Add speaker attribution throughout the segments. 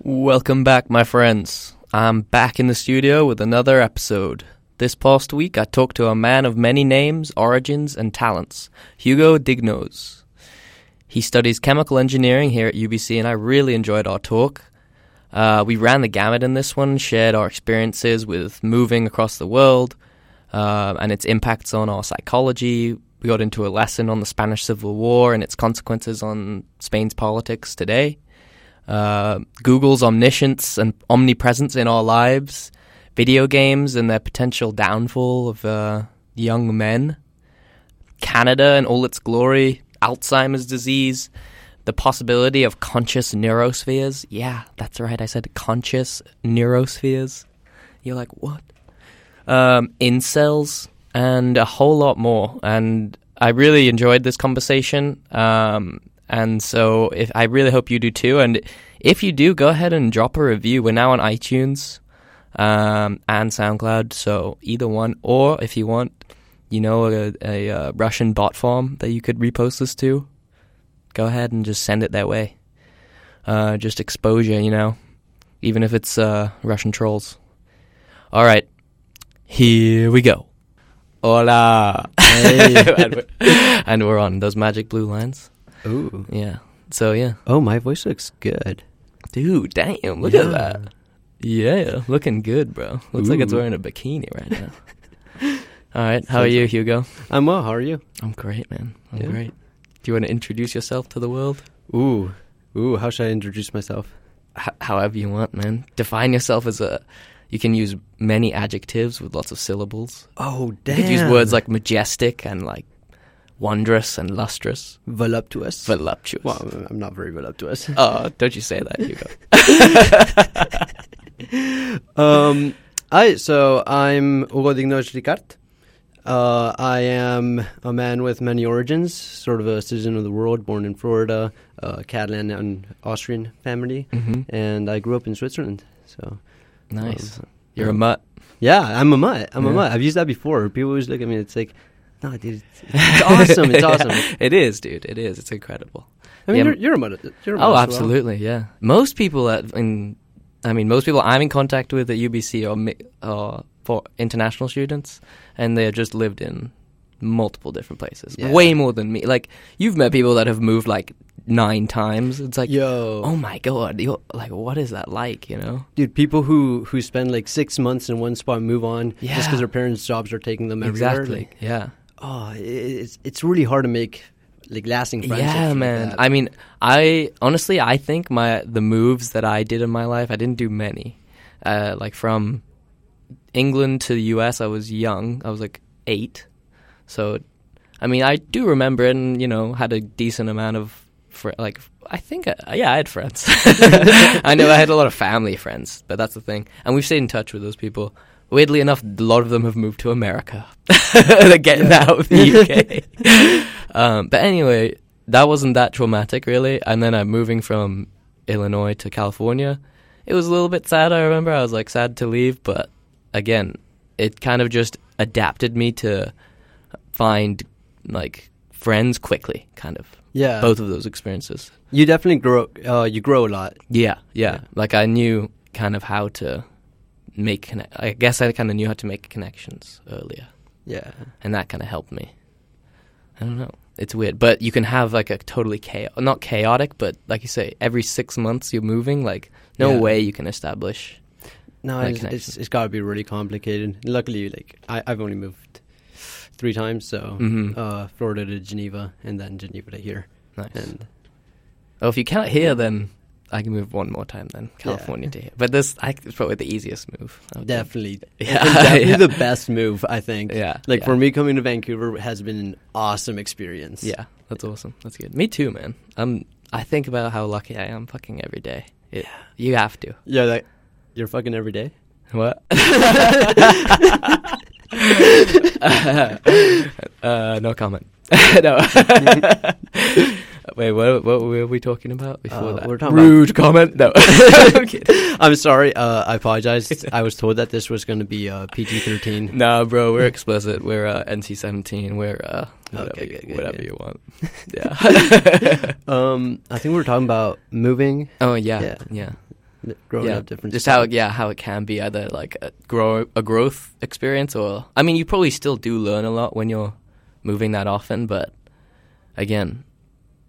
Speaker 1: Welcome back, my friends. I'm back in the studio with another episode. This past week, I talked to a man of many names, origins, and talents, Hugo Dignos. He studies chemical engineering here at UBC, and I really enjoyed our talk. Uh, we ran the gamut in this one, shared our experiences with moving across the world uh, and its impacts on our psychology. We got into a lesson on the Spanish Civil War and its consequences on Spain's politics today uh, Google's omniscience and omnipresence in our lives, video games and their potential downfall of uh, young men, Canada and all its glory, Alzheimer's disease, the possibility of conscious neurospheres. Yeah, that's right, I said conscious neurospheres. You're like, what? Um, incels, and a whole lot more. And I really enjoyed this conversation. Um, and so if I really hope you do too. And if you do, go ahead and drop a review. We're now on iTunes um, and SoundCloud, so either one. Or if you want, you know, a, a, uh Russian bot farm that you could repost this to, go ahead and just send it that way. Uh, just exposure, you know, even if it's uh, Russian trolls. All right, here we go. Hola. and, we're, and we're on those magic blue lines.
Speaker 2: Ooh.
Speaker 1: Yeah. So yeah.
Speaker 2: Oh, my voice looks good.
Speaker 1: Dude, damn, look at
Speaker 2: Yeah.
Speaker 1: that. Yeah, looking good, bro. Looks like it's
Speaker 2: Ooh.
Speaker 1: wearing a bikini right now. All right, how are you, Hugo?
Speaker 2: I'm well. How are you?
Speaker 1: I'm great, man. I'm
Speaker 2: Yeah.
Speaker 1: great. Do you want to introduce yourself to the world?
Speaker 2: Ooh. Ooh. How should I introduce myself?
Speaker 1: H- however you want, man. Define yourself as a. You can use many adjectives with lots of syllables.
Speaker 2: Oh,
Speaker 1: You could use words like majestic and like wondrous and lustrous,
Speaker 2: voluptuous.
Speaker 1: voluptuous.
Speaker 2: well, I'm- I'm not very voluptuous.
Speaker 1: Oh, don't you say that, Hugo.
Speaker 2: um, I so I'm Hugo Dignos Ricard. Uh, I am a man with many origins, sort of a citizen of the world, born in Florida, uh, Catalan and Austrian family,
Speaker 1: Mhm.
Speaker 2: and I grew up in Switzerland. So
Speaker 1: Nice.
Speaker 2: um,
Speaker 1: You're a mutt.
Speaker 2: Yeah, I'm a mutt. I'm
Speaker 1: Yeah.
Speaker 2: a mutt. I've used that before. People always look at me. It's like, no, dude, it's, it's awesome. It's awesome.
Speaker 1: it is, dude. It is. It's incredible.
Speaker 2: I mean,
Speaker 1: Yeah.
Speaker 2: you're, you're a mutt. You're a mutt
Speaker 1: oh,
Speaker 2: as well.
Speaker 1: absolutely. Yeah. Most people that in, I mean, most people I'm in contact with at UBC are mi- are for international students, and they just lived in multiple different places,
Speaker 2: Yeah.
Speaker 1: way more than me. Like you've met people that have moved like nine times. It's like,
Speaker 2: Yo,
Speaker 1: oh my god, you're, like what is that like? You know?
Speaker 2: dude, people who who spend like six months in one spot move on
Speaker 1: Yeah.
Speaker 2: just because their parents' jobs are taking them everywhere.
Speaker 1: Exactly.
Speaker 2: Like,
Speaker 1: Yeah.
Speaker 2: oh, it, it's it's really hard to make like lasting friendships.
Speaker 1: Yeah,
Speaker 2: like
Speaker 1: man.
Speaker 2: that.
Speaker 1: I mean, I honestly, I think my the moves that I did in my life, I didn't do many. Uh, like from England to the U.S., I was young. I was like eight. So, I mean, I do remember it, and you know, had a decent amount of fr- like. I think, I, yeah, I had friends. I know I had a lot of family friends, but that's the thing. And we've stayed in touch with those people. Weirdly enough, a lot of them have moved to America. They're getting out of the UK. um, but anyway, that wasn't that traumatic, really. And then I'm moving from Illinois to California. It was a little bit sad, I remember. I was like sad to leave, but again, it kind of just adapted me to find like friends quickly, kind of.
Speaker 2: yeah,
Speaker 1: Both of those experiences.
Speaker 2: You definitely grow. Uh, you grow a lot.
Speaker 1: Yeah, yeah.
Speaker 2: Yeah.
Speaker 1: Like I knew kind of how to make connect. I guess I kind of knew how to make connections earlier,
Speaker 2: Yeah,
Speaker 1: and that kind of helped me. I don't know. It's weird, but you can have like a totally chaos, not chaotic, but like you say, every six months you're moving. Like no
Speaker 2: Yeah.
Speaker 1: way you can establish.
Speaker 2: no,
Speaker 1: That
Speaker 2: it's,
Speaker 1: connection.
Speaker 2: it's, it's got to be really complicated. Luckily, like I, I've only moved three times, so
Speaker 1: Mhm.
Speaker 2: uh, Florida to Geneva and then Geneva to here.
Speaker 1: Nice.
Speaker 2: And
Speaker 1: Oh, if you count here, then I can move one more time. Then California to here, but this I, it's probably the easiest move. I would think.
Speaker 2: definitely,
Speaker 1: Yeah,
Speaker 2: definitely
Speaker 1: yeah.
Speaker 2: the best move, I think.
Speaker 1: Yeah,
Speaker 2: Like
Speaker 1: yeah.
Speaker 2: for me, coming to Vancouver has been an awesome experience.
Speaker 1: Yeah, that's awesome. That's good. Me too, man. I'm. I think about how lucky I am fucking every day. It, you have to.
Speaker 2: Yeah, like you're fucking every day.
Speaker 1: What? uh, no comment. no. Wait, what, what were we talking about before
Speaker 2: Uh,
Speaker 1: that?
Speaker 2: we're talking about-
Speaker 1: Rude comment. No. I'm kidding.
Speaker 2: I'm sorry. Uh, I apologize. I was told that this was going to be uh, PG-13.
Speaker 1: No, bro, we're explicit. We're uh, NC-17. We're uh, whatever,
Speaker 2: Okay,
Speaker 1: you,
Speaker 2: good, good,
Speaker 1: whatever
Speaker 2: good.
Speaker 1: you want. Yeah.
Speaker 2: Um, I think we were talking about moving.
Speaker 1: oh yeah, yeah.
Speaker 2: Yeah. n- growing
Speaker 1: yeah.
Speaker 2: up different.
Speaker 1: Just
Speaker 2: stuff.
Speaker 1: how it- yeah how it can be either like a grow a growth experience or I mean you probably still do learn a lot when you're moving that often, but again,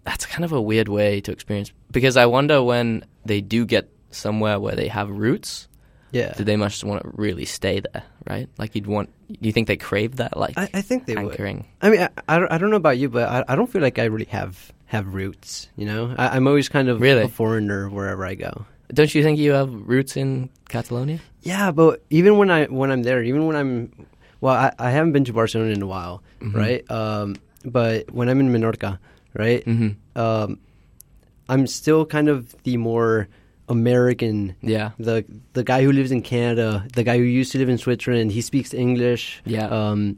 Speaker 1: that's kind of a weird way to experience because I wonder when they do get somewhere where they have roots,
Speaker 2: yeah.
Speaker 1: do they must want to really stay there, right? Like you'd want. Do you think they crave that like
Speaker 2: I, I think they would.
Speaker 1: anchoring?
Speaker 2: I mean, I, I, don't, I don't know about you, but I, I don't feel like I really have have roots. You know, I, I'm always kind of
Speaker 1: Really?
Speaker 2: a foreigner wherever I go.
Speaker 1: Don't you think you have roots in Catalonia?
Speaker 2: Yeah, but even when I when I'm there, even when I'm well, I, I haven't been to Barcelona in a while, right? Um, but when I'm in Menorca, right,
Speaker 1: Mhm.
Speaker 2: um, I'm still kind of the more American.
Speaker 1: Yeah.
Speaker 2: The the guy who lives in Canada, the guy who used to live in Switzerland, he speaks English.
Speaker 1: Yeah.
Speaker 2: Um,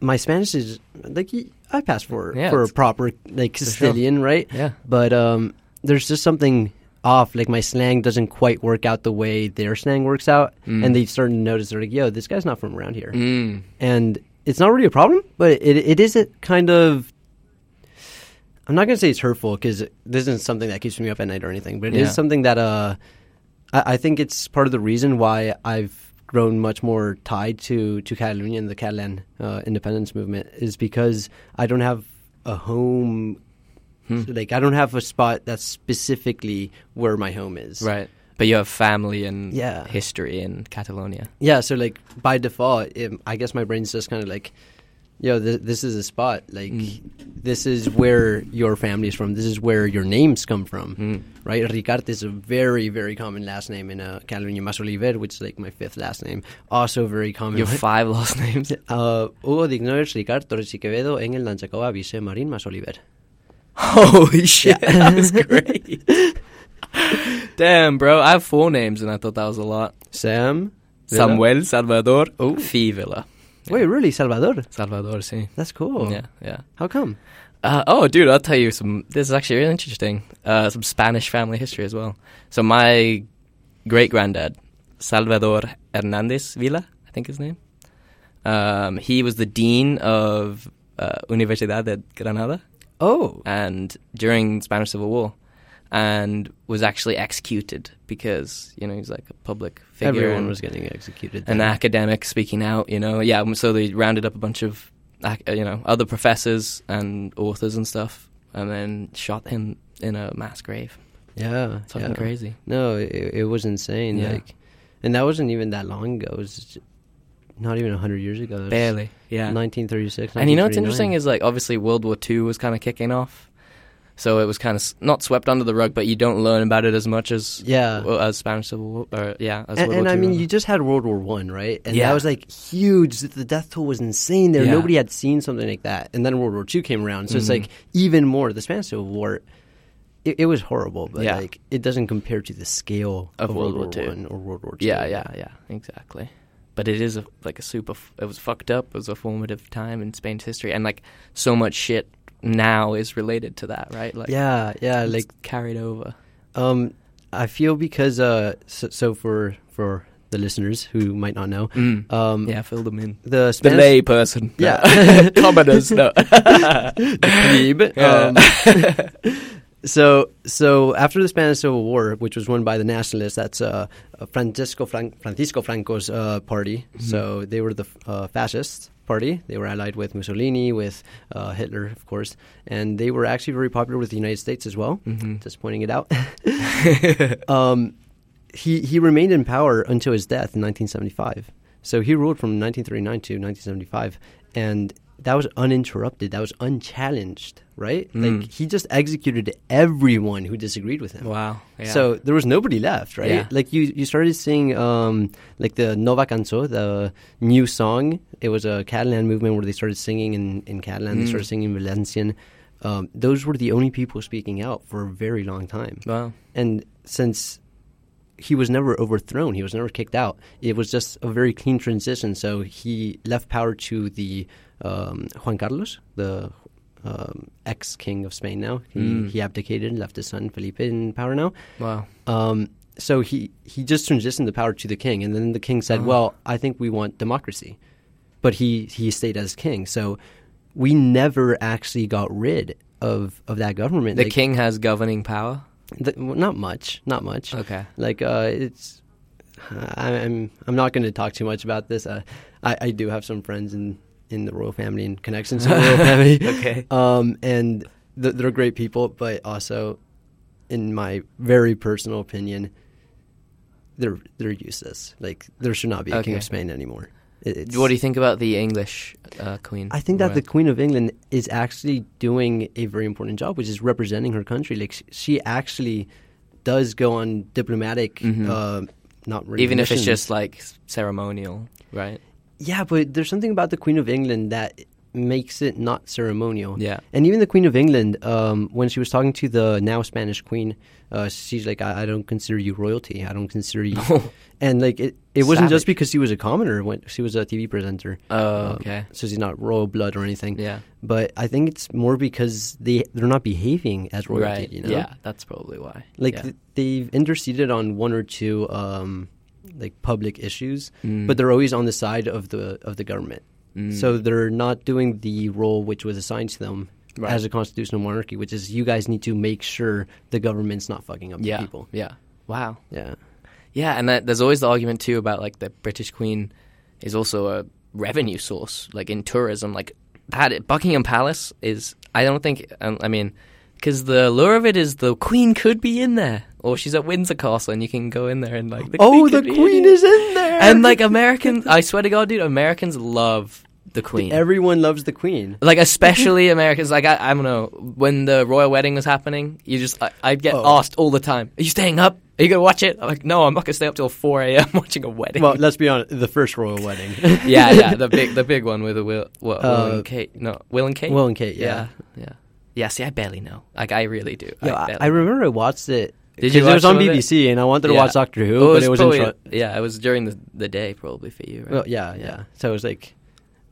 Speaker 2: my Spanish is like y- I pass for
Speaker 1: Yeah,
Speaker 2: for a
Speaker 1: it's-
Speaker 2: proper like
Speaker 1: sure.
Speaker 2: Sicilian, right?
Speaker 1: Yeah.
Speaker 2: But um, there's just something off. Like my slang doesn't quite work out the way their slang works out,
Speaker 1: Mm.
Speaker 2: and they start to notice they're like, "Yo, this guy's not from around here,"
Speaker 1: Mm.
Speaker 2: and it's not really a problem, but it it is a kind of. I'm not gonna say it's hurtful because this isn't something that keeps me up at night or anything, but it is
Speaker 1: Yeah.
Speaker 2: something that uh, I, I think it's part of the reason why I've grown much more tied to to Catalonia and the Catalan uh, independence movement is because I don't have a home.
Speaker 1: Hmm.
Speaker 2: Like I don't have a spot that's specifically where my home is.
Speaker 1: Right. But you have family and
Speaker 2: Yeah.
Speaker 1: history in Catalonia.
Speaker 2: Yeah. So like by default, it, I guess my brain's just kind of like, yo, th- this is a spot. Like
Speaker 1: Mm.
Speaker 2: this is where your family's from. This is where your names come from.
Speaker 1: Mm.
Speaker 2: Right. Ricarte is a very very common last name in uh, Catalunya Masoliver, which is like my fifth last name. Also very common.
Speaker 1: You have five last names.
Speaker 2: Uh, Hugo Dignoes Ricard Torres y Quevedo, Engel Lanzacoa, Vise Marín Masoliver.
Speaker 1: Holy shit, that was great. Damn, bro, I have four names and I thought that was a lot.
Speaker 2: Sam. Vela.
Speaker 1: Samuel, Salvador, oh. Fivilla.
Speaker 2: Wait, really, Oh. Salvador?
Speaker 1: Salvador, sí.
Speaker 2: That's cool.
Speaker 1: Yeah, yeah.
Speaker 2: How come?
Speaker 1: Uh, oh, dude, I'll tell you some. This is actually really interesting. Uh, some Spanish family history as well. So my great granddad, Salvador Hernandez Vila, I think his name. Um, he was the dean of uh, Universidad de Granada,
Speaker 2: Oh.
Speaker 1: and during Spanish Civil War, and was actually executed because you know he's like a public figure.
Speaker 2: Everyone
Speaker 1: and-
Speaker 2: was getting executed.
Speaker 1: an
Speaker 2: then.
Speaker 1: academic speaking out, you know. Yeah, um, so they rounded up a bunch of, ac- uh, you know, other professors and authors and stuff, and then shot him in a mass grave.
Speaker 2: Yeah.
Speaker 1: It's fucking
Speaker 2: yeah.
Speaker 1: crazy.
Speaker 2: No, it, it was insane.
Speaker 1: Yeah.
Speaker 2: Like, and that wasn't even that long ago. It was j- not even hundred years ago. It was
Speaker 1: Barely. Yeah.
Speaker 2: 1936.
Speaker 1: and you know what's interesting is like obviously World War II was kind of kicking off, so it was kind of s- not swept under the rug, but you don't learn about it as much as
Speaker 2: Yeah.
Speaker 1: well, as Spanish Civil War. Or, yeah, as
Speaker 2: and,
Speaker 1: World
Speaker 2: and
Speaker 1: War
Speaker 2: I
Speaker 1: II
Speaker 2: mean,
Speaker 1: rather.
Speaker 2: you just had World War One, right? And
Speaker 1: Yeah.
Speaker 2: that was like huge. The- The death toll was insane there.
Speaker 1: Yeah. Mm-hmm.
Speaker 2: Nobody had seen something like that. And then World War Two came around, so it's like even more. The Spanish Civil War, it, it was horrible, but
Speaker 1: Yeah.
Speaker 2: like it doesn't compare to the scale
Speaker 1: Of
Speaker 2: of,
Speaker 1: World
Speaker 2: World,
Speaker 1: War Two.
Speaker 2: War One or World War Two.
Speaker 1: Yeah, yeah, yeah, exactly. But it is a, like a super. f- It was fucked up. It was a formative time in Spain's history, and like so much shit now is related to that, right? Like,
Speaker 2: yeah, yeah.
Speaker 1: it's
Speaker 2: Like
Speaker 1: carried over.
Speaker 2: Um, I feel because uh, so, so for for the listeners who might not know,
Speaker 1: Mm.
Speaker 2: um,
Speaker 1: yeah, fill them in.
Speaker 2: the
Speaker 1: The
Speaker 2: Spanish
Speaker 1: lay person,
Speaker 2: Yeah.
Speaker 1: commoners, no.
Speaker 2: plebe.
Speaker 1: Yeah.
Speaker 2: Um, so so after the Spanish Civil War, which was won by the Nationalists, that's uh, uh, Francisco Fran- Francisco Franco's uh, party. So they were the uh, fascist party. They were allied with Mussolini, with uh, Hitler, of course, and they were actually very popular with the United States as well.
Speaker 1: Mm-hmm.
Speaker 2: Just pointing it out. um, he he remained in power until his death in 1975. So he ruled from 1939 to 1975, and that was uninterrupted. That was unchallenged, right? Like he just executed everyone who disagreed with him.
Speaker 1: wow. Yeah.
Speaker 2: So there was nobody left, right?
Speaker 1: Yeah.
Speaker 2: Like you, you started seeing um, like the Nova Cançó, the new song. It was a Catalan movement where they started singing in, in Catalan.
Speaker 1: Mm.
Speaker 2: They started singing in Valencian. Um, those were the only people speaking out for a very long time.
Speaker 1: wow.
Speaker 2: And since he was never overthrown, he was never kicked out. It was just a very clean transition. So he left power to the um, Juan Carlos, the um, ex king of Spain. Now he,
Speaker 1: Mm.
Speaker 2: he abdicated, and left his son Felipe in power now.
Speaker 1: Wow.
Speaker 2: Um, so he he just transitioned the power to the king, and then the king said, "Well, I think we want democracy," but he he stayed as king. So we never actually got rid of of that government.
Speaker 1: The
Speaker 2: Like,
Speaker 1: king has governing power.
Speaker 2: Th- well, not much, not much.
Speaker 1: Okay.
Speaker 2: Like uh, it's, I, I'm I'm not going to talk too much about this. Uh, I I do have some friends in in the royal family and connections to the royal family.
Speaker 1: Okay.
Speaker 2: Um, and th- they're great people, but also, in my very personal opinion, they're they're useless. Like there should not be a king
Speaker 1: Okay.
Speaker 2: of Spain anymore. It- it's-
Speaker 1: What do you think about the English uh, queen?
Speaker 2: I think that the
Speaker 1: royal?
Speaker 2: Queen of England is actually doing a very important job, which is representing her country. Like sh- she actually does go on diplomatic,
Speaker 1: Mhm.
Speaker 2: uh, not really
Speaker 1: even if it's
Speaker 2: missions.
Speaker 1: just like s- ceremonial, right?
Speaker 2: yeah. But there's something about the Queen of England that makes it not ceremonial.
Speaker 1: Yeah.
Speaker 2: And even the Queen of England, um, when she was talking to the now Spanish Queen, uh, she's like, I, "I don't consider you royalty. I don't consider you." and like it, it wasn't
Speaker 1: Savage.
Speaker 2: just because she was a commoner when she was a TV presenter.
Speaker 1: Oh,
Speaker 2: Um,
Speaker 1: okay.
Speaker 2: so she's not royal blood or anything.
Speaker 1: Yeah.
Speaker 2: But I think it's more because they they're not behaving as royalty.
Speaker 1: Right.
Speaker 2: You know?
Speaker 1: Yeah, that's probably why.
Speaker 2: Like
Speaker 1: Yeah.
Speaker 2: th- they've interceded on one or two um, like public issues,
Speaker 1: Mm.
Speaker 2: but they're always on the side of the of the government.
Speaker 1: Mm.
Speaker 2: So they're not doing the role which was assigned to them
Speaker 1: Right.
Speaker 2: as a constitutional monarchy, which is you guys need to make sure the government's not fucking up
Speaker 1: yeah,
Speaker 2: the people.
Speaker 1: yeah. Wow.
Speaker 2: Yeah.
Speaker 1: Yeah, and that, there's always the argument too about like the British Queen is also a revenue source, like in tourism. Like that Buckingham Palace is, I don't think, um, I mean, because the lure of it is the Queen could be in there, or she's at Windsor Castle, and you can go in there and like. The
Speaker 2: Oh,
Speaker 1: could
Speaker 2: the
Speaker 1: be in
Speaker 2: queen
Speaker 1: it.
Speaker 2: is in there,
Speaker 1: And like Americans, I swear to God, dude, Americans love the Queen.
Speaker 2: everyone loves the queen.
Speaker 1: Like especially Americans, like I, I don't know when the royal wedding was happening. You just I, I get
Speaker 2: Oh.
Speaker 1: asked all the time, "Are you staying up? Are you gonna watch it?" I'm like, "No, I'm not gonna stay up till four a.m. watching a wedding."
Speaker 2: Well, let's be honest, the first royal wedding.
Speaker 1: yeah, yeah, the big the big one with the Will, what, Will
Speaker 2: Uh,
Speaker 1: and Kate. No, Will and Kate.
Speaker 2: Will and Kate, yeah.
Speaker 1: yeah, yeah. Yeah, See, I barely know. Like I really do.
Speaker 2: Yo, I,
Speaker 1: barely
Speaker 2: I
Speaker 1: know.
Speaker 2: remember I watched it.
Speaker 1: Did
Speaker 2: 'cause
Speaker 1: you
Speaker 2: it was
Speaker 1: watch
Speaker 2: on
Speaker 1: some of it?
Speaker 2: BBC, and I wanted to
Speaker 1: Yeah.
Speaker 2: watch Doctor Who,
Speaker 1: Well,
Speaker 2: but it was in
Speaker 1: probably-
Speaker 2: front.
Speaker 1: Yeah, it was during the, the day probably for you. Right?
Speaker 2: Well, yeah, yeah, So it was like,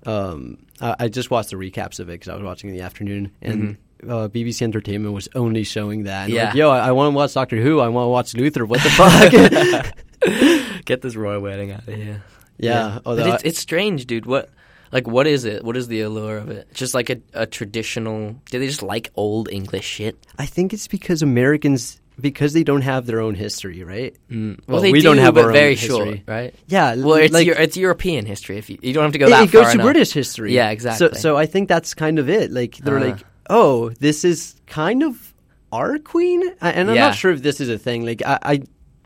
Speaker 2: um, I, I just watched the recaps of it because I was watching in the afternoon, and uh, BBC Entertainment was only showing that. And I'm like,
Speaker 1: Mm-hmm. Yeah.
Speaker 2: yo, I, I want to watch Doctor Who. I want to watch Luther. What the fuck?
Speaker 1: Get this royal wedding out of here.
Speaker 2: Yeah,
Speaker 1: But
Speaker 2: although
Speaker 1: it's,
Speaker 2: I-
Speaker 1: it's strange, dude. What, like, what is it? What is the allure of it? Just like a, a traditional. Do they just like old English shit?
Speaker 2: I think it's because Americans, because they don't have their own history, right?
Speaker 1: Mm.
Speaker 2: Well,
Speaker 1: they
Speaker 2: we don't have
Speaker 1: but
Speaker 2: our own
Speaker 1: very
Speaker 2: history.
Speaker 1: short, right?
Speaker 2: Yeah,
Speaker 1: Well, it's
Speaker 2: like-
Speaker 1: Eu- it's European history. If you, you don't have to go
Speaker 2: it,
Speaker 1: that
Speaker 2: it goes
Speaker 1: far
Speaker 2: to
Speaker 1: enough.
Speaker 2: British history.
Speaker 1: Yeah, exactly.
Speaker 2: So, so I think that's kind of it. Like they're
Speaker 1: Ah.
Speaker 2: like, oh, this is kind of our queen, I, and I'm
Speaker 1: Yeah. Hmm.
Speaker 2: not sure if this is a thing. Like I, I,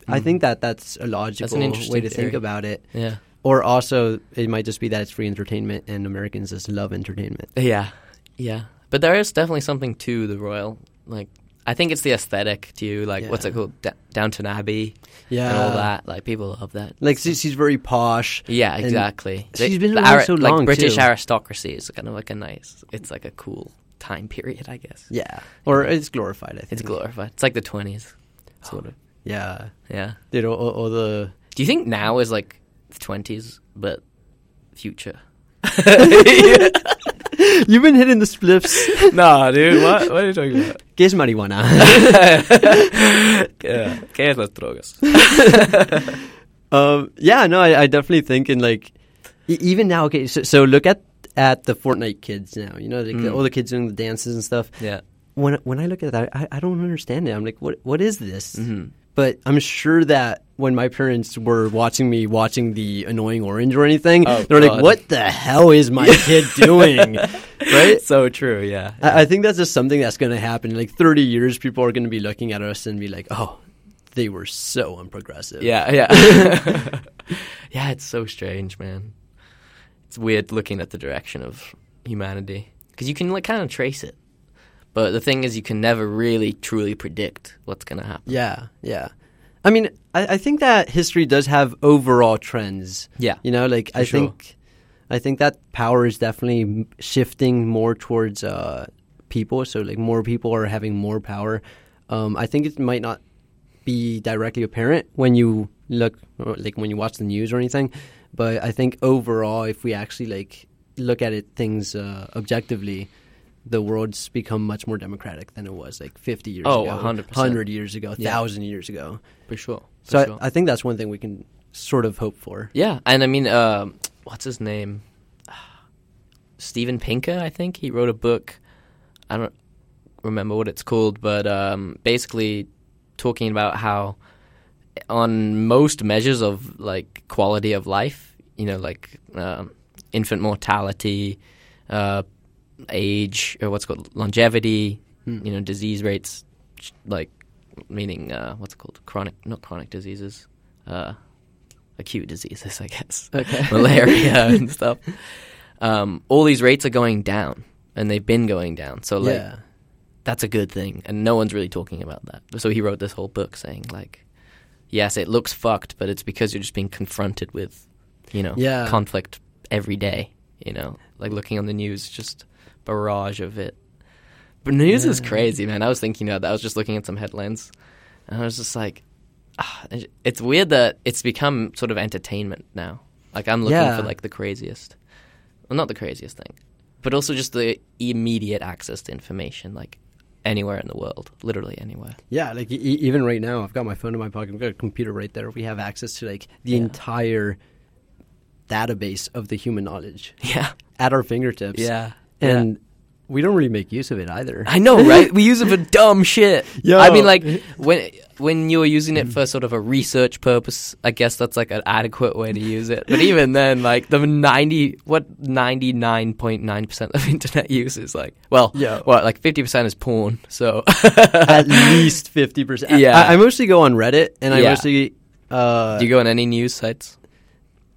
Speaker 2: I think that that's a logical
Speaker 1: interesting
Speaker 2: way to
Speaker 1: theory.
Speaker 2: think about it.
Speaker 1: yeah,
Speaker 2: Or also, it might just be that it's free entertainment, and Americans just love entertainment.
Speaker 1: yeah, yeah. But there is definitely something to the royal. Like, I think it's the aesthetic to you. Like, what's
Speaker 2: Yeah.
Speaker 1: it called? Da- Downton Abbey. and all
Speaker 2: Yeah.
Speaker 1: that. Like, people love that.
Speaker 2: Like she, she's very posh.
Speaker 1: Yeah,
Speaker 2: and
Speaker 1: exactly.
Speaker 2: She's
Speaker 1: The-
Speaker 2: been
Speaker 1: the
Speaker 2: around
Speaker 1: ara-
Speaker 2: so
Speaker 1: like,
Speaker 2: long.
Speaker 1: British
Speaker 2: too.
Speaker 1: aristocracy is kind of like a nice. It's like a cool time period, I guess.
Speaker 2: Yeah, or it's glorified. I think
Speaker 1: It's glorified. It's like the twenties, sort of.
Speaker 2: Yeah,
Speaker 1: Yeah.
Speaker 2: dude. All, all, all the
Speaker 1: Do you think now is like the twenties, but future? no,
Speaker 2: you've been hitting the spliffs.
Speaker 1: dude. What? What are you talking about?
Speaker 2: Guess marijuana.
Speaker 1: yeah. ¿Qué es las drogas?
Speaker 2: Um, yeah, no, I, I definitely think in like e- even now. Okay, so, so look at at the Fortnite kids now. You know, like the,
Speaker 1: Mm.
Speaker 2: all the kids doing the dances and stuff.
Speaker 1: Yeah.
Speaker 2: When when I look at that, I, I don't understand it. I'm like, what what is this?
Speaker 1: Mhm.
Speaker 2: But I'm sure that when my parents were watching me watching the annoying orange or anything,
Speaker 1: Oh,
Speaker 2: they're
Speaker 1: God.
Speaker 2: like, "What the hell is my kid doing?" Right?
Speaker 1: So true. Yeah.
Speaker 2: I, I think that's just something that's going to happen. Like 30 years, people are going to be looking at us and be like, "Oh, they were so unprogressive."
Speaker 1: Yeah, yeah. yeah, it's so strange, man. It's weird looking at the direction of humanity because you can like kind of trace it. But the thing is you can never really truly predict what's going to happen.
Speaker 2: Yeah, yeah. I mean, I, I think that history does have overall trends.
Speaker 1: Yeah.
Speaker 2: you know, like I
Speaker 1: sure.
Speaker 2: think, I think that power is definitely m- shifting more towards uh, people. So like more people are having more power. Um, I think it might not be directly apparent when you look, or, like when you watch the news or anything. But I think overall, if we actually like look at it things uh, objectively. The world's become much more democratic than it was like 50 years
Speaker 1: Oh,
Speaker 2: ago,
Speaker 1: 100%.
Speaker 2: 100 100 years ago,
Speaker 1: Yeah.
Speaker 2: thousand years ago.
Speaker 1: For sure. For
Speaker 2: So
Speaker 1: sure.
Speaker 2: I, I think that's one thing we can sort of hope for.
Speaker 1: yeah, and I mean um what's his name? Steven Pinker, I think. He wrote a book. I don't remember what it's called, but um basically talking about how on most measures of like quality of life, you know, like um infant mortality, uh, age, or what's called longevity, you know, disease rates, sh- like meaning uh, what's it called chronic, not chronic diseases, uh, acute diseases, I guess,
Speaker 3: Okay.
Speaker 1: malaria and stuff. Um, all these rates are going down, and they've been going down. So like
Speaker 3: yeah.
Speaker 1: that's a good thing and no one's really talking about that so he wrote this whole book saying like yes it looks fucked but it's because you're just being confronted with you know
Speaker 3: Yeah.
Speaker 1: conflict every day you know like looking on the news just barrage of it but news is
Speaker 3: Yeah.
Speaker 1: crazy man i was thinking about that i was just looking at some headlines and i was just like ah, it's weird that it's become sort of entertainment now like i'm looking
Speaker 3: Yeah.
Speaker 1: for like the craziest well, not the craziest thing, but also just the immediate access to information, like anywhere in the world, literally anywhere.
Speaker 2: Yeah, like e- e- even right now, I've got my phone in my pocket. I've got a computer right there. We have access to like the
Speaker 1: Yeah.
Speaker 2: entire database of the human knowledge
Speaker 1: Yeah,
Speaker 2: at our fingertips.
Speaker 1: Yeah.
Speaker 2: and we don't really make use of it either.
Speaker 1: I know, right? we use it for dumb shit.
Speaker 2: Yo.
Speaker 1: I mean, like when when you're using it for sort of a research purpose, I guess that's like an adequate way to use it. But even then, like the ninety what ninety nine point nine percent of internet use is like, well,
Speaker 2: Yo.
Speaker 1: what like fifty percent is porn. So
Speaker 2: at least fifty percent.
Speaker 1: Yeah.
Speaker 2: I, I mostly go on Reddit, and I
Speaker 1: Yeah.
Speaker 2: mostly uh,
Speaker 1: do you go on any news sites?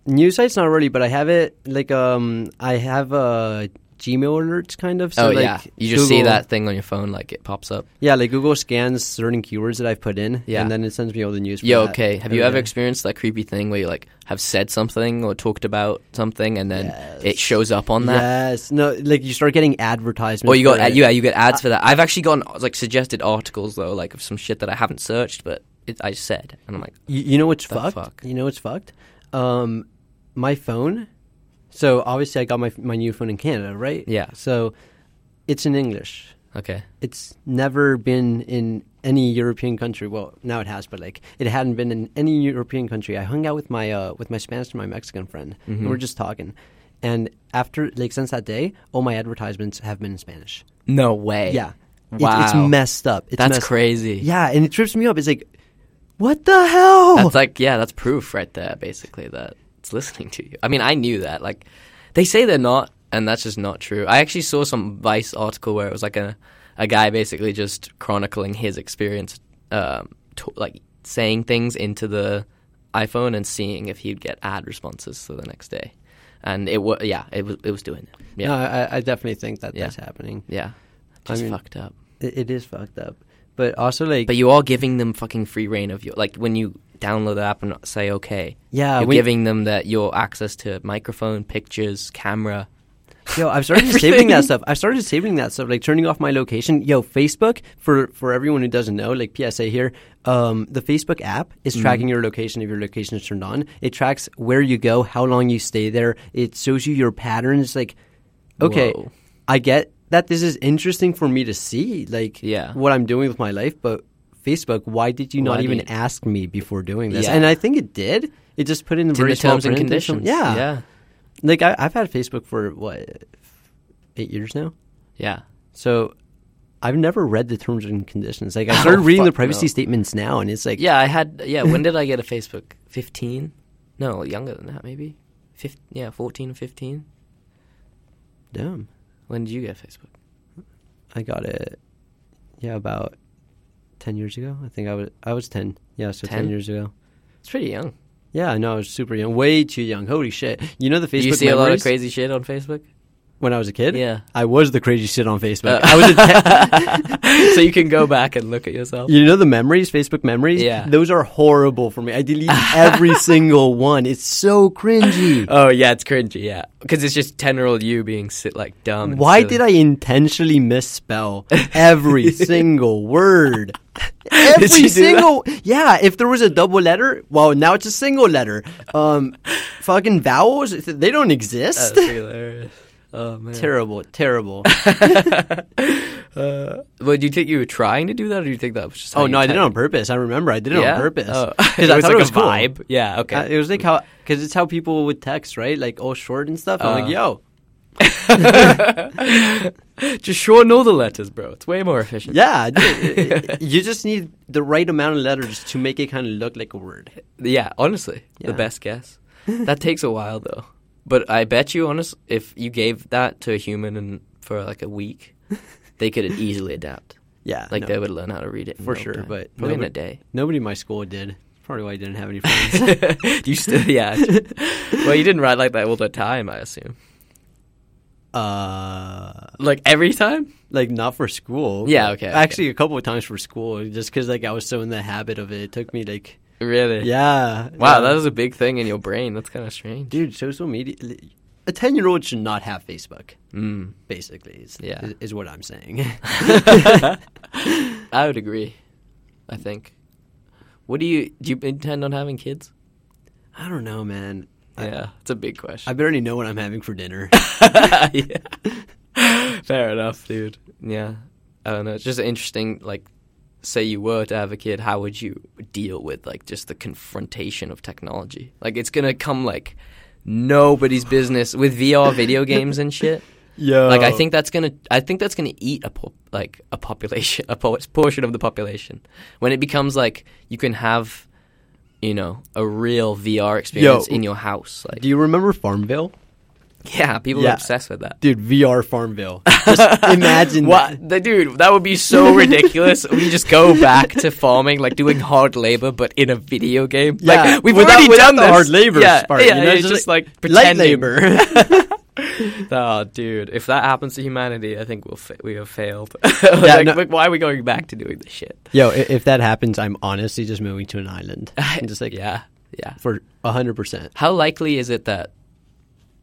Speaker 2: news sites not really, but I have it like um I have uh Gmail alerts kind of. So
Speaker 1: oh
Speaker 2: like,
Speaker 1: yeah, you just see
Speaker 2: Google-
Speaker 1: that thing on your phone, like it pops up.
Speaker 2: Yeah, like Google scans certain keywords that I've put in,
Speaker 1: Yeah.
Speaker 2: and then it sends me all the news. for
Speaker 1: Yeah,
Speaker 2: that.
Speaker 1: okay. Have
Speaker 2: And
Speaker 1: you ever
Speaker 2: then-
Speaker 1: experienced that creepy thing where you like have said something or talked about something and then it
Speaker 2: Yes.
Speaker 1: shows up on that?
Speaker 2: Yes. No, like you start getting advertisements.
Speaker 1: Or you
Speaker 2: for
Speaker 1: got
Speaker 2: it.
Speaker 1: yeah, you get ads for that. I've actually gotten like suggested articles though, like of some shit that I haven't searched, but it, I said, and I'm like,
Speaker 2: You, you know what's
Speaker 1: The
Speaker 2: fucked?
Speaker 1: fuck?
Speaker 2: You know what's fucked? Um, my phone. So obviously, I got my my new phone in Canada, right?
Speaker 1: Yeah.
Speaker 2: So it's in English.
Speaker 1: okay,
Speaker 2: It's never been in any European country. Well, now it has, but like it hadn't been in any European country. I hung out with my uh, with my Spanish and my Mexican friend,
Speaker 1: Mm-hmm.
Speaker 2: and we're just talking. And after, like, since that day, all my advertisements have been in Spanish.
Speaker 1: no way.
Speaker 2: Yeah. It-
Speaker 1: wow,
Speaker 2: it's messed up. It's
Speaker 1: That's
Speaker 2: messed-
Speaker 1: crazy.
Speaker 2: Yeah, and it trips me up. It's like, what the hell?
Speaker 1: That's like yeah, that's proof right there, basically that it's listening to you. I mean, I knew that. Like, they say they're not, and that's just not true. I actually saw some Vice article where it was like a a guy basically just chronicling his experience, um, to, like saying things into the iPhone and seeing if he'd get ad responses for the next day. And it was yeah, it was it was doing it. Yeah,
Speaker 2: No, I, I definitely think that
Speaker 1: Yeah.
Speaker 2: that's happening.
Speaker 1: yeah,
Speaker 2: I
Speaker 1: just
Speaker 2: mean-
Speaker 1: fucked up.
Speaker 2: It, it is fucked up. But also, like,
Speaker 1: But you are giving them fucking free reign of your like when you download the app and say okay.
Speaker 2: Yeah,
Speaker 1: you're
Speaker 2: Uh, we-
Speaker 1: giving them that your access to microphone, pictures, camera.
Speaker 2: yo, I've started saving
Speaker 1: Everything.
Speaker 2: that stuff. I've started saving that stuff, like turning off my location. Yo, Facebook for for everyone who doesn't know, like PSA here, um, the Facebook app is
Speaker 1: Mm-hmm.
Speaker 2: tracking your location. If your location is turned on, it tracks where you go, how long you stay there. It shows you your patterns. Like, okay,
Speaker 1: Whoa.
Speaker 2: I get that this is interesting for me to see, like,
Speaker 1: Yeah.
Speaker 2: what I'm doing with my life, but. Facebook, why did you
Speaker 1: Why
Speaker 2: not
Speaker 1: do
Speaker 2: even
Speaker 1: you-
Speaker 2: ask me before doing this?
Speaker 1: Yeah.
Speaker 2: And I think it did. It just put in the
Speaker 1: It's in
Speaker 2: very
Speaker 1: the
Speaker 2: small
Speaker 1: terms and
Speaker 2: print and some-
Speaker 1: conditions.
Speaker 2: Yeah,
Speaker 1: yeah,
Speaker 2: like I, I've had Facebook for what eight years now,
Speaker 1: yeah.
Speaker 2: so I've never read the terms and conditions. Like I
Speaker 1: Oh,
Speaker 2: started reading the
Speaker 1: fuck
Speaker 2: privacy
Speaker 1: no.
Speaker 2: statements now, and it's like,
Speaker 1: Yeah, I had. Yeah, when did I get a Facebook? Fifteen? No, younger than that, maybe. Fif- yeah, fourteen or fifteen.
Speaker 2: damn,
Speaker 1: When did you get Facebook?
Speaker 2: I got it. Yeah, about ten years ago, I think I was I was ten. Yeah, so ten,
Speaker 1: 10?
Speaker 2: years ago.
Speaker 1: It's pretty young.
Speaker 2: Yeah, I know I was super young, way too young. Holy shit! You know the Facebook
Speaker 1: Do you see a lot of
Speaker 2: memories?
Speaker 1: crazy shit on Facebook?
Speaker 2: when I was a kid.
Speaker 1: Yeah.
Speaker 2: I was the crazy shit on Facebook.
Speaker 1: Uh,
Speaker 2: I was a ten.
Speaker 1: so you can go back and look at yourself.
Speaker 2: You know the memories, Facebook memories?
Speaker 1: Yeah.
Speaker 2: Those are horrible for me. I delete every single one. It's so cringy.
Speaker 1: Oh yeah, it's cringy. Yeah, because it's just ten-year-old you being sit like dumb. and
Speaker 2: Why
Speaker 1: silly.
Speaker 2: did I intentionally misspell every single word? Every
Speaker 1: you do that?
Speaker 2: single yeah. If there was a double letter, well, now it's a single letter. Um, fucking vowels, they don't exist.
Speaker 1: That's hilarious. Oh man.
Speaker 2: terrible, terrible.
Speaker 1: Well, do Uh, you think you were trying to do that, or do you think that was just? how
Speaker 2: oh
Speaker 1: you
Speaker 2: no, I did it
Speaker 1: typed?
Speaker 2: on purpose. I remember I did it
Speaker 1: Yeah?
Speaker 2: on purpose
Speaker 1: Oh.
Speaker 2: because I thought it was cool.
Speaker 1: Yeah. Okay.
Speaker 2: Uh, it was like how because it's how people would text, right? Like all short and stuff. I'm
Speaker 1: Uh.
Speaker 2: like, yo,
Speaker 1: Just shorten all the letters, bro. It's way more efficient.
Speaker 2: Yeah, dude, you just need the right amount of letters to make it kind of look like a word.
Speaker 1: Yeah, honestly, the
Speaker 2: Yeah.
Speaker 1: best guess. that takes a while though. But I bet you, honest, if you gave that to a human and for like a week, they could easily adapt.
Speaker 2: Yeah,
Speaker 1: Like
Speaker 2: Uh, no.
Speaker 1: they would learn how to read it in
Speaker 2: For
Speaker 1: no
Speaker 2: sure,
Speaker 1: time.
Speaker 2: but
Speaker 1: probably in
Speaker 2: nobody-
Speaker 1: a day.
Speaker 2: Nobody in my school did. Probably why I didn't have any friends.
Speaker 1: Do you still? Yeah. well, you didn't write like that all the time, I assume.
Speaker 2: uh,
Speaker 1: Like every time.
Speaker 2: like not for school.
Speaker 1: Yeah, okay, okay.
Speaker 2: Actually, a couple of times for school, just because like I was so in the habit of it. It took me like
Speaker 1: Really?
Speaker 2: yeah.
Speaker 1: Wow,
Speaker 2: yeah.
Speaker 1: that was a big thing in your brain. That's kind of strange.
Speaker 2: dude. Social media. A ten-year-old should not have Facebook.
Speaker 1: Mm.
Speaker 2: Basically, is,
Speaker 1: Yeah.
Speaker 2: is, is what I'm saying.
Speaker 1: I would agree. I think. What do you do? You intend on having kids?
Speaker 2: I don't know, man.
Speaker 1: Yeah, it's a big
Speaker 2: I
Speaker 1: question.
Speaker 2: barely know what I'm having for dinner.
Speaker 1: yeah. Fair enough, dude. Yeah, I don't know. It's just interesting. Like, say you were to have a kid, how would you deal with like just the confrontation of technology? Like, it's gonna come like nobody's business with VR video games and shit.
Speaker 2: Yo,
Speaker 1: Like, I think that's gonna, I think that's gonna eat a po- like a population, a po- portion of the population when it becomes like you can have, you know, a real VR experience in your house. Like,
Speaker 2: Do you remember Farmville?
Speaker 1: yeah, people
Speaker 2: Yeah.
Speaker 1: are obsessed with that.
Speaker 2: Dude, VR Farmville. Just imagine
Speaker 1: What,
Speaker 2: that.
Speaker 1: the, dude? That would be so ridiculous. we just go back to farming, like doing hard labor, but in a video game.
Speaker 2: Yeah,
Speaker 1: like, we've
Speaker 2: without-
Speaker 1: already
Speaker 2: without
Speaker 1: done
Speaker 2: the
Speaker 1: this.
Speaker 2: hard labor
Speaker 1: yeah,
Speaker 2: part,
Speaker 1: Yeah,
Speaker 2: you know,
Speaker 1: it's
Speaker 2: just
Speaker 1: just like,
Speaker 2: Light
Speaker 1: pretending.
Speaker 2: labor.
Speaker 1: Oh, dude, if that happens to humanity, I think we'll fa- we have failed. like,
Speaker 2: no-
Speaker 1: like, why are we going back to doing this shit?
Speaker 2: Yo, i- if that happens, I'm honestly just moving to an island. I'm just like
Speaker 1: yeah, yeah.
Speaker 2: for hundred percent.
Speaker 1: How likely is it that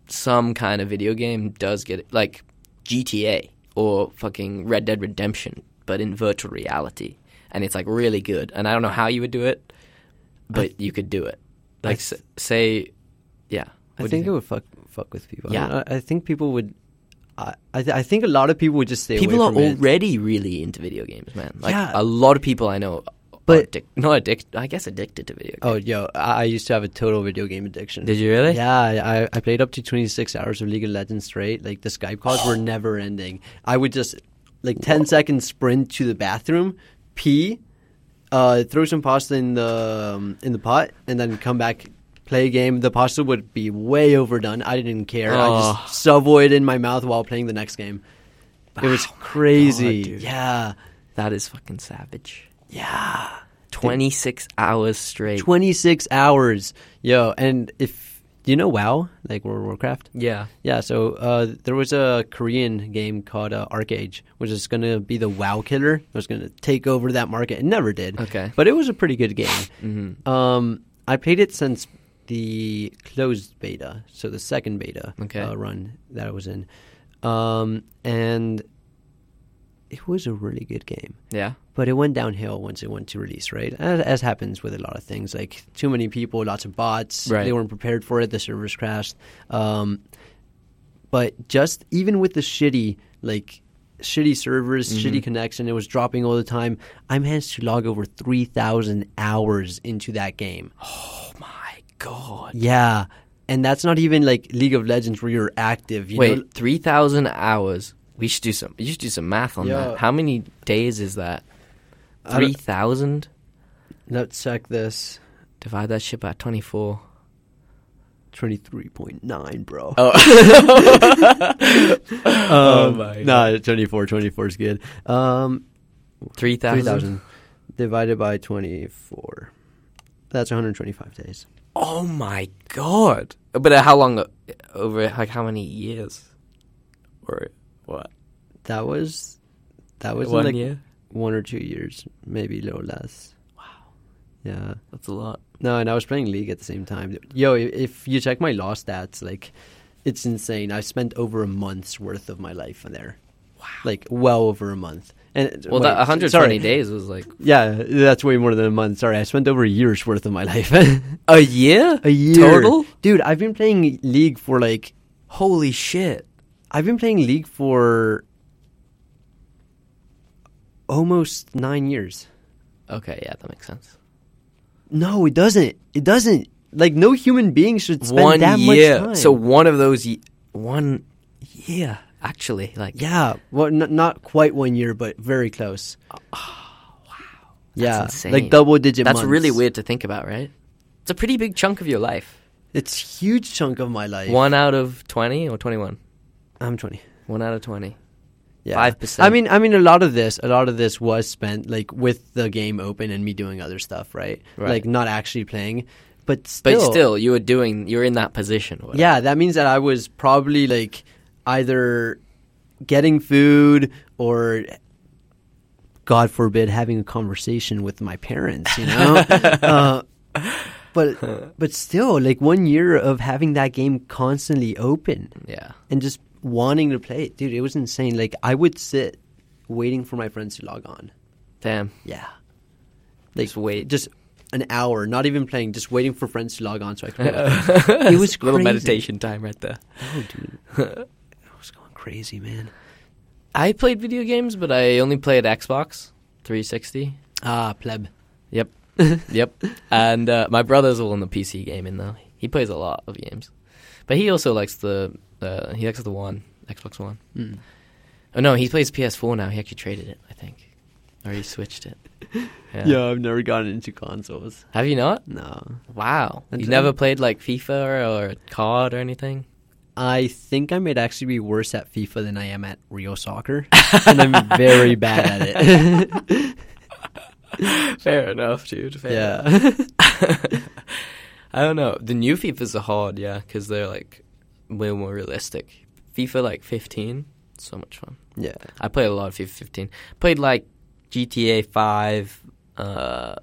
Speaker 1: some kind of video game does get it, like GTA or fucking Red Dead Redemption, but in virtual reality, and it's like really good? And I don't know how you would do it, but you could do it. Like s say, yeah.
Speaker 2: I
Speaker 1: What do you
Speaker 2: think it would fuck fuck with people.
Speaker 1: Yeah.
Speaker 2: I, don't- I- I think people would. I I, th- I think a lot of people would just stay
Speaker 1: people
Speaker 2: away
Speaker 1: are
Speaker 2: from it.
Speaker 1: already really into video games, man. Like
Speaker 2: Yeah.
Speaker 1: a lot of people I know, are
Speaker 2: But-
Speaker 1: addic- not addicted. I guess addicted to video. games.
Speaker 2: Oh, yo, I, I used to have a total video game addiction.
Speaker 1: Did you really?
Speaker 2: Yeah, I, I- I played up to 26 hours of League of Legends straight. Like, the Skype calls were never ending. I would just, like, 10 second sprint to the bathroom, pee, uh, throw some pasta in the, um, in the pot, and then come back. Play a game. The pasta would be way overdone. I didn't care. I
Speaker 1: Oh.
Speaker 2: just shovel it in my mouth while playing the next game. It was crazy.
Speaker 1: dude.
Speaker 2: yeah,
Speaker 1: That is fucking savage.
Speaker 2: yeah.
Speaker 1: Twenty six hours straight.
Speaker 2: 26 hours. Yo, and if you know WoW, like World of Warcraft?
Speaker 1: yeah.
Speaker 2: Yeah, so uh, there was a Korean game called uh, Arcage, which is going to be the WoW killer. It was going to take over that market. It never did.
Speaker 1: Okay. Mm-hmm.
Speaker 2: But it was a pretty good game. Um, I played it since the closed beta, so the second beta
Speaker 1: Okay.
Speaker 2: uh, run that I was in. Um, and it was a really good game
Speaker 1: Yeah.
Speaker 2: but it went downhill once it went to release, right? As, as happens with a lot of things, like too many people, lots of bots,
Speaker 1: Right.
Speaker 2: they weren't prepared for it, the servers crashed. Um, but just even with the shitty, like shitty servers,
Speaker 1: Mm-hmm.
Speaker 2: shitty connection, it was dropping all the time. I managed to log over three thousand hours into that game. Oh
Speaker 1: My God.
Speaker 2: Yeah, and that's not even like League of Legends where you're active. You
Speaker 1: Wait,
Speaker 2: know?
Speaker 1: three thousand hours. We should do some. You should do some math on
Speaker 2: Yeah.
Speaker 1: that. How many days is that?
Speaker 2: I
Speaker 1: Three
Speaker 2: don't-
Speaker 1: thousand.
Speaker 2: let's check this.
Speaker 1: Divide that shit by twenty-four.
Speaker 2: Twenty three point nine, bro.
Speaker 1: Oh
Speaker 2: Um, No, 24, 24 is good. Um,
Speaker 1: Three
Speaker 2: 3,000
Speaker 1: thousand.
Speaker 2: divided by 24. That's 125 days.
Speaker 1: Oh my God. But uh, how long? o- Over like how many years? Or what?
Speaker 2: That was that was in,
Speaker 1: One
Speaker 2: like
Speaker 1: year?
Speaker 2: one or two years, maybe a little less. Wow. Yeah.
Speaker 1: That's a lot.
Speaker 2: No, and I was playing League at the same time. Yo, i- if you check my law stats, like it's insane. I spent over a month's worth of my life on there. Wow. Like well over a month. And
Speaker 1: Well,
Speaker 2: wait,
Speaker 1: that
Speaker 2: s-
Speaker 1: 120
Speaker 2: sorry.
Speaker 1: days was like
Speaker 2: Yeah, that's way more than a month. Sorry, I spent over a year's worth of my life.
Speaker 1: a year.
Speaker 2: a year
Speaker 1: total.
Speaker 2: dude i've been playing league for like
Speaker 1: Holy shit!
Speaker 2: i've been playing league for almost nine years
Speaker 1: Okay, yeah, that makes sense.
Speaker 2: no it doesn't it doesn't like no human being should spend
Speaker 1: one
Speaker 2: that
Speaker 1: year.
Speaker 2: much time
Speaker 1: So one of those, ye- one year, actually. Like,
Speaker 2: Yeah, well, n- not quite one year, but very close. wow, yeah,
Speaker 1: Oh, insane.
Speaker 2: like double digit.
Speaker 1: that's
Speaker 2: months.
Speaker 1: really weird to think about, right? It's a pretty big chunk of your life.
Speaker 2: It's huge chunk of my life.
Speaker 1: One out of 20 or 21?
Speaker 2: I'm 20.
Speaker 1: One out of 20.
Speaker 2: Yeah,
Speaker 1: 5%.
Speaker 2: I mean, I mean, a lot of this, a lot of this was spent like with the game open and me doing other stuff, right?
Speaker 1: Right.
Speaker 2: Like not actually playing, but still,
Speaker 1: But still, you were doing, you're in that position. or whatever.
Speaker 2: yeah, that means that I was probably like either getting food or. God forbid having a conversation with my parents, you know. uh, but but still, like one year of having that game constantly open,
Speaker 1: Yeah.
Speaker 2: and just wanting to play it. Dude, it was insane. Like I would sit waiting for my friends to log on.
Speaker 1: Damn.
Speaker 2: Yeah.
Speaker 1: Just wait.
Speaker 2: Just an hour, not even playing, just waiting for friends to log on so I could play. it was
Speaker 1: a little
Speaker 2: crazy.
Speaker 1: meditation time right there.
Speaker 2: Oh, dude. I was going crazy, man.
Speaker 1: I played video games, but I only played Xbox 360.
Speaker 2: Ah, pleb.
Speaker 1: Yep. yep. And uh, my brother's all in the PC gaming though. He plays a lot of games, but he also likes the uh, he likes the one Xbox One.
Speaker 2: Mm.
Speaker 1: Oh no, he plays PS4 now. He actually traded it, I think, or he switched it. Yeah.
Speaker 2: I've never gotten into consoles.
Speaker 1: Have you not?
Speaker 2: No.
Speaker 1: Wow.
Speaker 2: And
Speaker 1: you
Speaker 2: then-
Speaker 1: never played like FIFA or COD or anything.
Speaker 2: I think I might actually be worse at FIFA than I am at real soccer. and I'm very bad at it.
Speaker 1: Fair enough, dude. Fair
Speaker 2: yeah.
Speaker 1: I don't know. The new FIFA's are hard, yeah, because they're like way more realistic. FIFA like 15, so much fun.
Speaker 2: Yeah.
Speaker 1: I played a lot of FIFA 15. Played like GTA 5, uh,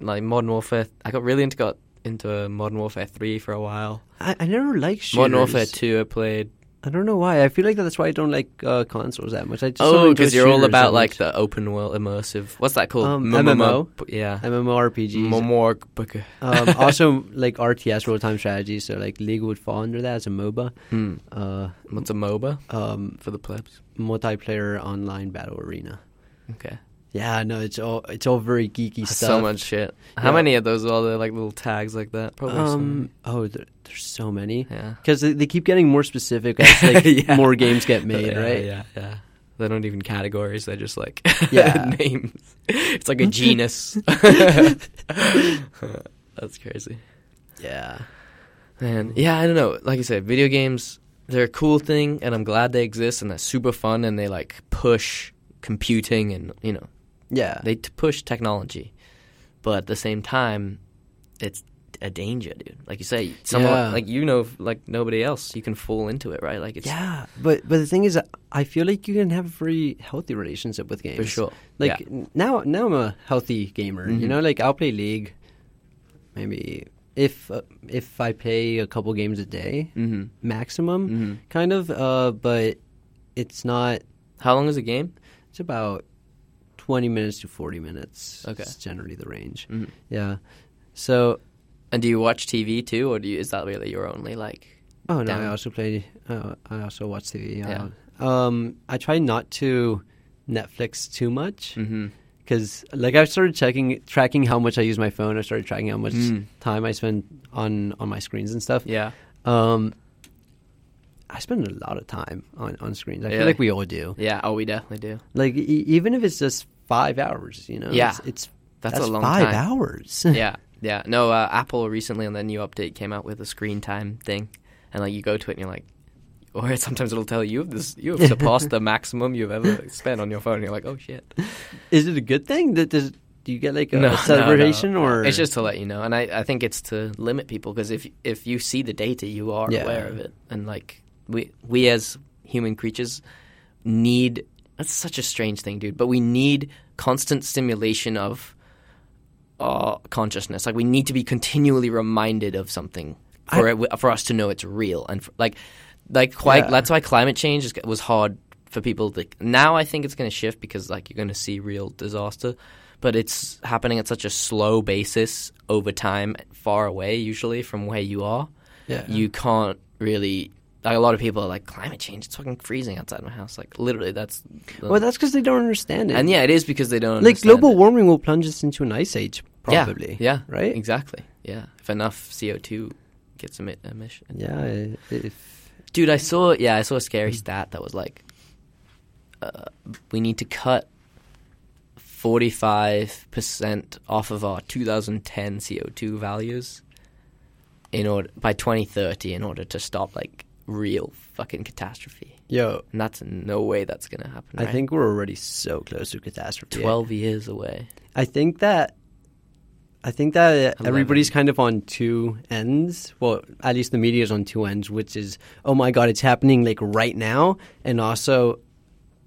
Speaker 1: like Modern Warfare. I got really into got into Modern Warfare 3 for a while.
Speaker 2: I, I never liked shooters.
Speaker 1: Modern Warfare 2, I played.
Speaker 2: I don't know why. I feel like that's why I don't like uh, consoles that much. I just
Speaker 1: Oh,
Speaker 2: don't enjoy
Speaker 1: because you're all
Speaker 2: shooters that
Speaker 1: about like
Speaker 2: much.
Speaker 1: the open world immersive. What's that called?
Speaker 2: Um,
Speaker 1: M-
Speaker 2: MMO?
Speaker 1: Yeah.
Speaker 2: MMORPGs.
Speaker 1: MMORPG.
Speaker 2: um, also, like RTS, real time strategies. So, like League would fall under that as a MOBA,
Speaker 1: Hmm.
Speaker 2: uh,
Speaker 1: What's a MOBA
Speaker 2: um,
Speaker 1: for the plebs?
Speaker 2: multiplayer online battle arena.
Speaker 1: Okay.
Speaker 2: Yeah, no, it's all it's all very geeky
Speaker 1: That's
Speaker 2: stuff.
Speaker 1: So much shit. How
Speaker 2: Yeah.
Speaker 1: many of those are there? Like little tags like that? Probably
Speaker 2: Um, oh, there, there's so many
Speaker 1: some. Yeah.
Speaker 2: because they, they keep getting more specific as like
Speaker 1: Yeah.
Speaker 2: more games get made,
Speaker 1: yeah,
Speaker 2: right?
Speaker 1: Yeah, yeah. They're not even categories. They're just like
Speaker 2: Yeah.
Speaker 1: names. It's like a genus. That's crazy.
Speaker 2: Yeah.
Speaker 1: Man, yeah, I don't know. Like I said, video games, they're a cool thing, and I'm glad they exist, and they're super fun, and they like push computing, and you know,
Speaker 2: yeah,
Speaker 1: they t- push technology. But at the same time, it's a danger, dude. Like you say, someone
Speaker 2: Yeah.
Speaker 1: like you know, like nobody else, you can fall into it, right? Like it's
Speaker 2: Yeah, but but the thing is, I feel like you can have a very healthy relationship with games.
Speaker 1: sure,
Speaker 2: Like
Speaker 1: yeah.
Speaker 2: n- now, now I'm a healthy gamer. You
Speaker 1: Mhm.
Speaker 2: know, like I'll play League, maybe if uh, if I play a couple games a day
Speaker 1: Mhm.
Speaker 2: maximum,
Speaker 1: Mhm.
Speaker 2: kind of. Uh, but it's not.
Speaker 1: How long is a game?
Speaker 2: It's about twenty minutes to forty minutes.
Speaker 1: Okay.
Speaker 2: is generally the range.
Speaker 1: Mhm.
Speaker 2: Yeah. So,
Speaker 1: And do you watch TV too, or do you, is that really your only like?
Speaker 2: oh no, I
Speaker 1: Down.
Speaker 2: also play. Uh, I also watch TV.
Speaker 1: Yeah.
Speaker 2: Uh, um, I try not to Netflix too much.
Speaker 1: Mm-hmm.
Speaker 2: because like I started checking tracking how much I use my phone. I started tracking how much
Speaker 1: Mm.
Speaker 2: time I spend on on my screens and stuff.
Speaker 1: Yeah,
Speaker 2: Um, I spend a lot of time on on screens. I feel
Speaker 1: Really?
Speaker 2: like we all do.
Speaker 1: yeah. Oh, we definitely do.
Speaker 2: Like e- even if it's just five hours, you know.
Speaker 1: Yeah.
Speaker 2: it's, it's
Speaker 1: That's a long
Speaker 2: five
Speaker 1: time.
Speaker 2: hours.
Speaker 1: Yeah, yeah. No, uh, Apple recently on their new update came out with a screen time thing, and like you go to it and you're like, or sometimes it'll tell you this you have surpassed the maximum you've ever spent on your phone. And you're like, oh shit.
Speaker 2: Is it a good thing that does? Do you get like a
Speaker 1: No, no,
Speaker 2: celebration
Speaker 1: no.
Speaker 2: or
Speaker 1: it's just to let you know, and I, I think it's to limit people because if if you see the data, you are
Speaker 2: Yeah.
Speaker 1: aware of it, and like we we as human creatures need that's such a strange thing, dude. But we need constant stimulation of our consciousness. Like we need to be continually reminded of something for it, for us to know it's real, and for, like like quite
Speaker 2: Yeah.
Speaker 1: that's why climate change is, was hard for people to, now i think it's going to shift because like you're going to see real disaster but it's happening at such a slow basis over time far away usually from where you are
Speaker 2: Yeah.
Speaker 1: you can't really like a lot of people are like climate change it's fucking freezing outside my house like literally that's the-
Speaker 2: Well, that's because they don't understand it.
Speaker 1: and yeah it is because they don't
Speaker 2: like
Speaker 1: understand
Speaker 2: global
Speaker 1: it.
Speaker 2: warming will plunge us into an ice age, probably.
Speaker 1: yeah, yeah
Speaker 2: right.
Speaker 1: exactly yeah if enough co2 gets emit emission
Speaker 2: Yeah, i- if
Speaker 1: Dude, I saw yeah, I saw a scary
Speaker 2: Mm.
Speaker 1: stat that was like, uh, we need to cut forty five percent off of our 2010 CO2 values in order by 2030 in order to stop like real fucking catastrophe.
Speaker 2: Yo,
Speaker 1: And that's no way that's gonna happen.
Speaker 2: I
Speaker 1: right?
Speaker 2: think we're already so close to catastrophe.
Speaker 1: 12 years away.
Speaker 2: I think that I think that
Speaker 1: Eleven.
Speaker 2: everybody's kind of on two ends. Well, at least the media's on two ends, which is oh my god, it's happening like right now, and also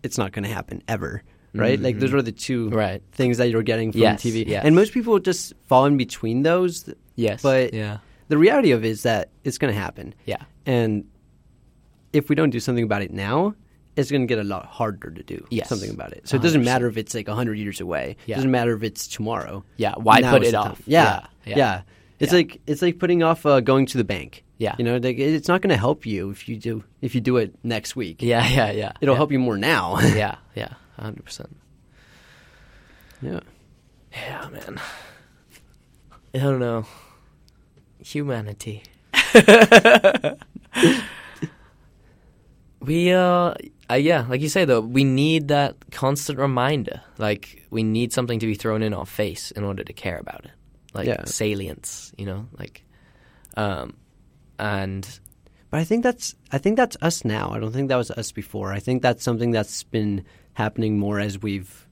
Speaker 2: it's not going to happen ever. Right? Like those are the two
Speaker 1: Mm-hmm. Right.
Speaker 2: things that you're getting from
Speaker 1: Yes,
Speaker 2: TV.
Speaker 1: yes.
Speaker 2: And most people just fall in between those.
Speaker 1: Yes.
Speaker 2: But
Speaker 1: yeah.
Speaker 2: the reality of it is that it's going to happen.
Speaker 1: Yeah.
Speaker 2: And if we don't do something about it now, it's going to get a lot harder to do
Speaker 1: Yes.
Speaker 2: something about it. So it doesn't
Speaker 1: 100%.
Speaker 2: matter if it's like 100 years away.
Speaker 1: Yeah.
Speaker 2: It doesn't matter if it's tomorrow.
Speaker 1: Yeah, why
Speaker 2: Now
Speaker 1: put
Speaker 2: is
Speaker 1: it
Speaker 2: the
Speaker 1: off?
Speaker 2: time. Yeah.
Speaker 1: Yeah,
Speaker 2: Yeah.
Speaker 1: yeah.
Speaker 2: It's
Speaker 1: Yeah.
Speaker 2: like it's like putting off uh, going to the bank.
Speaker 1: Yeah.
Speaker 2: You know, like, it- it's not going to help you if you do if you do it next week.
Speaker 1: Yeah, yeah, yeah.
Speaker 2: It'll
Speaker 1: yeah.
Speaker 2: help you more now.
Speaker 1: Yeah, yeah, 100%.
Speaker 2: yeah.
Speaker 1: Yeah, man. I don't know. Humanity. we uh, uh yeah, like you say though, we need that constant reminder. Like we need something to be thrown in our face in order to care about it. Like
Speaker 2: Yeah.
Speaker 1: salience, you know, like um and
Speaker 2: But I think that's I think that's us now. I don't think that was us before. I think that's something that's been happening more as we've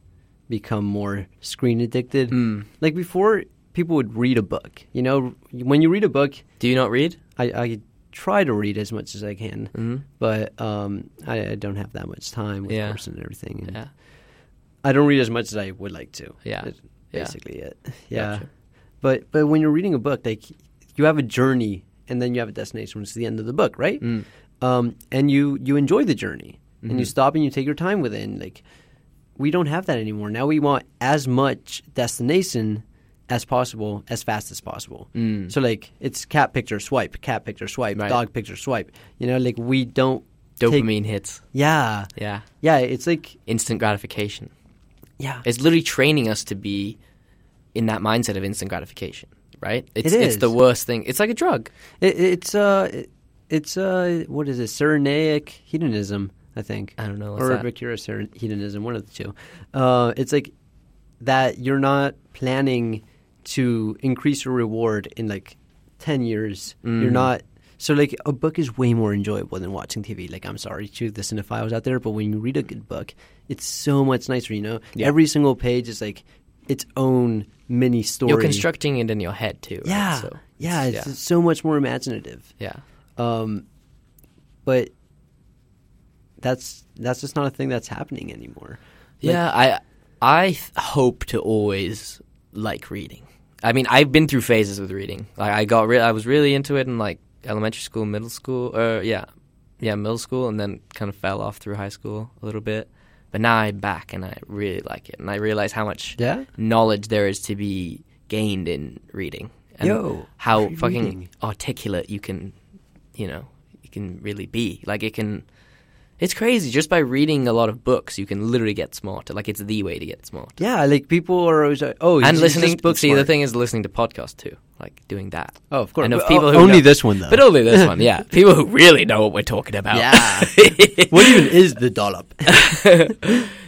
Speaker 2: become more screen addicted.
Speaker 1: Hmm.
Speaker 2: Like before, people would read a book. You know, when you read a book,
Speaker 1: do you not read? Mm-hmm.
Speaker 2: I, I try to read as much as I can,
Speaker 1: Hmm.
Speaker 2: but um, I, I don't have that much time with
Speaker 1: Yeah.
Speaker 2: person and everything. And
Speaker 1: Yeah.
Speaker 2: I don't read as much as I would like to.
Speaker 1: Yeah.
Speaker 2: That's
Speaker 1: Yeah.
Speaker 2: basically it. Yeah.
Speaker 1: Gotcha.
Speaker 2: But but when you're reading a book, like you have a journey and then you have a destination, which is the end of the book, right?
Speaker 1: Hmm.
Speaker 2: Um, and you you enjoy the journey and you
Speaker 1: Mm-hmm.
Speaker 2: stop and you take your time with it. And like we don't have that anymore. Now we want as much destination as possible, as fast as possible. Mm. So like it's cat picture swipe, cat picture swipe,
Speaker 1: Right.
Speaker 2: dog picture swipe. You know, like we don't take-
Speaker 1: Dopamine hits.
Speaker 2: yeah,
Speaker 1: Yeah.
Speaker 2: yeah. It's like
Speaker 1: Instant gratification.
Speaker 2: yeah.
Speaker 1: It's literally training us to be in that mindset of instant gratification, right? It's,
Speaker 2: It
Speaker 1: It's the
Speaker 2: is.
Speaker 1: worst thing. It's like a drug.
Speaker 2: It, it's uh, it- it's uh, what is it? Cyrenaic hedonism, I think.
Speaker 1: I don't know, what's
Speaker 2: Or
Speaker 1: that?
Speaker 2: Epicurus Cyren- hedonism, one of the two. Uh, it's like that you're not planning to increase your reward in like ten years.
Speaker 1: Mm.
Speaker 2: You're not. So like a book is way more enjoyable than watching TV. Like I'm sorry to the cinephiles out there, but when you read a good book, it's so much nicer. You know,
Speaker 1: Yeah.
Speaker 2: every single page is like its own mini story.
Speaker 1: You're constructing it in your head too. right?
Speaker 2: Yeah,
Speaker 1: So
Speaker 2: yeah,
Speaker 1: it's-
Speaker 2: it's, it's so much more imaginative.
Speaker 1: yeah.
Speaker 2: Um, but that's that's just not a thing that's happening anymore.
Speaker 1: Yeah. yeah. I I th- hope to always like reading. I mean, I've been through phases with reading. Like I got re- I was really into it in like elementary school, middle school, or yeah, yeah, middle school, and then kind of fell off through high school a little bit. But now I'm back, and I really like it, and I realize how much
Speaker 2: Yeah?
Speaker 1: knowledge there is to be gained in reading. And
Speaker 2: Yo,
Speaker 1: how
Speaker 2: free
Speaker 1: fucking
Speaker 2: reading.
Speaker 1: articulate you can, you know, you can really be. Like it can, it's crazy. Just by reading a lot of books, you can literally get smarter. Like it's the way to get smart.
Speaker 2: Yeah, like people are always like, oh, he's-
Speaker 1: and
Speaker 2: he's
Speaker 1: listening.
Speaker 2: just book
Speaker 1: see, the
Speaker 2: smart.
Speaker 1: thing is listening to podcasts too. Like doing that.
Speaker 2: Oh, of course.
Speaker 1: And of
Speaker 2: But
Speaker 1: people
Speaker 2: o-
Speaker 1: who
Speaker 2: only
Speaker 1: know-
Speaker 2: this one, though.
Speaker 1: But only this one. Yeah, people who really know what we're talking about.
Speaker 2: Yeah. what even is the dollop?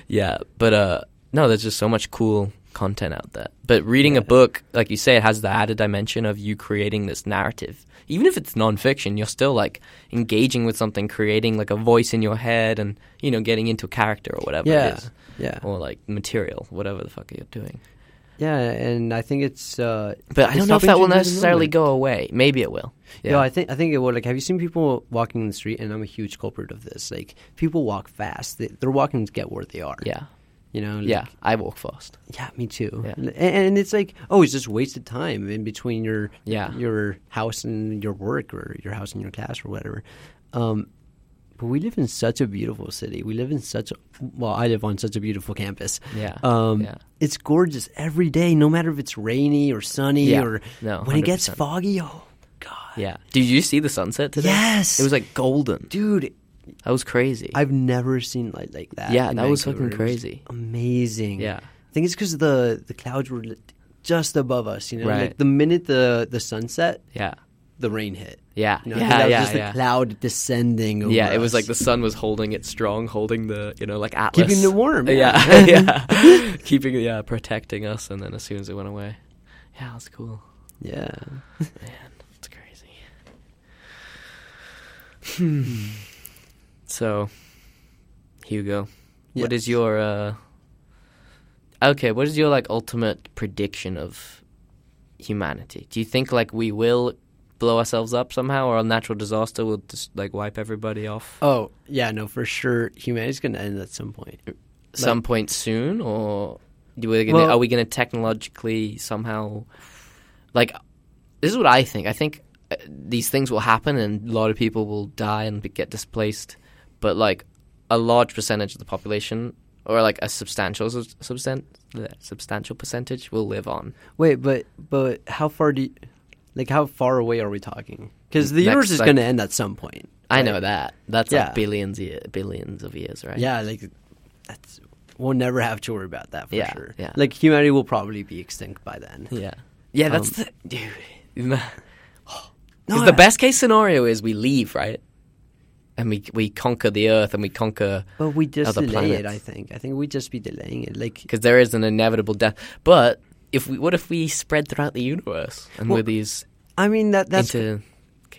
Speaker 1: Yeah, but uh, no, there's just so much cool content out there. But reading a book, like you say, it has the added dimension of you creating this narrative. Even if it's nonfiction, you're still like engaging with something, creating like a voice in your head, and you know, getting into a character or whatever.
Speaker 2: Yeah,
Speaker 1: it is.
Speaker 2: yeah.
Speaker 1: Or like material, whatever the fuck you're doing.
Speaker 2: yeah, and I think it's. Uh,
Speaker 1: But I
Speaker 2: it's
Speaker 1: don't know if
Speaker 2: stopping
Speaker 1: that will
Speaker 2: to the
Speaker 1: necessarily
Speaker 2: moment.
Speaker 1: go away. Maybe it will.
Speaker 2: Yeah, I think I think it would. Like, have you seen people walking in the street? And I'm a huge culprit of this. Like, people walk fast. They, they're walking to get where they are.
Speaker 1: yeah,
Speaker 2: you know. like,
Speaker 1: yeah. I walk fast.
Speaker 2: Yeah, me too.
Speaker 1: Yeah.
Speaker 2: And, and it's like, oh, it's just wasted time in between your
Speaker 1: Yeah.
Speaker 2: your house and your work or your house and your class or whatever. Um, but we live in such a beautiful city. We live in such a well, I live on such a beautiful campus.
Speaker 1: Yeah,
Speaker 2: Um,
Speaker 1: yeah.
Speaker 2: It's gorgeous every day, no matter if it's rainy or sunny
Speaker 1: Yeah,
Speaker 2: or
Speaker 1: no,
Speaker 2: when it gets
Speaker 1: 100%.
Speaker 2: foggy. Oh god,
Speaker 1: Yeah. Did you see the sunset today?
Speaker 2: Yes!
Speaker 1: It was like golden.
Speaker 2: dude,
Speaker 1: That was crazy.
Speaker 2: I've never seen light like that.
Speaker 1: Yeah,
Speaker 2: in
Speaker 1: that was
Speaker 2: Vancouver.
Speaker 1: fucking
Speaker 2: It was
Speaker 1: crazy.
Speaker 2: amazing.
Speaker 1: Yeah.
Speaker 2: I think it's because the the clouds were li- just above us. You know,
Speaker 1: Right.
Speaker 2: like the minute the the sun set,
Speaker 1: yeah.
Speaker 2: the rain hit.
Speaker 1: Yeah,
Speaker 2: You know, 'cause
Speaker 1: yeah,
Speaker 2: that was
Speaker 1: yeah,
Speaker 2: just
Speaker 1: yeah.
Speaker 2: the cloud descending. Over
Speaker 1: yeah, it was
Speaker 2: us.
Speaker 1: like the sun was holding it strong, holding the you know like atlas,
Speaker 2: keeping it warm.
Speaker 1: Yeah, yeah, keeping yeah protecting us, and then as soon as it went away, yeah, that's cool.
Speaker 2: yeah.
Speaker 1: Man, it's crazy. Hmm. so, Hugo, what is
Speaker 2: Yes.
Speaker 1: your uh Okay, what is your like ultimate prediction of humanity? Do you think like we will blow ourselves up somehow or a natural disaster will just like wipe everybody off
Speaker 2: Oh yeah, no, for sure, humanity's gonna end at some point.
Speaker 1: some point soon or do we gonna,
Speaker 2: Well-
Speaker 1: are we going to technologically somehow like this is what I think. I think uh, these things will happen and a lot of people will die and be- get displaced, but like a large percentage of the population or like a substantial sub- substan- bleh, substantial percentage will live on.
Speaker 2: Wait, but but how far do, you, like how far away are we talking? Because the
Speaker 1: Next,
Speaker 2: universe is
Speaker 1: like-
Speaker 2: gonna end at some point.
Speaker 1: I
Speaker 2: right?
Speaker 1: know that. That's
Speaker 2: Yeah.
Speaker 1: like billions year, billions of years, right?
Speaker 2: Yeah, like that's we'll never have to worry about that for
Speaker 1: Yeah,
Speaker 2: sure.
Speaker 1: yeah.
Speaker 2: Like humanity will probably be extinct by then.
Speaker 1: Yeah. Um, Yeah, that's the dude. isn't that- 'Cause
Speaker 2: No,
Speaker 1: the
Speaker 2: I-
Speaker 1: best case scenario is we leave, right? And we we conquer the earth and we conquer
Speaker 2: But we just
Speaker 1: Other
Speaker 2: delay it,
Speaker 1: planets.
Speaker 2: I think. I think we'd just be delaying it. Like
Speaker 1: because there is an inevitable death. But if we, what if we spread throughout the universe and
Speaker 2: Well,
Speaker 1: we're these
Speaker 2: I mean that that's
Speaker 1: into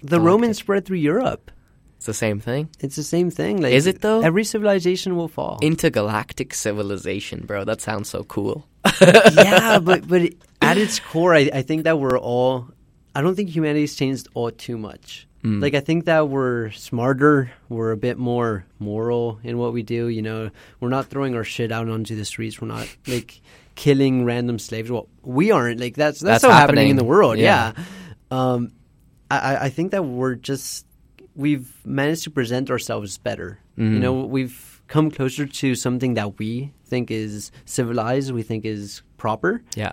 Speaker 2: the Romans spread through Europe.
Speaker 1: It's the same thing.
Speaker 2: It's the same thing. Like
Speaker 1: Is it, though?
Speaker 2: Every civilization will fall.
Speaker 1: Intergalactic civilization, bro. That sounds so cool.
Speaker 2: yeah, but but at its core, I, I think that we're all. I don't think humanity's changed all too much.
Speaker 1: Mm.
Speaker 2: Like I think that we're smarter. We're a bit more moral in what we do. You know, we're not throwing our shit out onto the streets. We're not like killing random slaves. Well, we aren't. Like that's that's,
Speaker 1: That's
Speaker 2: still happening.
Speaker 1: happening.
Speaker 2: in the world.
Speaker 1: Yeah.
Speaker 2: Yeah. Um, I- I, I think that we're just we've managed to present ourselves better. You know,
Speaker 1: Mm-hmm.
Speaker 2: we've come closer to something that we think is civilized. We think is proper
Speaker 1: Yeah.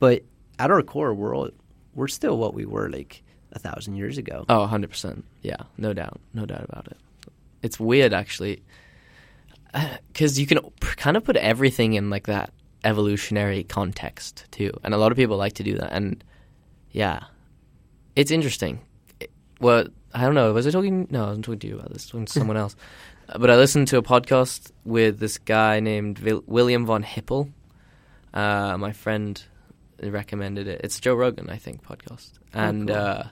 Speaker 2: but at our core we're all, we're still what we were like a thousand years ago
Speaker 1: Oh, 100%. Yeah, no doubt. No doubt about it. It's weird, actually. Because you can p- kind of put everything in like that evolutionary context, too. And a lot of people like to do that. And yeah, it's interesting. It- well, I don't know. Was I talking? No, I wasn't talking to you about this. I was talking to someone else. Uh, But I listened to a podcast with this guy named Vil- William von Hippel. Uh, my friend recommended it. It's Joe Rogan, I think, podcast. And
Speaker 2: cool.
Speaker 1: uh,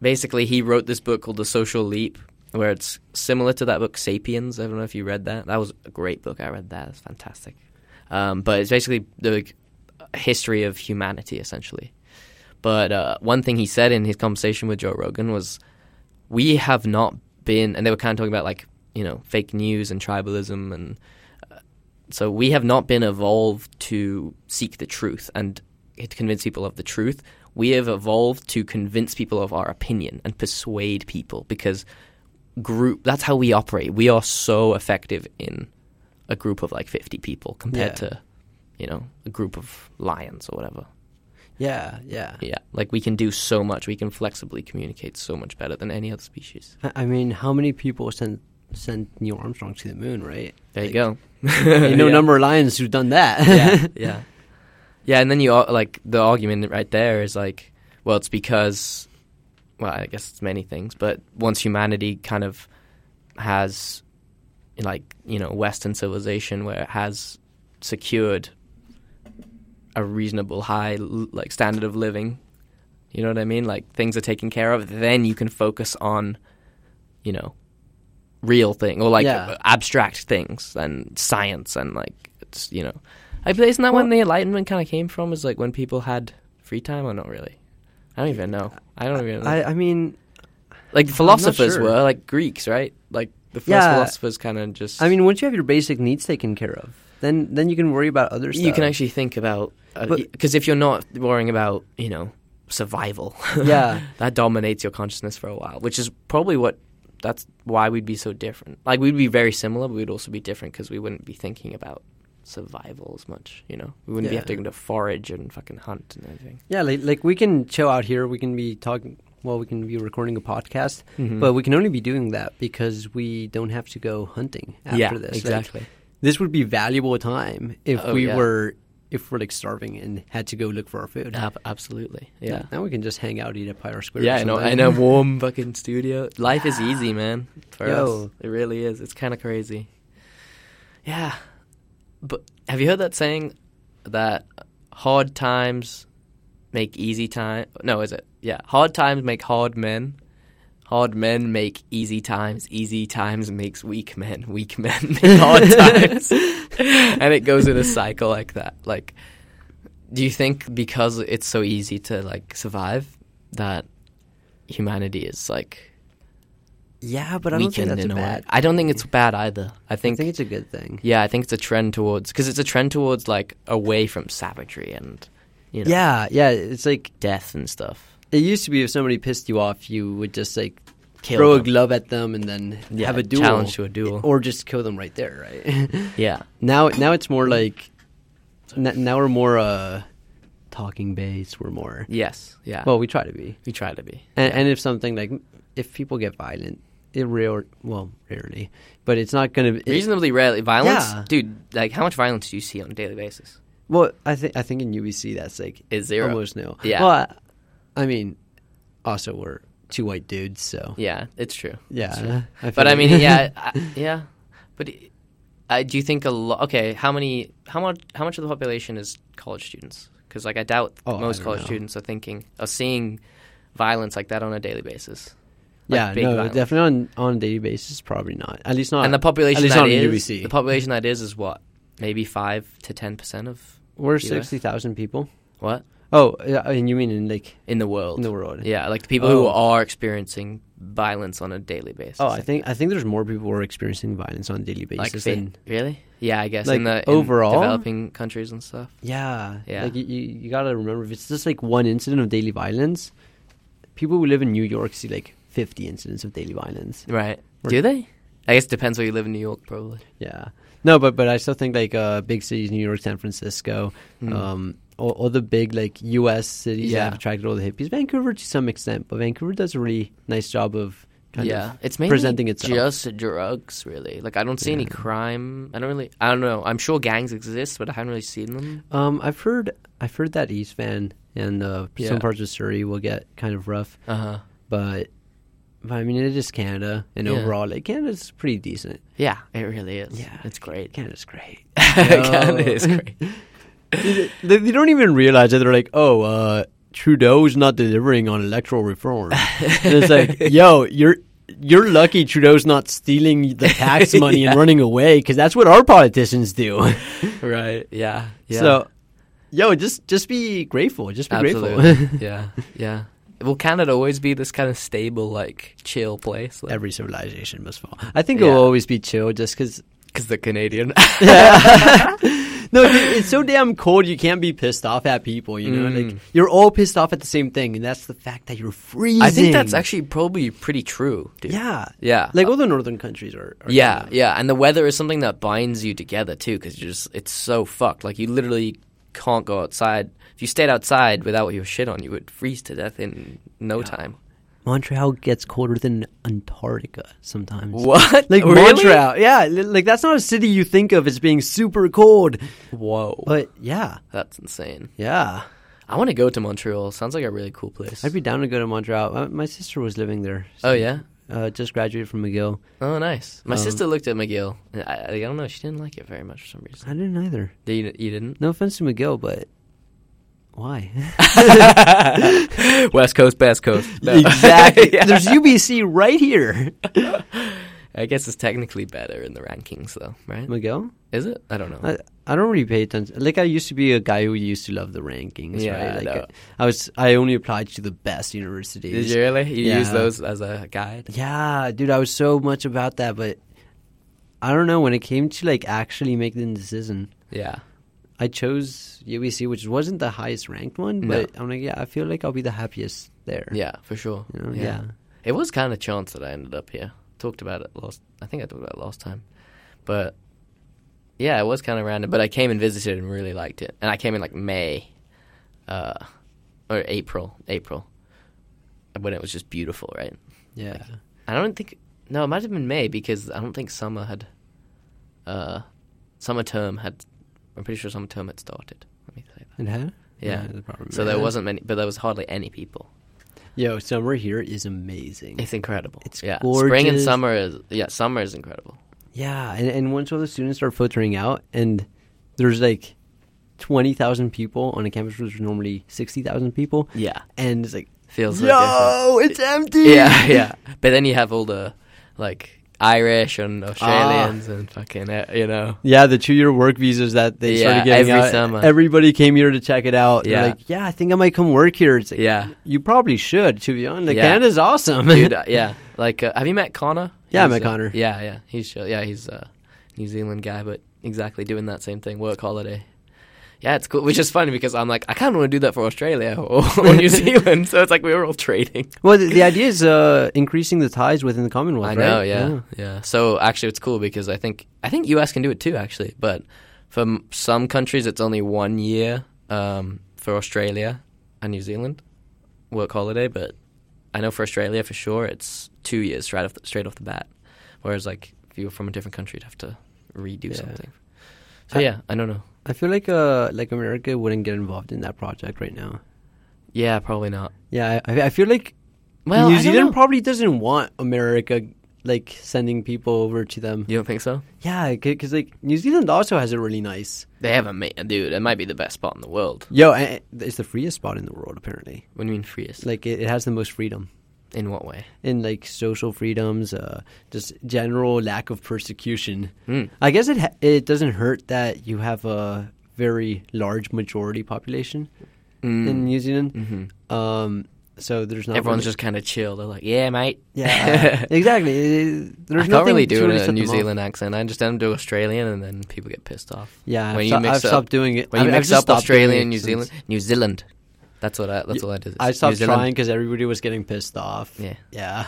Speaker 1: basically, he wrote this book called The Social Leap, where it's similar to that book *Sapiens*. I don't know if you read that. That was a great book. I read that. It's fantastic. Um, but it's basically the like, history of humanity, essentially. But uh, one thing he said in his conversation with Joe Rogan was, "We have not been," and they were kind of talking about like you know fake news and tribalism, and uh, so we have not been evolved to seek the truth and to convince people of the truth. We have evolved to convince people of our opinion and persuade people because group that's how we operate. We are so effective in a group of like 50 people compared
Speaker 2: Yeah.
Speaker 1: to you know a group of lions or whatever.
Speaker 2: yeah yeah
Speaker 1: Yeah, like we can do so much. We can flexibly communicate so much better than any other species.
Speaker 2: I- i mean how many people sent sent neil armstrong to the moon right
Speaker 1: There you
Speaker 2: Like,
Speaker 1: go.
Speaker 2: you know
Speaker 1: Yeah.
Speaker 2: number of lions who've done that
Speaker 1: yeah, yeah, yeah. And then you ar- like the argument right there is like, well, it's because, well, I guess it's many things, but once humanity kind of has, like, you know, Western civilization where it has secured a reasonable high l- like standard of living, you know what I mean? Like things are taken care of, then you can focus on, you know. Real thing or like
Speaker 2: Yeah.
Speaker 1: abstract things and science and like it's you know I but isn't that when the Enlightenment kind of came from? Is like when people had free time, or not really? I don't even know. I don't even know.
Speaker 2: I, I mean
Speaker 1: like philosophers
Speaker 2: sure.
Speaker 1: were like Greeks, right? Like the first
Speaker 2: Yeah.
Speaker 1: philosophers kind of just.
Speaker 2: i mean once you have your basic needs taken care of then then you can worry about other stuff
Speaker 1: you can actually think about
Speaker 2: But-
Speaker 1: because if you're not worrying about you know survival,
Speaker 2: Yeah.
Speaker 1: that dominates your consciousness for a while, which is probably what. That's why we'd be so different. Like we'd be very similar, but we'd also be different because we wouldn't be thinking about survival as much. You know, we wouldn't
Speaker 2: Yeah.
Speaker 1: be having to forage and fucking hunt and everything.
Speaker 2: yeah like, like we can chill out here we can be talking well we can be recording a podcast
Speaker 1: Mm-hmm.
Speaker 2: but we can only be doing that because we don't have to go hunting after
Speaker 1: yeah,
Speaker 2: this Like,
Speaker 1: exactly.
Speaker 2: this would be valuable time if
Speaker 1: Oh,
Speaker 2: we
Speaker 1: yeah.
Speaker 2: were if we're like starving and had to go look for our food.
Speaker 1: Ab- absolutely. Yeah.
Speaker 2: Now we can just hang out, eat at Pyro Square. or
Speaker 1: Yeah, I know.
Speaker 2: something.
Speaker 1: In a warm fucking studio, life is easy, man. For us,
Speaker 2: Yo.
Speaker 1: it really is. It's kind of crazy. Yeah, but have you heard that saying that hard times make easy time? No, is it? Yeah, hard times make hard men. Hard men make easy times. Easy times makes weak men. Weak men make hard times. and it goes in a cycle like that. Like, do you think because it's so easy to like survive that humanity is like
Speaker 2: yeah, but I don't think
Speaker 1: weakened
Speaker 2: that's
Speaker 1: in
Speaker 2: a
Speaker 1: a way?
Speaker 2: bad.
Speaker 1: I don't think it's bad either. I
Speaker 2: I
Speaker 1: think,
Speaker 2: think it's a good thing.
Speaker 1: yeah, I think it's a trend towards because it's a trend towards like away from savagery and you know
Speaker 2: Yeah, yeah. It's like
Speaker 1: death and stuff.
Speaker 2: it used to be. If somebody pissed you off, you would just like
Speaker 1: Kill
Speaker 2: throw
Speaker 1: them.
Speaker 2: a glove at them and then
Speaker 1: Yeah,
Speaker 2: have a duel,
Speaker 1: challenge to a duel.
Speaker 2: or just kill them right there. Right
Speaker 1: Yeah,
Speaker 2: now, now it's more like n- now we're more uh, talking base. We're more
Speaker 1: yes, yeah.
Speaker 2: well, we try to be.
Speaker 1: we try to be.
Speaker 2: And,
Speaker 1: yeah.
Speaker 2: and if something like if people get violent, it rare well rarely, but it's not going to
Speaker 1: reasonably rarely violence,
Speaker 2: Yeah.
Speaker 1: dude. Like, how much violence do you see on a daily basis?
Speaker 2: Well, I think I think in UBC that's like
Speaker 1: Is zero.
Speaker 2: almost no.
Speaker 1: Yeah.
Speaker 2: Well, I, I mean, also we're two white dudes, so
Speaker 1: Yeah, it's true.
Speaker 2: Yeah,
Speaker 1: It's true.
Speaker 2: I feel
Speaker 1: but I
Speaker 2: you.
Speaker 1: mean, yeah, I, yeah. But I, do you think a lot? Okay, how many? How much? How much of the population is college students? Because like I doubt
Speaker 2: Oh, I
Speaker 1: most
Speaker 2: don't
Speaker 1: college
Speaker 2: know.
Speaker 1: students are thinking are seeing violence like that on a daily basis. Like,
Speaker 2: yeah,
Speaker 1: big
Speaker 2: no,
Speaker 1: violence.
Speaker 2: definitely on on a daily basis, probably not. At least not.
Speaker 1: And the population
Speaker 2: at least
Speaker 1: that
Speaker 2: not in
Speaker 1: is-
Speaker 2: UBC.
Speaker 1: the population that is is what maybe five to ten percent of
Speaker 2: we're
Speaker 1: US?
Speaker 2: sixty thousand people.
Speaker 1: what
Speaker 2: Oh, yeah, and you mean in like
Speaker 1: in the world.
Speaker 2: in the world?
Speaker 1: Yeah, like the people who
Speaker 2: Oh.
Speaker 1: are experiencing violence on a daily basis.
Speaker 2: Oh, I think I think there's more people who are experiencing violence on a daily
Speaker 1: like
Speaker 2: basis
Speaker 1: fi-
Speaker 2: than
Speaker 1: really. Yeah, I guess in
Speaker 2: like,
Speaker 1: the in
Speaker 2: overall?
Speaker 1: developing countries and stuff.
Speaker 2: Yeah,
Speaker 1: Yeah.
Speaker 2: Like you, you, you gotta remember if it's just like one incident of daily violence, people who live in New York see like fifty incidents of daily violence.
Speaker 1: Right.
Speaker 2: Or-
Speaker 1: Do they? I guess it depends where you live in New York, probably.
Speaker 2: Yeah, no, but but I still think like uh, big cities, New York, San Francisco,
Speaker 1: Mm.
Speaker 2: um, all, all the big like U.S. cities
Speaker 1: Yeah.
Speaker 2: that have attracted all the hippies. Vancouver to some extent, but Vancouver does a really nice job of kind
Speaker 1: yeah,
Speaker 2: of
Speaker 1: it's mainly
Speaker 2: presenting itself.
Speaker 1: just drugs, really. Like I don't see any
Speaker 2: Yeah.
Speaker 1: crime. I don't really. I don't know. I'm sure gangs exist, but I haven't really seen them.
Speaker 2: um, I've heard I've heard that East Van and uh,
Speaker 1: Yeah.
Speaker 2: some parts of Surrey will get kind of rough.
Speaker 1: Uh huh.
Speaker 2: but, but I mean, it is Canada, and
Speaker 1: Yeah.
Speaker 2: overall, like Canada's pretty decent.
Speaker 1: Yeah, it really is.
Speaker 2: Yeah.
Speaker 1: it's great.
Speaker 2: Canada's great.
Speaker 1: Canada is great.
Speaker 2: they, they don't even realize that they're like, oh, uh, Trudeau's not delivering on electoral reform. and it's like, yo, you're. You're lucky Trudeau's not stealing the tax money
Speaker 1: Yeah.
Speaker 2: and running away because that's what our politicians do.
Speaker 1: right. Yeah. Yeah.
Speaker 2: So, yo, just just be grateful. Just be
Speaker 1: absolutely.
Speaker 2: grateful.
Speaker 1: yeah. Yeah. Will Canada always be this kind of stable, like chill place? Like,
Speaker 2: Every civilization must fall. I think
Speaker 1: Yeah.
Speaker 2: it'll always be chill just because
Speaker 1: because they're Canadian.
Speaker 2: Yeah. no, it- it's so damn cold. You can't be pissed off at people. You know,
Speaker 1: Mm.
Speaker 2: like you're all pissed off at the same thing, and that's the fact that you're freezing.
Speaker 1: I think that's actually probably pretty true, dude.
Speaker 2: yeah,
Speaker 1: Yeah. Uh,
Speaker 2: Like all the northern countries are. are
Speaker 1: Yeah,
Speaker 2: kinda-
Speaker 1: yeah, and the weather is something that binds you together too, because you're just it's so fucked. Like you literally can't go outside. If you stayed outside without your shit on, you would freeze to death in no time.
Speaker 2: Montreal gets colder than Antarctica sometimes.
Speaker 1: What?
Speaker 2: Like
Speaker 1: Really?
Speaker 2: Montreal, yeah. li- Like that's not a city you think of as being super cold,
Speaker 1: Whoa,
Speaker 2: but yeah,
Speaker 1: that's insane.
Speaker 2: yeah.
Speaker 1: I want to go to Montreal. Sounds like a really cool place.
Speaker 2: I'd be down to go to Montreal. Uh, My sister was living there.
Speaker 1: oh yeah.
Speaker 2: uh, just graduated from McGill.
Speaker 1: Oh nice. My
Speaker 2: Um,
Speaker 1: sister looked at McGill. and I, I don't know. She didn't like it very much for some reason.
Speaker 2: I didn't either.
Speaker 1: Did You, you didn't.
Speaker 2: No offense to McGill, but why?
Speaker 1: West Coast, Best Coast. No.
Speaker 2: Exactly.
Speaker 1: Yeah.
Speaker 2: There's UBC right here.
Speaker 1: I guess it's technically better in the rankings, though, right?
Speaker 2: Miguel,
Speaker 1: Is it? I don't know.
Speaker 2: I, I don't really pay attention. Like I used to be a guy who used to love the rankings.
Speaker 1: Yeah,
Speaker 2: right?
Speaker 1: I
Speaker 2: like
Speaker 1: know.
Speaker 2: I, was. I only applied to the best universities.
Speaker 1: Did you really? You
Speaker 2: Yeah.
Speaker 1: use those as a guide?
Speaker 2: Yeah, dude, I was so much about that, but I don't know when it came to like actually making the decision.
Speaker 1: Yeah.
Speaker 2: I chose UBC, which wasn't the highest ranked one,
Speaker 1: No.
Speaker 2: but I'm like, yeah, I feel like I'll be the happiest there.
Speaker 1: Yeah, for sure.
Speaker 2: You know, yeah.
Speaker 1: It was kind of chance that I ended up here. Talked about it last. I think I talked about it last time, but yeah, it was kind of random. But I came and visited and really liked it. And I came in like May, uh, or April, April, when it was just beautiful, right?
Speaker 2: yeah.
Speaker 1: I don't think. No, it might have been May because I don't think summer had. Uh, summer term had. I'm pretty sure summer term had started.
Speaker 2: It had?
Speaker 1: Yeah.
Speaker 2: it probably
Speaker 1: So there
Speaker 2: had.
Speaker 1: wasn't many, but there was hardly any people.
Speaker 2: Yo, summer here is amazing.
Speaker 1: It's incredible.
Speaker 2: It's
Speaker 1: yeah. Spring and
Speaker 2: gorgeous.
Speaker 1: summer is yeah, summer is incredible.
Speaker 2: yeah, and, and once all the students start filtering out, and there's like twenty thousand people on a campus where there's normally sixty thousand people.
Speaker 1: Yeah.
Speaker 2: and it's like
Speaker 1: Feels so
Speaker 2: yo, it's empty.
Speaker 1: Yeah, yeah. But then you have all the like Irish and
Speaker 2: Ah.
Speaker 1: Australians and fucking uh, you know.
Speaker 2: Yeah, the two-year work visas that they
Speaker 1: Yeah,
Speaker 2: started getting
Speaker 1: every
Speaker 2: out.
Speaker 1: summer.
Speaker 2: Everybody came here to check it out. They're
Speaker 1: Yeah.
Speaker 2: like, yeah, I think I might come work here. It's like,
Speaker 1: Yeah.
Speaker 2: you probably should. To be honest, like,
Speaker 1: Yeah.
Speaker 2: Canada's awesome.
Speaker 1: Dude, uh, yeah. Like uh, have you met Connor?
Speaker 2: Yeah, I met
Speaker 1: uh,
Speaker 2: Connor.
Speaker 1: yeah, yeah. He's uh, yeah, he's a New Zealand guy but exactly doing that same thing, work holiday. Yeah, it's cool. Which is funny because I'm like, I kind of want to do that for Australia or, or New Zealand. So it's like we were all trading.
Speaker 2: well, the, the idea is uh, increasing the ties within the Commonwealth.
Speaker 1: I
Speaker 2: right?
Speaker 1: know, yeah, yeah, So actually, it's cool because I think I think U.S. can do it too, actually. But for m- some countries, it's only one year um, for Australia and New Zealand work holiday. But I know for Australia for sure, it's two years straight off the, straight off the bat. Whereas like if you were from a different country, you'd have to redo
Speaker 2: Yeah.
Speaker 1: something. So
Speaker 2: I-
Speaker 1: yeah, I don't know.
Speaker 2: I feel like uh, like America wouldn't get involved in that project right now.
Speaker 1: Yeah, probably not.
Speaker 2: Yeah, I, I feel like
Speaker 1: Well,
Speaker 2: New
Speaker 1: I don't
Speaker 2: Zealand
Speaker 1: know.
Speaker 2: probably doesn't want America like sending people over to them.
Speaker 1: You don't think so?
Speaker 2: Yeah, because like New Zealand also has it really nice.
Speaker 1: They have a ma- dude. It might be the best spot in the world.
Speaker 2: Yo, and it's the freest spot in the world apparently.
Speaker 1: What do you mean freest?
Speaker 2: Like it, it has the most freedom
Speaker 1: In what way?
Speaker 2: in like social freedoms, uh, just general lack of persecution.
Speaker 1: Mm.
Speaker 2: I guess it ha- it doesn't hurt that you have a very large majority population in New Zealand. Um, so there's
Speaker 1: Hmm. Mm-hmm.
Speaker 2: not
Speaker 1: Everyone's
Speaker 2: really-
Speaker 1: just kind of chill. They're like, "Yeah, mate."
Speaker 2: Yeah, uh, exactly. It- There's
Speaker 1: I can't really do
Speaker 2: nothing to
Speaker 1: it in
Speaker 2: set
Speaker 1: a New
Speaker 2: them off.
Speaker 1: Zealand accent. I just don't do Australian, and then people get pissed off.
Speaker 2: Yeah, I've, sto- I've stopped doing it.
Speaker 1: when
Speaker 2: I
Speaker 1: you
Speaker 2: mean, I've
Speaker 1: mix
Speaker 2: just
Speaker 1: up
Speaker 2: stopped doing
Speaker 1: Australia
Speaker 2: it
Speaker 1: and New
Speaker 2: since-
Speaker 1: Zealand, New Zealand. That's what I. That's all I do.
Speaker 2: I
Speaker 1: It's New
Speaker 2: stopped
Speaker 1: Zealand.
Speaker 2: trying because everybody was getting pissed off.
Speaker 1: Yeah.
Speaker 2: yeah.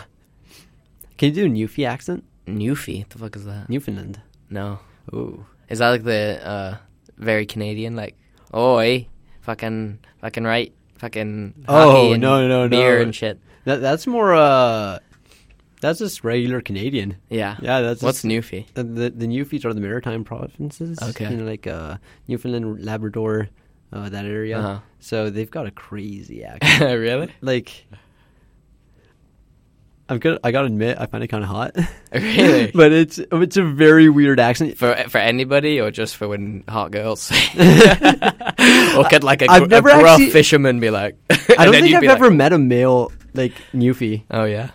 Speaker 2: Can you do a Newfie accent?
Speaker 1: Newfie. The fuck is that?
Speaker 2: Newfoundland.
Speaker 1: no.
Speaker 2: Ooh.
Speaker 1: Is that like the uh, very Canadian? Like, oi, fucking, fucking right, fucking.
Speaker 2: Oh,
Speaker 1: hockey and
Speaker 2: no, no, no.
Speaker 1: beer and shit.
Speaker 2: That, that's more. uh That's just regular Canadian.
Speaker 1: Yeah.
Speaker 2: Yeah, that's
Speaker 1: What's
Speaker 2: just-
Speaker 1: Newfie?
Speaker 2: Uh, The the Newfies are the maritime provinces.
Speaker 1: Okay.
Speaker 2: you know, like uh, Newfoundland, Labrador, uh, that area.
Speaker 1: Uh-huh.
Speaker 2: So they've got a crazy accent.
Speaker 1: really?
Speaker 2: like, I'm gonna. I gotta admit, I find it kind of hot.
Speaker 1: Really?
Speaker 2: but it's it's a very weird accent.
Speaker 1: For for anybody or just for when hot girls? or could like a,
Speaker 2: I've
Speaker 1: gr- a
Speaker 2: never
Speaker 1: gruff
Speaker 2: actually-
Speaker 1: fisherman be like?
Speaker 2: I don't think I've ever met a male like Newfie.
Speaker 1: Oh yeah.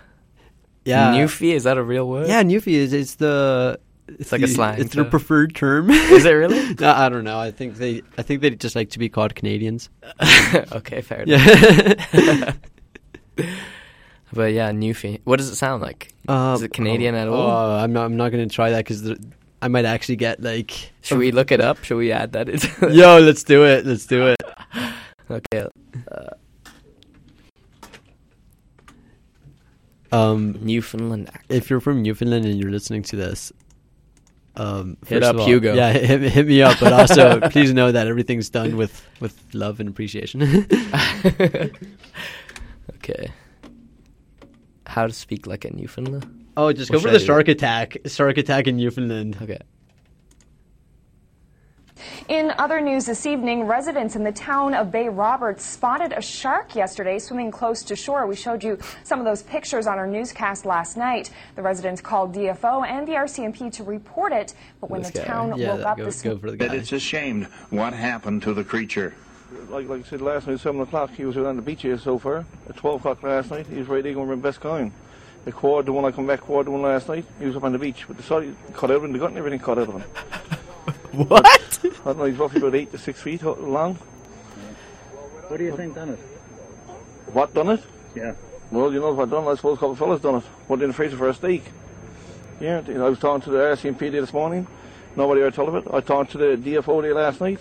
Speaker 2: Yeah,
Speaker 1: Newfie is that a real word?
Speaker 2: Yeah, Newfie is it's the it's
Speaker 1: like a
Speaker 2: the-
Speaker 1: slang
Speaker 2: It's their
Speaker 1: term.
Speaker 2: preferred term.
Speaker 1: Is it really?
Speaker 2: no, I don't know. I think they I think they just like to be called Canadians.
Speaker 1: okay, fair enough.
Speaker 2: Yeah.
Speaker 1: But yeah, Newfie. What does it sound like? is it Canadian at all?
Speaker 2: Uh, Um, I'm not. I'm not going to try that because I might actually get like.
Speaker 1: Should we look it up? Should we add that? Into
Speaker 2: Yo, let's do it. Let's do it.
Speaker 1: Okay. uh,
Speaker 2: Um,
Speaker 1: Newfoundland accent.
Speaker 2: if you're from Newfoundland and you're listening to this, um,
Speaker 1: Hit
Speaker 2: first
Speaker 1: up
Speaker 2: of all-
Speaker 1: Hugo.
Speaker 2: Yeah, hit, hit me up. But also, please know that everything's done with with love and appreciation.
Speaker 1: okay. How to speak like a Newfoundlander?
Speaker 2: oh, just
Speaker 1: Or
Speaker 2: go for the
Speaker 1: should I-
Speaker 2: shark attack. Shark attack in Newfoundland.
Speaker 1: Okay.
Speaker 3: In other news this evening, residents in the town of Bay Roberts spotted a shark yesterday swimming close to shore. We showed you some of those pictures on our newscast last night. The residents called DFO and the RCMP to report it, but when
Speaker 1: This
Speaker 3: the
Speaker 1: guy.
Speaker 3: town
Speaker 2: Yeah,
Speaker 3: woke
Speaker 2: that,
Speaker 3: up
Speaker 2: go,
Speaker 3: this
Speaker 2: go for the
Speaker 4: that
Speaker 2: guy.
Speaker 4: it's a shame what happened to the creature.
Speaker 5: like like I said last night, seven o'clock, he was on the beach here so far. At twelve o'clock last night, he was right there over in Beskine. The quad, the one I come back, quad the one last night, he was up on the beach with the side cut out of him, the gut and everything cut out of him.
Speaker 2: What?
Speaker 5: I don't know, he's roughly about eight to six feet ho- long.
Speaker 6: What do you think done it?
Speaker 5: What done it?
Speaker 6: Yeah.
Speaker 5: Well, you know what done it, I suppose a couple of fellas done it. But in the freezer for a steak. Yeah, you know, I was talking to the RCMP there this morning. Nobody ever told of it. I talked to the DFO there last night.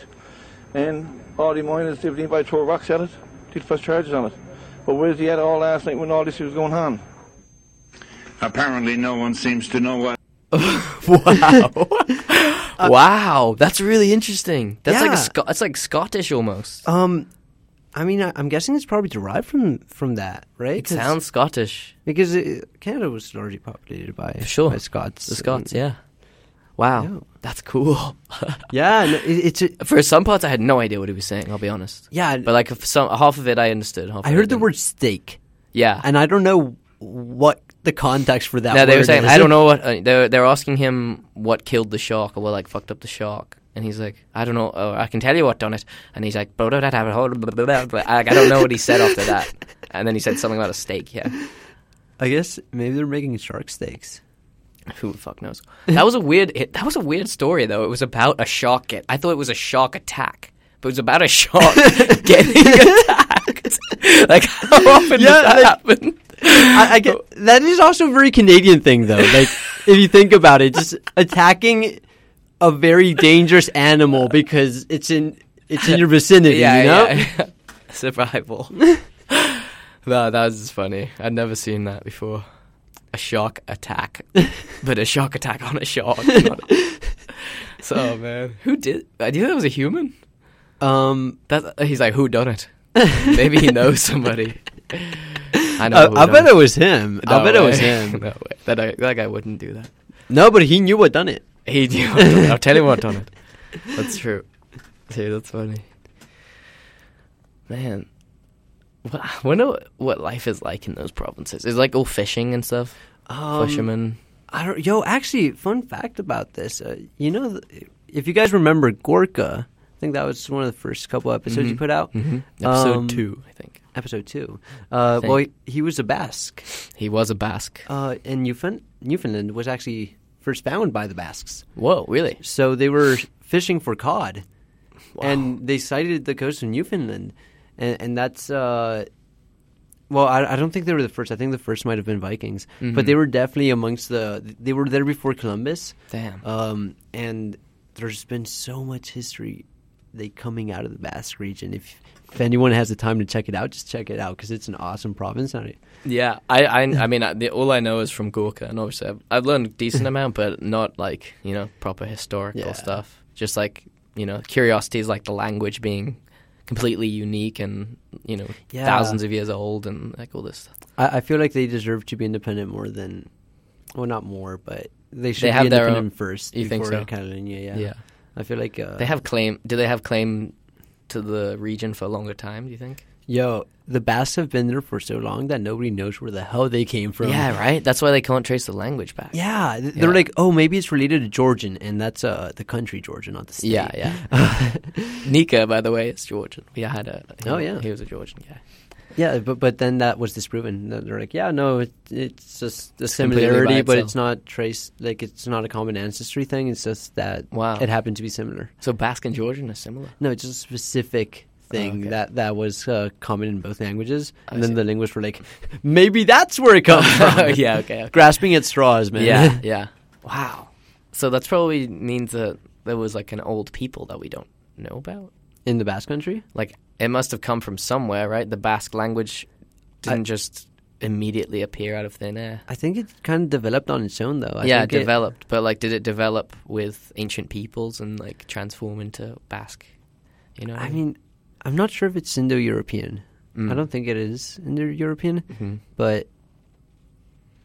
Speaker 5: And all the miners, if anybody throw rocks at it, they'd press charges on it. But where's he at all last night when all this was going on?
Speaker 4: Apparently, no one seems to know what
Speaker 1: wow, that's really interesting. That's like
Speaker 2: Uh, yeah.
Speaker 1: a Sco- that's like Scottish almost.
Speaker 2: Um, I mean, I, I'm guessing it's probably derived from from that, right?
Speaker 1: it
Speaker 2: 'Cause-
Speaker 1: sounds Scottish.
Speaker 2: because it, Canada was largely populated by
Speaker 1: Sure.
Speaker 2: by Scots.
Speaker 1: The Scots,
Speaker 2: and-
Speaker 1: yeah. Wow,
Speaker 2: Yeah.
Speaker 1: that's cool.
Speaker 2: Yeah, no, it, it's. A,
Speaker 1: For some parts, I had no idea what he was saying. I'll be honest.
Speaker 2: yeah,
Speaker 1: But like for some half of it, I understood. Half
Speaker 2: I
Speaker 1: of it
Speaker 2: heard the
Speaker 1: didn't.
Speaker 2: word steak,
Speaker 1: Yeah.
Speaker 2: and I don't know what the context for that.
Speaker 1: no, they were
Speaker 2: word
Speaker 1: saying
Speaker 2: is.
Speaker 1: I don't know what uh, they're they're asking him what killed the shark or what like fucked up the shark, and he's like, I don't know. Oh, I can tell you what done it, and he's like, blah, blah, blah, blah, blah, blah, blah, blah, blah. I, I don't know what he said after that, and then he said something about a steak. Yeah,
Speaker 2: I guess maybe they're making shark steaks.
Speaker 1: who the fuck knows? That was a weird. It, that was a weird story though. It was about a shark. Get. I thought it was a shark attack, but it was about a shark getting attacked. like how often
Speaker 2: Yeah,
Speaker 1: does that
Speaker 2: like-
Speaker 1: happen?
Speaker 2: I, I get that is also a very Canadian thing, though. Like, if you think about it, just attacking a very dangerous animal because it's in it's in your vicinity. you know,
Speaker 1: yeah. Survival. no, that was funny. I'd never seen that before. A shark attack, but a shark attack on a shark. not- so man, who did? I knew that was a human.
Speaker 2: um,
Speaker 1: That he's like, who done it? Maybe he knows somebody. I know.
Speaker 2: I,
Speaker 1: who
Speaker 2: I
Speaker 1: done
Speaker 2: bet it was him. I bet it was
Speaker 1: way.
Speaker 2: him.
Speaker 1: no way. That I, that guy wouldn't do that.
Speaker 2: No, but he knew what done it.
Speaker 1: He knew. What done it. I'll tell you what done it. That's true. Dude, that's funny. Man, what, I wonder what life is like in those provinces. It's like all fishing and stuff.
Speaker 2: Um,
Speaker 1: Fishermen.
Speaker 2: I don't. Yo, actually, fun fact about this. Uh, you know, th- if you guys remember Gorka, I think that was one of the first couple episodes you put out.
Speaker 1: Mm-hmm. Episode
Speaker 2: Um,
Speaker 1: two, I think.
Speaker 2: Episode two. Uh,
Speaker 1: think.
Speaker 2: well, he, he was a Basque,
Speaker 1: He was a Basque.
Speaker 2: uh, and Newfound- Newfoundland was actually first found by the Basques.
Speaker 1: Whoa, really?
Speaker 2: So they were fishing for cod, and they sighted the coast of Newfoundland, and, and that's. Uh, well, I, I don't think they were the first. I think the first might have been Vikings, but they were definitely amongst the. They were there before Columbus.
Speaker 1: Damn.
Speaker 2: Um, and there's been so much history, they coming out of the Basque region. If if anyone has the time to check it out, just check it out because it's an awesome province. and I-
Speaker 1: Yeah, I, I, I mean, I, the, all I know is from Gorka, and obviously I've, I've learned a decent amount, but not like you know proper historical
Speaker 2: Yeah.
Speaker 1: stuff. Just like you know, curiosities like the language being completely unique and you know
Speaker 2: Yeah.
Speaker 1: thousands of years old and like all this stuff.
Speaker 2: I, I feel like they deserve to be independent more than, well, not more, but they should
Speaker 1: have
Speaker 2: be
Speaker 1: their
Speaker 2: independent
Speaker 1: own-
Speaker 2: first.
Speaker 1: you think
Speaker 2: before
Speaker 1: so?
Speaker 2: Catalonia, yeah.
Speaker 1: Yeah.
Speaker 2: I feel like uh,
Speaker 1: They have claim. Do they have claim to the region for a longer time? Do you think?
Speaker 2: yo, the Basques have been there for so long that nobody knows where the hell they came from.
Speaker 1: Yeah, right. That's why they can't trace the language back.
Speaker 2: Yeah, th-
Speaker 1: Um,
Speaker 2: they're
Speaker 1: Yeah.
Speaker 2: like, oh, maybe it's related to Georgian, and that's uh, the country Georgian, not the state.
Speaker 1: Yeah, yeah. Nika, by the way, is Georgian. We had a. he-
Speaker 2: Oh, yeah.
Speaker 1: he was a Georgian guy.
Speaker 2: yeah. But but then that was disproven. Th- They're like, yeah, no, it, it's just
Speaker 1: completely
Speaker 2: a
Speaker 1: by
Speaker 2: similarity, but
Speaker 1: itself.
Speaker 2: it's not traced. Like, it's not a common ancestry thing. It's just that
Speaker 1: Wow.
Speaker 2: it happened to be similar.
Speaker 1: So Basque and Georgian are similar.
Speaker 2: No, it's just a specific thing
Speaker 1: Oh, okay.
Speaker 2: that that was uh, common in both languages, and then
Speaker 1: see.
Speaker 2: the linguists were like, maybe that's where it comes from.
Speaker 1: yeah, okay, okay.
Speaker 2: grasping at straws, man.
Speaker 1: Yeah, yeah. Wow. So that's probably means that there was like an old people that we don't know about.
Speaker 2: in the Basque Country.
Speaker 1: Like it must have come from somewhere, right? The Basque language didn't just immediately appear out of thin air.
Speaker 2: I think it kind of developed on its own, though. I
Speaker 1: yeah, it
Speaker 2: think it-
Speaker 1: developed, but like, did it develop with ancient peoples and like transform into Basque? You know, what Mm.
Speaker 2: I mean, I'm not sure if it's Indo-European. I don't think it is Indo-European,
Speaker 1: Mm-hmm.
Speaker 2: but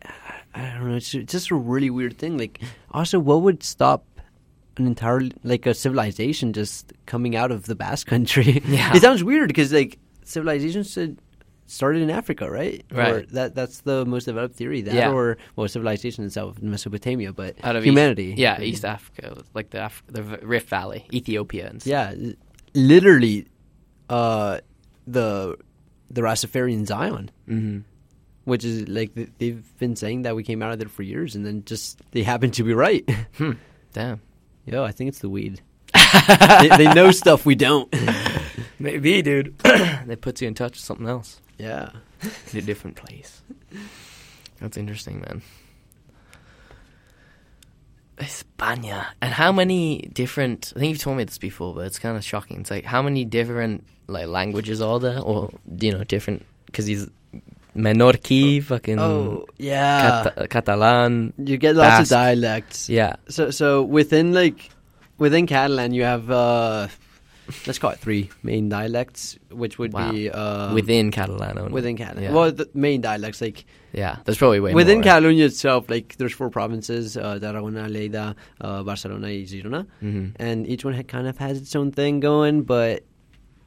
Speaker 2: I, I don't know. It's, it's just a really weird thing. Like, also, what would stop? An entire like a civilization just coming out of the Basque Country.
Speaker 1: Yeah.
Speaker 2: it sounds weird because like civilization should started in Africa, right?
Speaker 1: Right.
Speaker 2: Or that that's the most developed theory. That
Speaker 1: Yeah.
Speaker 2: or well, civilization itself, Mesopotamia, but
Speaker 1: out of East-
Speaker 2: humanity.
Speaker 1: yeah, East Africa, like the Af- the V- Rift Valley, Ethiopia, and stuff.
Speaker 2: Yeah, l- literally, uh, the the Rastafarian Zion, mm-hmm. which is like th- they've been saying that we came out of there for years, and then just they happen to be right.
Speaker 1: Damn.
Speaker 2: Yo, I think it's the weed. they, they know stuff we don't.
Speaker 1: Maybe, dude. that puts you in touch with something else.
Speaker 2: yeah.
Speaker 1: in a different place. That's interesting, man. España. And how many different? I think you've told me this before, but it's kind of shocking. It's like how many different like languages are there, or you know, different? Because he's Menorquí, fucking
Speaker 2: Oh, yeah.
Speaker 1: Cata- Catalan.
Speaker 2: you get lots
Speaker 1: Basque.
Speaker 2: of dialects.
Speaker 1: Yeah,
Speaker 2: So so within like within Catalan, you have uh, let's call it three main dialects, which would
Speaker 1: Wow.
Speaker 2: be uh,
Speaker 1: within Catalan only.
Speaker 2: within Catalonia.
Speaker 1: Yeah.
Speaker 2: Well, the main dialects like
Speaker 1: yeah, there's probably way
Speaker 2: within
Speaker 1: more.
Speaker 2: Catalonia itself, like there's four provinces: uh, Tarragona, Lleida, uh, Barcelona, and Girona, and each one had, kind of has its own thing going, but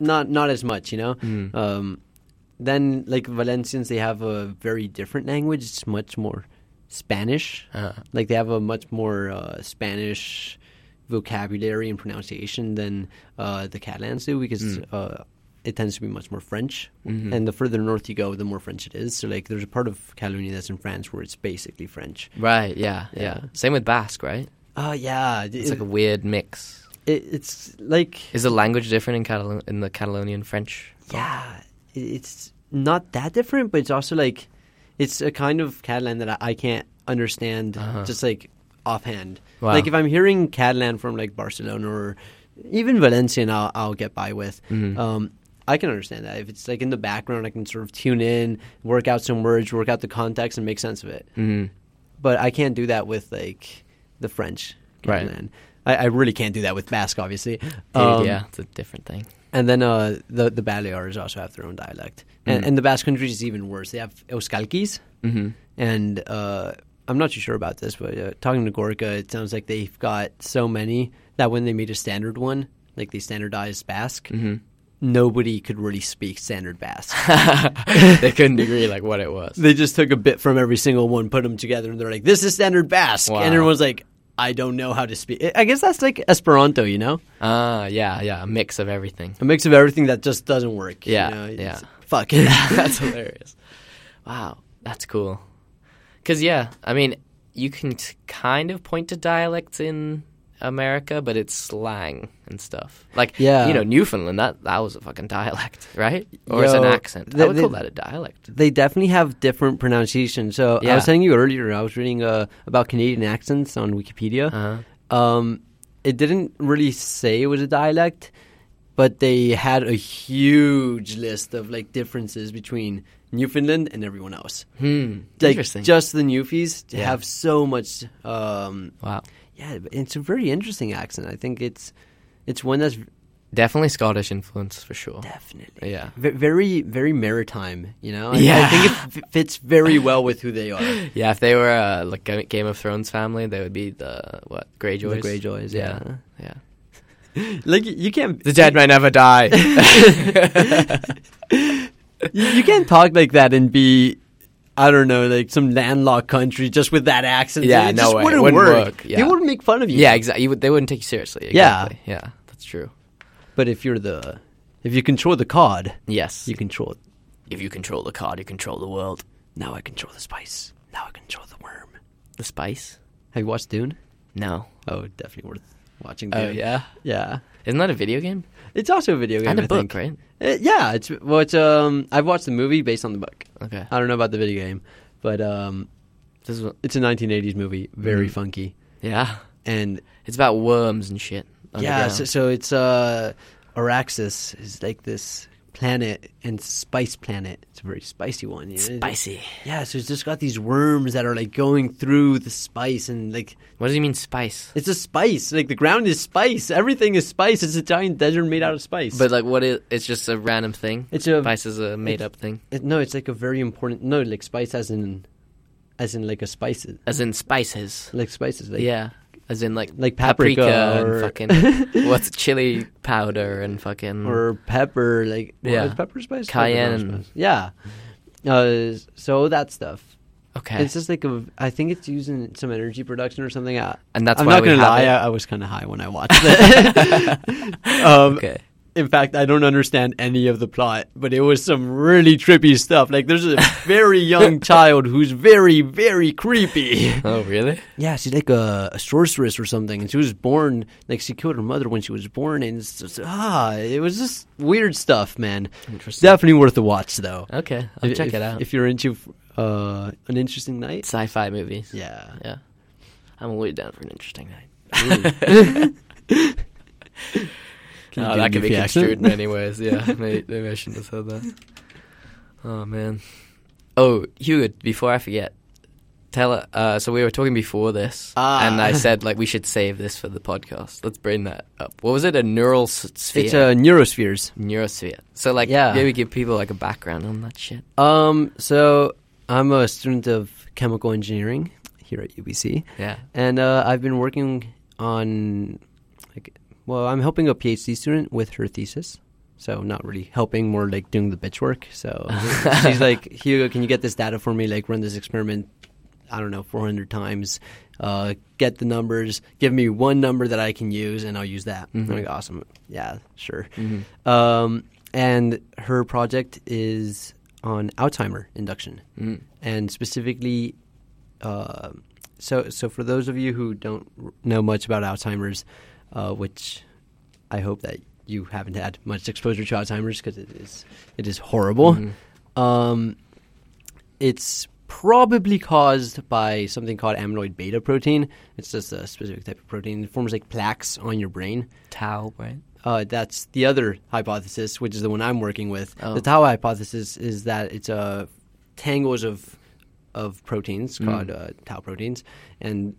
Speaker 2: not not as much, you know. Um, then, like Valencians, they have a very different language. It's much more Spanish.
Speaker 1: Uh.
Speaker 2: Like they have a much more uh, Spanish vocabulary and pronunciation than uh, the Catalans do because.
Speaker 1: Mm.
Speaker 2: Uh, it tends to be much more French,
Speaker 1: Mm-hmm.
Speaker 2: and the further north you go, the more French it is. So, like, there's a part of Catalonia that's in France where it's basically French.
Speaker 1: Right, yeah, yeah,
Speaker 2: Yeah.
Speaker 1: Same with Basque, right?
Speaker 2: Oh yeah,
Speaker 1: It's like a weird mix.
Speaker 2: it, it's like
Speaker 1: Is the language different in Catalan in the Catalonian French?
Speaker 2: yeah, it, it's not that different, but it's also like it's a kind of Catalan that I, I can't understand just like offhand.
Speaker 1: Uh-huh. Wow.
Speaker 2: Like if I'm hearing Catalan from like Barcelona or even Valencian, I'll, I'll get by with.
Speaker 1: Mm-hmm.
Speaker 2: Um, I can understand that if it's like in the background, I can sort of tune in, work out some words, work out the context, and make sense of it.
Speaker 1: Mm-hmm.
Speaker 2: But I can't do that with like the French
Speaker 1: Right.
Speaker 2: Catalan. I, I really can't do that with Basque, obviously.
Speaker 1: Dude,
Speaker 2: Um,
Speaker 1: yeah, it's a different thing.
Speaker 2: and then uh, the the Balears also have their own dialect,
Speaker 1: Hmm.
Speaker 2: and, and the Basque Country is even worse. They have Euskalkis,
Speaker 1: Mm-hmm.
Speaker 2: and uh, I'm not too sure about this, but uh, talking to Gorka, it sounds like they've got so many that when they made a standard one, like they standardized Basque,
Speaker 1: Mm-hmm.
Speaker 2: nobody could really speak standard Basque.
Speaker 1: they couldn't agree like what it was.
Speaker 2: they just took a bit from every single one, put them together, and they're like, "This is standard Basque,"
Speaker 1: Wow.
Speaker 2: and everyone's like, "I don't know how to speak." I guess that's like Esperanto, you know.
Speaker 1: Ah, yeah, yeah, a mix of everything.
Speaker 2: a mix of everything that just doesn't work. you
Speaker 1: Yeah,
Speaker 2: know? It's-
Speaker 1: yeah.
Speaker 2: Fuck.
Speaker 1: That's hilarious. Wow, that's cool. Cause yeah, I mean, you can t- kind of point to dialects in America, but it's slang and stuff. Like,
Speaker 2: Yeah.
Speaker 1: you know, Newfoundland that that was a fucking dialect, right? Or it's an
Speaker 2: Yo,
Speaker 1: accent. I
Speaker 2: the-
Speaker 1: would
Speaker 2: the-
Speaker 1: call that a dialect.
Speaker 2: they definitely have different pronunciations. So I
Speaker 1: Yeah.
Speaker 2: was telling you earlier, I was reading uh, about Canadian accents on Wikipedia.
Speaker 1: Uh-huh.
Speaker 2: Um, it didn't really say it was a dialect, but they had a huge list of like differences between Newfoundland and everyone else. Hmm. Like,
Speaker 1: Interesting.
Speaker 2: Just the Newfies have so much um,
Speaker 1: Wow,
Speaker 2: Yeah, it's a very interesting accent. I think it's it's one that's
Speaker 1: definitely Scottish influence for sure.
Speaker 2: Definitely.
Speaker 1: Yeah.
Speaker 2: V- very, very maritime, you know? I, I
Speaker 1: Yeah.
Speaker 2: think it f- fits very well with who they are.
Speaker 1: Yeah, if they were uh, like Ga- Game of Thrones family, they would be the what Greyjoys.
Speaker 2: Greyjoys,
Speaker 1: yeah, yeah.
Speaker 2: Like, you can't,
Speaker 1: The dead may never die.
Speaker 2: you, you can't talk like that and be, I don't know, like some landlocked country just with that accent.
Speaker 1: Yeah,
Speaker 2: it
Speaker 1: no
Speaker 2: just
Speaker 1: way. It
Speaker 2: Wouldn't
Speaker 1: wouldn't
Speaker 2: work.
Speaker 1: work,
Speaker 2: They
Speaker 1: yeah.
Speaker 2: wouldn't make fun of you.
Speaker 1: yeah, exactly. You would, they wouldn't take you seriously.
Speaker 2: Yeah.
Speaker 1: Exactly. yeah, that's true.
Speaker 2: But if you're the, if you control the cod,
Speaker 1: Yes,
Speaker 2: you control,
Speaker 1: if you control the card, you control the world.
Speaker 2: now I control the spice. Now I control the worm.
Speaker 1: The spice?
Speaker 2: Have you watched Dune?
Speaker 1: No.
Speaker 2: Oh, definitely worth watching Dune.
Speaker 1: Oh yeah.
Speaker 2: Yeah.
Speaker 1: Isn't that a video game
Speaker 2: It's also a video game.
Speaker 1: and a
Speaker 2: I
Speaker 1: book,
Speaker 2: think.
Speaker 1: right?
Speaker 2: Uh, yeah, it's well, it's um. I've watched the movie based on the book.
Speaker 1: Okay.
Speaker 2: I don't know about the video game, but um,
Speaker 1: This is what,
Speaker 2: it's a 1980s movie, very funky,
Speaker 1: yeah.
Speaker 2: and
Speaker 1: It's about worms and shit.
Speaker 2: yeah,
Speaker 1: underground.
Speaker 2: so, so it's uh, Araxis is like this planet and spice planet. It's a very spicy one. You know?
Speaker 1: spicy.
Speaker 2: Yeah, so it's just got these worms that are like going through the spice and like
Speaker 1: What does he mean spice?
Speaker 2: it's a spice. Like the ground is spice. Everything is spice. It's a giant desert made out of spice.
Speaker 1: But like, what is? It's just a random thing.
Speaker 2: It's a-
Speaker 1: spice is a made up thing.
Speaker 2: It- no, it's like a very important no, like spice as in, as in like a spices,
Speaker 1: As in spices.
Speaker 2: like spices, like
Speaker 1: Yeah. As in like
Speaker 2: Like paprika or-
Speaker 1: and fucking what's chili powder and fucking
Speaker 2: or pepper, like well,
Speaker 1: Yeah.
Speaker 2: is pepper spice,
Speaker 1: Cayenne.
Speaker 2: Pepper not spice. yeah. Uh, so that stuff.
Speaker 1: okay.
Speaker 2: It's just like a, I think it's using some energy production or something. I,
Speaker 1: And that's
Speaker 2: I'm
Speaker 1: why
Speaker 2: not
Speaker 1: we
Speaker 2: gonna
Speaker 1: have
Speaker 2: lie.
Speaker 1: it.
Speaker 2: I, I was kind of high when I watched it. um,
Speaker 1: okay.
Speaker 2: In fact, I don't understand any of the plot, but it was some really trippy stuff. Like there's a very young child who's very, very creepy.
Speaker 1: Oh really?
Speaker 2: Yeah, she's like a, a sorceress or something, and she was born like she killed her mother when she was born, and it's just, ah, it was just weird stuff, man.
Speaker 1: Interesting.
Speaker 2: Definitely worth a watch, though.
Speaker 1: Okay, I'll
Speaker 2: If-
Speaker 1: check
Speaker 2: if-
Speaker 1: it out.
Speaker 2: if you're into uh, an interesting night.
Speaker 1: Sci-fi movies.
Speaker 2: Yeah,
Speaker 1: Yeah. I'm always down for an interesting night.
Speaker 2: Can you
Speaker 1: oh,
Speaker 2: do a
Speaker 1: that could be
Speaker 2: Yuffie accent?
Speaker 1: construed in many ways. Yeah, maybe, maybe I shouldn't have said that. Oh man. Oh, Hugo, before I forget, tell it. Uh, so we were talking before this,
Speaker 2: Ah.
Speaker 1: and I said like we should save this for the podcast. Let's bring that up. What was it? A neural s- sphere.
Speaker 2: It's uh, neurospheres.
Speaker 1: neurosphere. So like,
Speaker 2: Yeah.
Speaker 1: maybe give people like a background on that shit.
Speaker 2: Um, so I'm a student of chemical engineering here at UBC.
Speaker 1: Yeah.
Speaker 2: And uh, I've been working on, like, well, I'm helping a PhD student with her thesis. So not really helping, more like doing the bitch work. So she's like, Hugo, can you get this data for me? Like, run this experiment. I don't know, 400 times. Uh, get the numbers. Give me one number that I can use, and I'll use that. I'm like, awesome. Yeah, sure. Um, and her project is on Alzheimer induction, and specifically uh, so so for those of you who don't r- know much about Alzheimer's, uh, which I hope that you haven't had much exposure to Alzheimer's because it is it is horrible. Um, it's probably caused by something called amyloid beta protein. It's just a specific type of protein. It forms like plaques on your brain.
Speaker 1: Tau, right?
Speaker 2: Uh, that's the other hypothesis, which is the one I'm working with.
Speaker 1: Oh.
Speaker 2: The Tau hypothesis is that it's uh, tangles of of proteins
Speaker 1: Hmm.
Speaker 2: called uh, Tau proteins and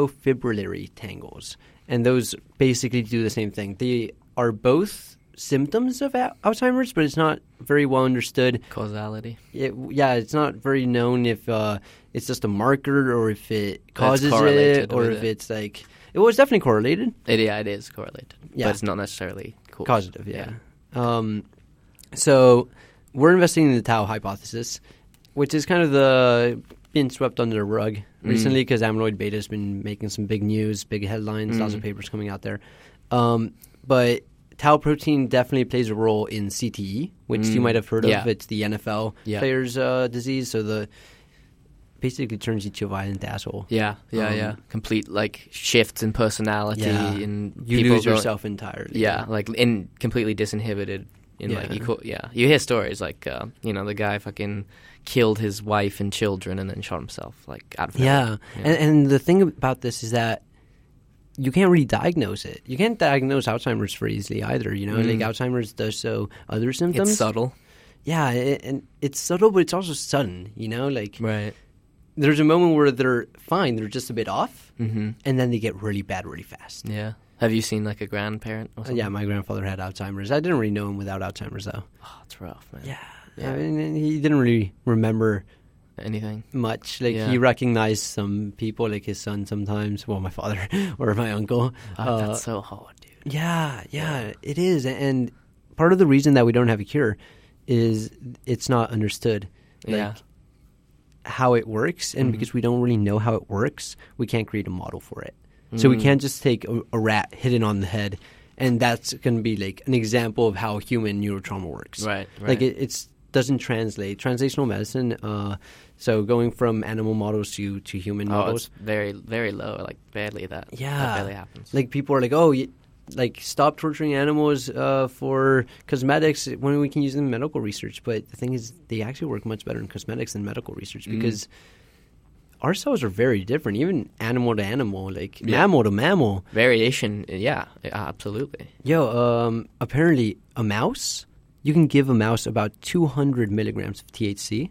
Speaker 2: neurofibrillary tangles, and those basically do the same thing. They are both symptoms of Al- Alzheimer's, but it's not very well understood
Speaker 1: Causality.
Speaker 2: it, yeah, it's not very known if uh, it's just a marker or if it causes
Speaker 1: correlated
Speaker 2: it or
Speaker 1: with
Speaker 2: if
Speaker 1: it.
Speaker 2: it's like it was definitely correlated,
Speaker 1: It, yeah, it is correlated,
Speaker 2: Yeah.
Speaker 1: but it's not necessarily causal.
Speaker 2: causative. Yeah. Um, so we're investigating the tau hypothesis, which is kind of the been swept under the
Speaker 1: Mm.
Speaker 2: rug recently because amyloid beta has been making some big news, big headlines,
Speaker 1: Mm.
Speaker 2: lots of papers coming out there. Um, but tau protein definitely plays a role in CTE, which you might have heard
Speaker 1: Mm. Yeah.
Speaker 2: of. It's the NFL
Speaker 1: Yeah.
Speaker 2: players' uh, disease, so the basically turns you to a violent asshole.
Speaker 1: Yeah, yeah,
Speaker 2: Um,
Speaker 1: yeah. Complete like shifts in personality
Speaker 2: Yeah.
Speaker 1: and
Speaker 2: You
Speaker 1: people
Speaker 2: lose
Speaker 1: going-
Speaker 2: yourself entirely.
Speaker 1: yeah, like in completely disinhibited. In like
Speaker 2: Yeah.
Speaker 1: you call, yeah, you hear stories like uh, you know the guy fucking killed his wife and children and then shot himself like out of
Speaker 2: Yeah.
Speaker 1: nowhere.
Speaker 2: And, and the thing about this is that you can't really diagnose it. You can't diagnose Alzheimer's very easily either, you know? Like Alzheimer's does so other symptoms.
Speaker 1: Mm-hmm. it's subtle,
Speaker 2: Yeah, a- and it's subtle but it's also sudden, you know? Like
Speaker 1: right?
Speaker 2: there's a moment where they're fine, they're just a bit off, mm-hmm. and then they get really bad really fast.
Speaker 1: Yeah. Have you seen like a grandparent? Or
Speaker 2: Uh,
Speaker 1: something?
Speaker 2: Yeah, my grandfather had Alzheimer's. I didn't really know him without Alzheimer's though.
Speaker 1: oh, it's rough, man.
Speaker 2: Yeah. I mean, he didn't really remember
Speaker 1: Anything?
Speaker 2: much. Like
Speaker 1: Yeah.
Speaker 2: he recognized some people, like his son sometimes, well, my father or my uncle.
Speaker 1: Oh,
Speaker 2: Uh,
Speaker 1: that's so hard, dude.
Speaker 2: yeah, yeah, it is. And part of the reason that we don't have a cure is it's not understood. Like,
Speaker 1: yeah. Mm-hmm.
Speaker 2: how it works, and because we don't really know how it works, we can't create a model for it. So
Speaker 1: Mm.
Speaker 2: we can't just take a, a rat, hit it on the head, and that's going to be like an example of how human neurotrauma works.
Speaker 1: Right,
Speaker 2: Like
Speaker 1: right.
Speaker 2: it it's, doesn't translate. Translational medicine. Uh, so going from animal models to to human
Speaker 1: Oh, it's
Speaker 2: models.
Speaker 1: very, very low. Like barely that.
Speaker 2: Yeah,
Speaker 1: that barely happens.
Speaker 2: Like people are like, oh, y like stop torturing animals uh, for cosmetics when we can use them in medical research. But the thing is, they actually work much better in cosmetics than medical research
Speaker 1: Mm-hmm.
Speaker 2: because our cells are very different, even animal to animal, like mammal to mammal.
Speaker 1: Variation, yeah, absolutely.
Speaker 2: Yo, um, apparently a mouse, you can give a mouse about 200 milligrams of THC,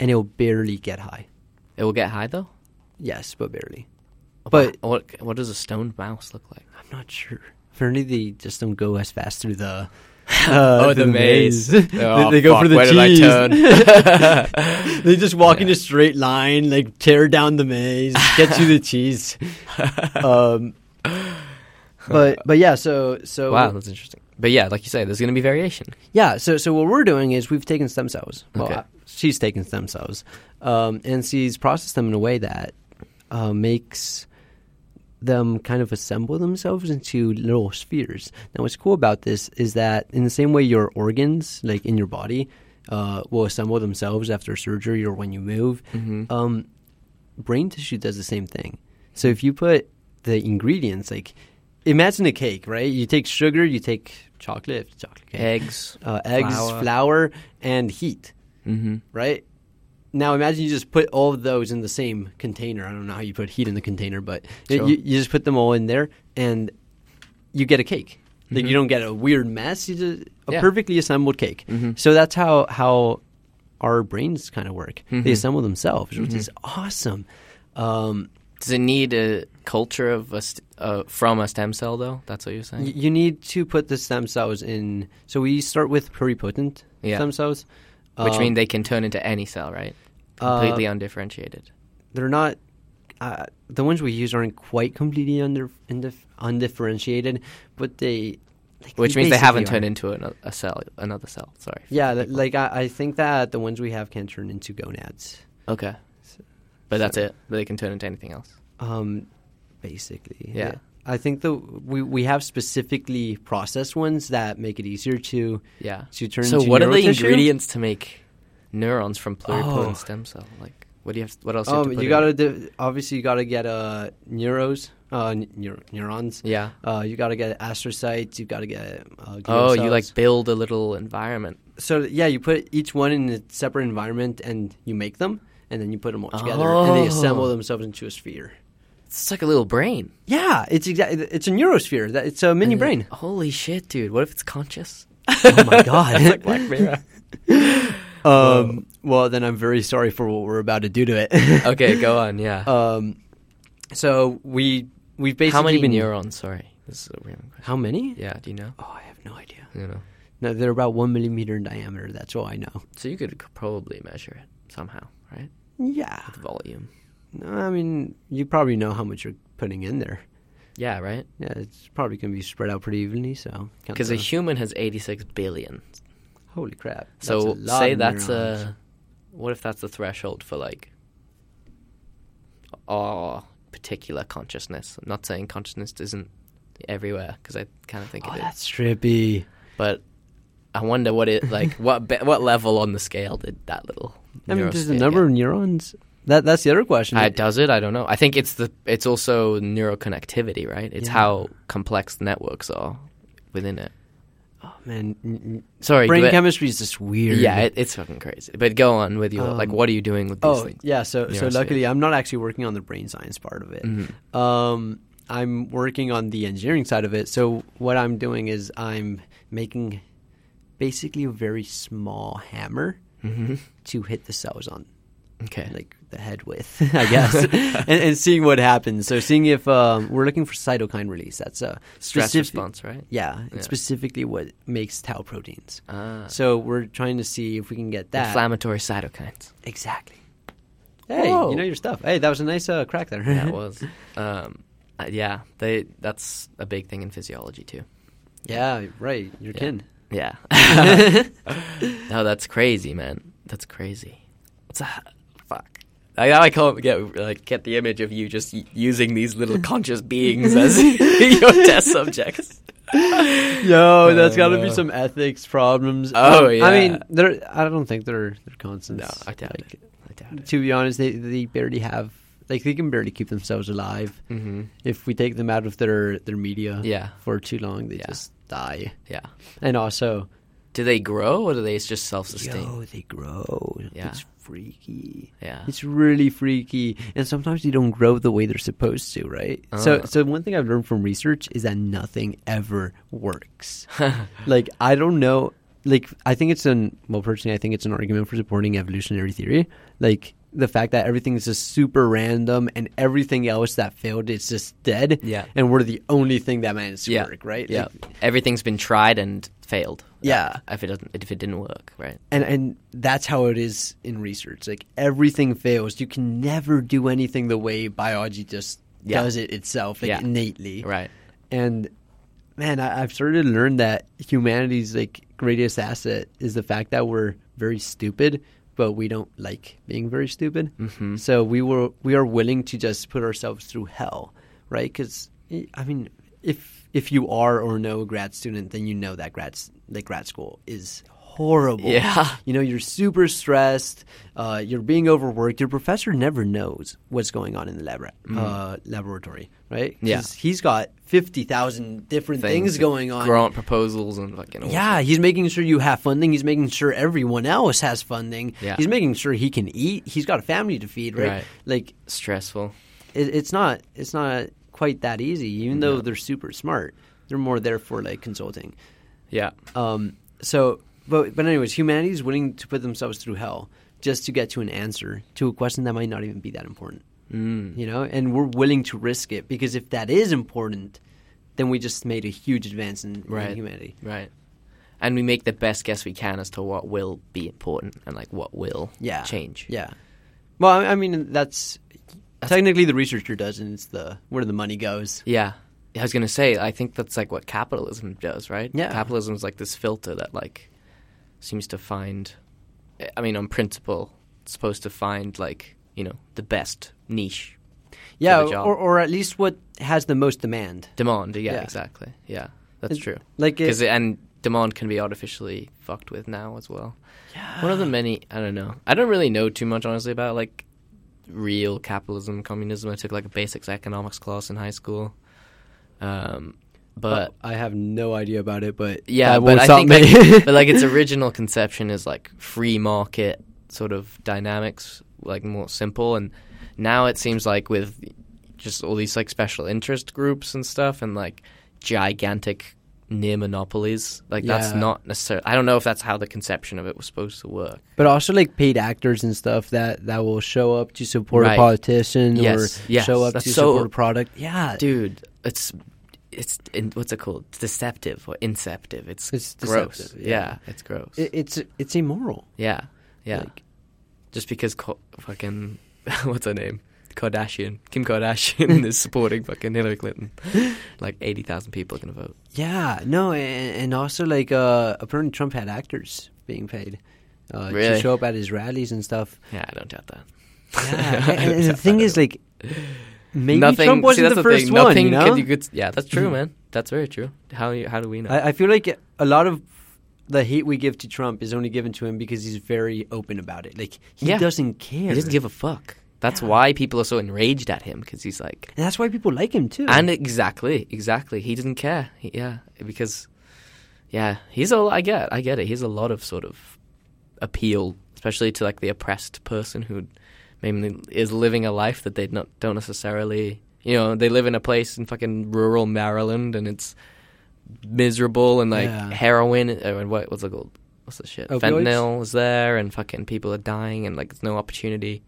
Speaker 2: and it'll barely get high.
Speaker 1: It will get high though.
Speaker 2: Yes, but barely. But
Speaker 1: What what does a stoned mouse look like?
Speaker 2: I'm not sure. Apparently, they just don't go as fast through the. Uh,
Speaker 1: Oh,
Speaker 2: through
Speaker 1: the maze.
Speaker 2: They-
Speaker 1: Oh,
Speaker 2: they go
Speaker 1: fuck,
Speaker 2: for the
Speaker 1: where did I
Speaker 2: cheese.
Speaker 1: turn?
Speaker 2: they just walk in a straight line, like tear down the maze, get to the cheese. Um, but but yeah, so so
Speaker 1: Wow, that's interesting. But yeah, like you say, there's going to be variation.
Speaker 2: yeah, so so what we're doing is we've taken stem cells. Well,
Speaker 1: Okay.
Speaker 2: I- she's taken stem cells, um, and she's processed them in a way that uh, makes them kind of assemble themselves into little spheres. Now, what's cool about this is that in the same way your organs, like in your body, uh, will assemble themselves after surgery or when you move, um, brain tissue does the same thing. So if you put the ingredients, like imagine a cake, right? You take sugar, you take chocolate, if it's chocolate cake,
Speaker 1: Eggs,
Speaker 2: uh, eggs, flour.
Speaker 1: flour.
Speaker 2: and heat. Mm-hmm. Right now, imagine you just put all of those in the same container. I don't know how you put heat in the container, but y-
Speaker 1: Sure.
Speaker 2: you, you just put them all in there, and you get a cake. Like you don't get a weird mess. You just a
Speaker 1: Mm-hmm. Yeah. Mm-hmm.
Speaker 2: perfectly assembled cake. So that's how how our brains kind of work.
Speaker 1: Mm-hmm.
Speaker 2: They assemble themselves, which is awesome. Um,
Speaker 1: Does it need a culture of a st- uh, from a stem cell though? That's what you're saying.
Speaker 2: Y- You need to put the stem cells in. So we start with pluripotent
Speaker 1: Yeah.
Speaker 2: stem cells,
Speaker 1: Which
Speaker 2: um,
Speaker 1: mean they can turn into any cell, right? Completely undifferentiated.
Speaker 2: they're not. Uh, the ones we use aren't quite completely under, indif- undifferentiated, but they. they-
Speaker 1: Which means they haven't
Speaker 2: basically
Speaker 1: turned
Speaker 2: are.
Speaker 1: into an, a cell, another cell. Sorry.
Speaker 2: Yeah, th- like I, I think that the ones we have can turn into gonads,
Speaker 1: Okay. But that's it. They can turn into anything else.
Speaker 2: um, basically.
Speaker 1: Yeah.
Speaker 2: I think the we, we have specifically processed ones that make it easier to
Speaker 1: Yeah.
Speaker 2: to turn.
Speaker 1: so
Speaker 2: into
Speaker 1: what are the
Speaker 2: neural tissue.
Speaker 1: ingredients to make neurons from pluripotent
Speaker 2: Oh.
Speaker 1: stem cell? Like what do you have? What else? you, have
Speaker 2: Um,
Speaker 1: to put
Speaker 2: you
Speaker 1: in?
Speaker 2: gotta do, obviously you gotta get uh neuros, uh n- neur- neurons.
Speaker 1: Yeah.
Speaker 2: Uh, you gotta get astrocytes. You gotta get. Uh, glial
Speaker 1: Oh, you like
Speaker 2: cells.
Speaker 1: build a little environment.
Speaker 2: So yeah, you put each one in a separate environment, and you make them, and then you put them all together, and they assemble
Speaker 1: Oh.
Speaker 2: themselves into a sphere.
Speaker 1: It's like a little brain.
Speaker 2: Yeah, it's exactly. It's a neurosphere. That it's a mini brain.
Speaker 1: Holy shit, dude! What if it's conscious?
Speaker 2: Mm-hmm. oh my god! um, well, then I'm very sorry for what we're about to do to it.
Speaker 1: Okay, go on. Yeah.
Speaker 2: um, so we we've basically
Speaker 1: How many
Speaker 2: been
Speaker 1: neurons? Sorry, this is a weird question.
Speaker 2: How many?
Speaker 1: Yeah, do you know?
Speaker 2: Oh, I have no idea.
Speaker 1: You know.
Speaker 2: No, they're about one millimeter in diameter. That's all I know.
Speaker 1: So you could c- probably measure it somehow, right?
Speaker 2: Yeah.
Speaker 1: The volume.
Speaker 2: No, I mean, you probably know how much you're putting in there.
Speaker 1: Yeah, right.
Speaker 2: Yeah, it's probably going to be spread out pretty evenly. So, count
Speaker 1: Because a
Speaker 2: the-
Speaker 1: human has eighty-six billion.
Speaker 2: holy crap! That's a
Speaker 1: So
Speaker 2: lot
Speaker 1: say
Speaker 2: of
Speaker 1: that's uh,
Speaker 2: neurons.
Speaker 1: a. What if that's the threshold for like our particular consciousness? I'm not saying consciousness isn't everywhere because I kind of think
Speaker 2: Oh,
Speaker 1: it is.
Speaker 2: that's trippy.
Speaker 1: But I wonder what it like what be, what level on the scale did that little.
Speaker 2: I mean,
Speaker 1: neurosphere
Speaker 2: there's a
Speaker 1: get?
Speaker 2: number of neurons. That that's the other question.
Speaker 1: Uh, does it? I don't know. I think it's the it's also neuroconnectivity, right? It's
Speaker 2: Yeah.
Speaker 1: how complex networks are within it.
Speaker 2: oh, man, n- n-
Speaker 1: Sorry,
Speaker 2: brain
Speaker 1: but-
Speaker 2: chemistry is just weird.
Speaker 1: Yeah, it, it's fucking crazy. But go on with your like.
Speaker 2: Um,
Speaker 1: What are you doing with these
Speaker 2: Oh
Speaker 1: things?
Speaker 2: yeah, so so
Speaker 1: Neurosphere. Mm-hmm.
Speaker 2: luckily I'm not actually working on the brain science part of it. Um, I'm working on the engineering side of it. So what I'm doing is I'm making basically a very small hammer
Speaker 1: Mm-hmm.
Speaker 2: to hit the cells on,
Speaker 1: Okay.
Speaker 2: like the head with, I guess, and, and seeing what happens. So seeing if um, we're looking for cytokine release. That's a
Speaker 1: stress
Speaker 2: specific-
Speaker 1: response, right?
Speaker 2: Yeah, it's
Speaker 1: Yeah.
Speaker 2: specifically what makes tau proteins.
Speaker 1: Ah.
Speaker 2: So we're trying to see if we can get that.
Speaker 1: Inflammatory cytokines.
Speaker 2: Exactly. Hey,
Speaker 1: Whoa.
Speaker 2: you know your stuff. Hey, that was a nice uh, crack there.
Speaker 1: That was, um, uh, yeah. They that's a big thing in physiology too.
Speaker 2: yeah, right. Your kin.
Speaker 1: Yeah. no, that's crazy, man. That's crazy. It's a fuck. I, now I can't get like get the image of you just y- using these little conscious beings as your test subjects.
Speaker 2: Yo, that's got to be some ethics problems. Um,
Speaker 1: Oh,
Speaker 2: I
Speaker 1: yeah.
Speaker 2: mean, they're. I don't think they're they're constants.
Speaker 1: No, I doubt
Speaker 2: Like,
Speaker 1: it. I doubt it.
Speaker 2: To be honest, they they barely have. Like they can barely keep themselves alive. Mm-hmm. If we take them out of their their media,
Speaker 1: Yeah.
Speaker 2: for too long, they
Speaker 1: Yeah.
Speaker 2: just die.
Speaker 1: Yeah.
Speaker 2: And also,
Speaker 1: Do they grow or do they just self-sustain?
Speaker 2: yo, they grow.
Speaker 1: Yeah.
Speaker 2: It's freaky.
Speaker 1: Yeah.
Speaker 2: It's really freaky, and sometimes they don't grow the way they're supposed to, right? So,
Speaker 1: Ah.
Speaker 2: so one thing I've learned from research is that nothing ever works. like I don't know, like I think it's an well, personally, I think it's an argument for supporting evolutionary theory. Like the fact that everything is just super random, and everything else that failed is just dead.
Speaker 1: Yeah.
Speaker 2: and we're the only thing that managed to
Speaker 1: yeah.
Speaker 2: work, right?
Speaker 1: Yeah.
Speaker 2: Like,
Speaker 1: Everything's been tried and failed.
Speaker 2: Yeah.
Speaker 1: If it doesn't, if it didn't work, right?
Speaker 2: and and that's how it is in research. Like everything fails. You can never do anything the way biology just
Speaker 1: Yeah.
Speaker 2: does it itself, like
Speaker 1: Yeah.
Speaker 2: innately.
Speaker 1: Right.
Speaker 2: And man, I, I've started to learn that humanity's like greatest asset is the fact that we're very stupid, but we don't like being very stupid. Mm-hmm. So we were we are willing to just put ourselves through hell, right? Because I mean, if if you are or know a grad student, then you know that grad s- like grad school is horrible.
Speaker 1: Yeah.
Speaker 2: You know, you're super stressed. Uh, you're being overworked. Your professor never knows what's going on in the labora- uh, laboratory, right? 'Cause
Speaker 1: Yeah.
Speaker 2: he's got fifty thousand different things, going on.
Speaker 1: Grant proposals and fucking. all
Speaker 2: yeah,
Speaker 1: sorts.
Speaker 2: he's making sure you have funding. He's making sure everyone else has funding.
Speaker 1: Yeah.
Speaker 2: He's making sure he can eat. He's got a family to feed, right?
Speaker 1: Right.
Speaker 2: Like
Speaker 1: Stressful.
Speaker 2: it, it's not it's not quite that easy. Even though they're super smart, they're more there for like consulting.
Speaker 1: Yeah.
Speaker 2: Um, so but but anyways, humanity is willing to put themselves through hell just to get to an answer to a question that might not even be that important. Mm. You know, and we're willing to risk it because if that is important, then we just made a huge advance in, in
Speaker 1: Right.
Speaker 2: humanity.
Speaker 1: Right. And we make the best guess we can as to what will be important and like what will
Speaker 2: Yeah,
Speaker 1: change.
Speaker 2: Yeah. Well, I, I mean, that's, technically the researcher does, and it's the where the money goes.
Speaker 1: Yeah. I was gonna say, I think that's like what capitalism does, right?
Speaker 2: Yeah.
Speaker 1: Capitalism's like this filter that like seems to find I mean, on principle, it's supposed to find like, you know, the best niche
Speaker 2: Yeah,
Speaker 1: the job.
Speaker 2: or or at least what has the most demand.
Speaker 1: demand. Yeah,
Speaker 2: Yeah.
Speaker 1: exactly. Yeah. That's
Speaker 2: It-
Speaker 1: true.
Speaker 2: like it-
Speaker 1: 'Cause it, and demand can be artificially fucked with now as well. Yeah. One of the many, I don't know. I don't really know too much honestly about like real capitalism, communism. I took like a basics economics class in high school. Um but
Speaker 2: I have no idea about it, but
Speaker 1: yeah,
Speaker 2: that
Speaker 1: but
Speaker 2: won't
Speaker 1: I
Speaker 2: stop
Speaker 1: think
Speaker 2: me.
Speaker 1: like, but like its original conception is like free market sort of dynamics, like more simple, and now it seems like with just all these like special interest groups and stuff, and like gigantic near monopolies, like that's
Speaker 2: Yeah.
Speaker 1: not necessarily. I don't know if that's how the conception of it was supposed to work.
Speaker 2: But also like paid actors and stuff that that will show up to support
Speaker 1: Right.
Speaker 2: a politician
Speaker 1: Yes,
Speaker 2: or
Speaker 1: yes,
Speaker 2: show up
Speaker 1: that's
Speaker 2: to
Speaker 1: so-
Speaker 2: support a product. Yeah,
Speaker 1: Dude, it's. It's in, what's it called? It's deceptive or inceptive. It's,
Speaker 2: It's
Speaker 1: gross.
Speaker 2: deceptive,
Speaker 1: yeah.
Speaker 2: yeah.
Speaker 1: it's gross.
Speaker 2: It- it's it's immoral.
Speaker 1: Yeah, yeah.
Speaker 2: Like-
Speaker 1: Just because Co- fucking what's her name, Kardashian, Kim Kardashian is supporting fucking Hillary Clinton, like eighty thousand people are gonna vote.
Speaker 2: Yeah, no, and, and also like uh, apparently Trump had actors being paid uh,
Speaker 1: Really?
Speaker 2: to show up at his rallies and stuff.
Speaker 1: Yeah, I don't doubt that.
Speaker 2: Yeah, and, and the thing is like maybe
Speaker 1: nothing.
Speaker 2: Trump
Speaker 1: see,
Speaker 2: wasn't
Speaker 1: that's
Speaker 2: the first
Speaker 1: thing.
Speaker 2: one.
Speaker 1: Nothing
Speaker 2: you know? Mm-hmm.
Speaker 1: could- you could- yeah, that's true, man. That's very true. How you, how do we know?
Speaker 2: I, I feel like a lot of the hate we give to Trump is only given to him because he's very open about it. Like he
Speaker 1: Yeah.
Speaker 2: doesn't care.
Speaker 1: he doesn't give a fuck. That's why people are so enraged at him because he's like,
Speaker 2: and that's why people like him too.
Speaker 1: and exactly, exactly, he doesn't care. He- yeah, because yeah, he's a. I get, I get it. He's a lot of sort of appeal, especially to like the oppressed person who maybe is living a life that they not don't necessarily. You know, they live in a place in fucking rural Maryland, and it's miserable, and like
Speaker 2: Yeah.
Speaker 1: heroin uh, and what what's it called? What's the shit?
Speaker 2: Opioids?
Speaker 1: Fentanyl is there, and fucking people are dying, and like there's no opportunity.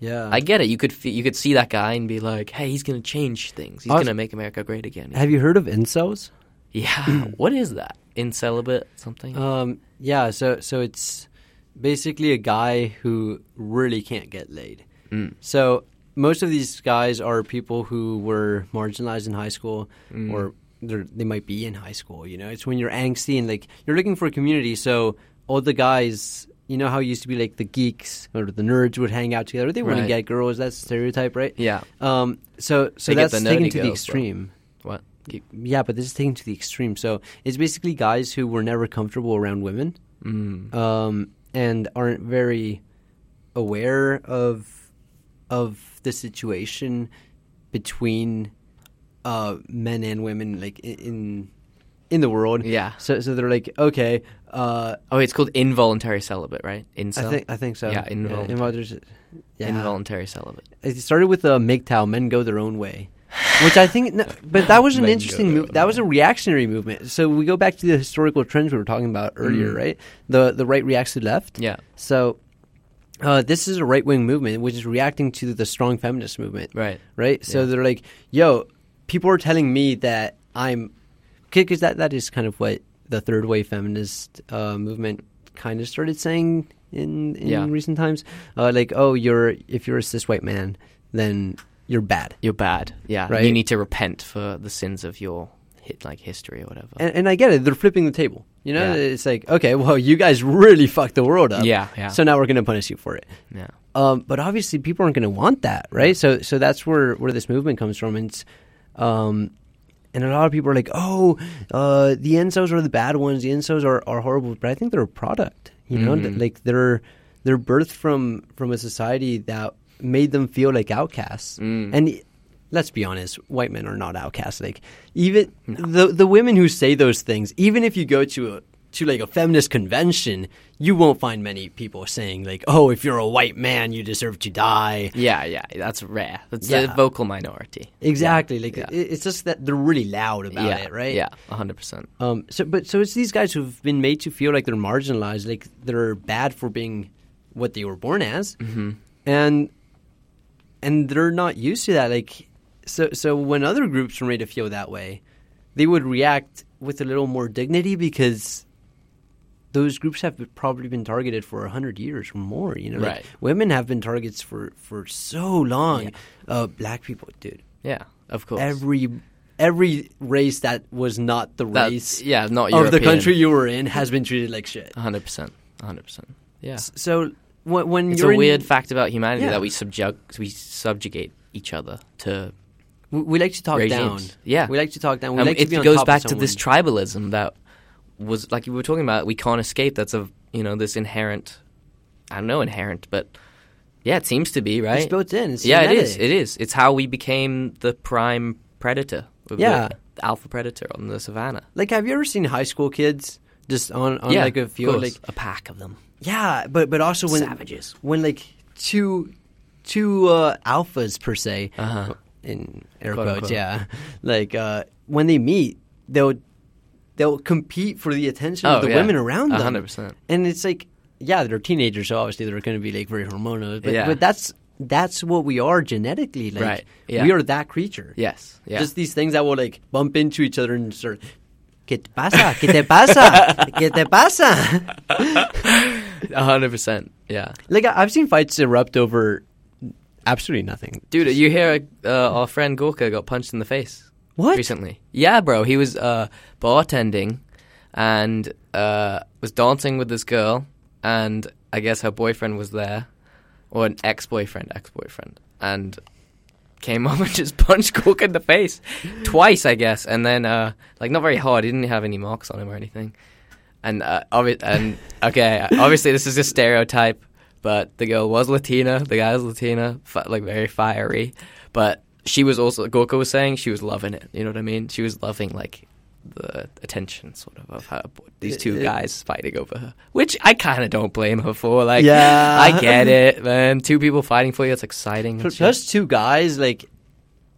Speaker 2: yeah,
Speaker 1: I get it. You could fe- you could see that guy and be like, "Hey, he's gonna change things. He's
Speaker 2: Also-
Speaker 1: gonna make America great again."
Speaker 2: Have you heard of incels?
Speaker 1: Yeah. what is that? Incelibate something?
Speaker 2: Um, yeah, so so it's basically a guy who really can't get laid.
Speaker 1: Hmm.
Speaker 2: So most of these guys are people who were marginalized in high school,
Speaker 1: Hmm.
Speaker 2: or they're, they might be in high school. You know, it's when you're angsty and like you're looking for a community. So all the guys, you know how it used to be like the geeks or the nerds would hang out together. They want
Speaker 1: Right.
Speaker 2: to get girls. That's the stereotype, right?
Speaker 1: Yeah.
Speaker 2: Um. So so
Speaker 1: They get
Speaker 2: that's
Speaker 1: the
Speaker 2: taken
Speaker 1: nerdy
Speaker 2: to the
Speaker 1: girls, though.
Speaker 2: extreme
Speaker 1: what? Keep-
Speaker 2: yeah, but this is taken to the extreme. So it's basically guys who were never comfortable around women,
Speaker 1: Mm.
Speaker 2: um, and aren't very aware of of the situation between uh, men and women, like i- in in the world.
Speaker 1: Yeah.
Speaker 2: So so they're like, okay, uh,
Speaker 1: Oh, it's called involuntary celibate, right? Incel.
Speaker 2: I think I think so.
Speaker 1: Yeah, involuntary.
Speaker 2: involuntary. Yeah.
Speaker 1: Involuntary celibate.
Speaker 2: It started with uh, MGTOW, men go their own way, which I think, no, but that was an
Speaker 1: Men go
Speaker 2: interesting
Speaker 1: their
Speaker 2: move.
Speaker 1: own
Speaker 2: That was a reactionary movement. So we go back to the historical trends we were talking about earlier, right? The the right reacts to left.
Speaker 1: Mm. Yeah.
Speaker 2: So uh, this is a right wing movement, which is reacting to the strong feminist movement.
Speaker 1: Right.
Speaker 2: Right. So
Speaker 1: Yeah.
Speaker 2: they're like, yo, people are telling me that I'm, because that that is kind of what the third wave feminist uh, movement kind of started saying in in
Speaker 1: Yeah.
Speaker 2: recent times. Uh, like, oh, you're if you're a cis white man, then you're bad.
Speaker 1: You're bad. Yeah.
Speaker 2: Right.
Speaker 1: You need to repent for the sins of your hit like history or whatever.
Speaker 2: And, and I get it. They're flipping the table. You know,
Speaker 1: Yeah.
Speaker 2: it's like, okay, well, you guys really fucked the world up.
Speaker 1: Yeah, yeah.
Speaker 2: So now we're going to punish you for it.
Speaker 1: yeah.
Speaker 2: Um, but obviously, people aren't going to want that, right? So, so that's where where this movement comes from. And it's, um, and a lot of people are like, "Oh, uh, the ensos are the bad ones. The ensos are, are horrible." But I think they're a product, you know, Th- like they're they're birthed from from a society that made them feel like outcasts. And y- let's be honest, white men are not outcasts. Like even the the women who say those things, even if you go to a to like a feminist convention, you won't find many people saying like, "Oh, if you're a white man, you deserve to die."
Speaker 1: Yeah, yeah, that's rare. That's the
Speaker 2: Yeah.
Speaker 1: vocal minority.
Speaker 2: Exactly. Like
Speaker 1: Yeah.
Speaker 2: it, it's just that they're really loud about
Speaker 1: yeah,
Speaker 2: it, right?
Speaker 1: Yeah, hundred percent.
Speaker 2: Um, so, but so it's these guys who've been made to feel like they're marginalized, like they're bad for being what they were born as, mm-hmm. and and they're not used to that. Like, so so when other groups were made to feel that way, they would react with a little more dignity because those groups have probably been targeted for hundred years or more. You know, Like,
Speaker 1: Right.
Speaker 2: women have been targets for for so long. Uh, black people, dude.
Speaker 1: Yeah, of course.
Speaker 2: Every every race that was not the
Speaker 1: That-
Speaker 2: race
Speaker 1: yeah, not
Speaker 2: of
Speaker 1: European.
Speaker 2: the country you were in has been treated like shit.
Speaker 1: hundred percent, hundred percent. Yeah, it's
Speaker 2: So when, when
Speaker 1: a
Speaker 2: you're in-
Speaker 1: weird fact about humanity
Speaker 2: Yeah.
Speaker 1: that we subject we subjugate each other to.
Speaker 2: we, we like to talk
Speaker 1: regimes.
Speaker 2: down.
Speaker 1: Yeah,
Speaker 2: we like to talk down. We
Speaker 1: And
Speaker 2: like
Speaker 1: it
Speaker 2: to be on
Speaker 1: goes
Speaker 2: top of
Speaker 1: back to this
Speaker 2: someone.
Speaker 1: tribalism that was like you were talking about. We can't escape. That's a you know this inherent. I don't know inherent, but yeah, it seems to be right.
Speaker 2: built in. It's
Speaker 1: yeah, it is.
Speaker 2: genetic.
Speaker 1: It is. It's how we became the prime predator. the
Speaker 2: Yeah.
Speaker 1: alpha predator on the savannah.
Speaker 2: Like, have you ever seen high school kids just on on
Speaker 1: yeah,
Speaker 2: like a
Speaker 1: of
Speaker 2: field?
Speaker 1: course.
Speaker 2: Like,
Speaker 1: a pack of them.
Speaker 2: yeah, but but also when
Speaker 1: Savages.
Speaker 2: when like two two uh, alphas per se
Speaker 1: Uh-huh.
Speaker 2: in air
Speaker 1: Quote,
Speaker 2: quotes,
Speaker 1: unquote.
Speaker 2: yeah. Like uh, when they meet, they'll they'll compete for the attention
Speaker 1: Oh,
Speaker 2: of the
Speaker 1: yeah.
Speaker 2: women around
Speaker 1: A
Speaker 2: them.
Speaker 1: hundred percent.
Speaker 2: And it's like, yeah, they're teenagers, so obviously they're going to be like very hormonal. But,
Speaker 1: Yeah.
Speaker 2: but that's that's what we are genetically. Like,
Speaker 1: Right, yeah.
Speaker 2: We are that creature.
Speaker 1: Yes. Yeah.
Speaker 2: Just these things that will like bump into each other and start. ¿Qué te pasa? ¿Qué te pasa? ¿Qué te pasa?
Speaker 1: A hundred percent. Yeah.
Speaker 2: Like I- I've seen fights erupt over absolutely nothing.
Speaker 1: Dude, you hear uh, our friend Gorka got punched in the face
Speaker 2: What?
Speaker 1: recently? Yeah, bro. He was uh, bartending and uh, was dancing with this girl, and I guess her boyfriend was there, or an ex-boyfriend, ex-boyfriend, and came up and just punched Gorka in the face twice, I guess, and then uh, like not very hard. He didn't have any marks on him or anything. And uh, obvi- and okay, obviously this is a stereotype, but the girl was Latina, the guy was Latina, fi- like very fiery, but she was also Gorka was saying she was loving it. You know what I mean? She was loving like the attention sort of of her, these two
Speaker 2: It- it-
Speaker 1: guys fighting over her, which I kind of don't blame her for. Like,
Speaker 2: Yeah.
Speaker 1: I get it, man. Two people fighting for you, it's exciting. and
Speaker 2: Plus,
Speaker 1: shit.
Speaker 2: two guys, like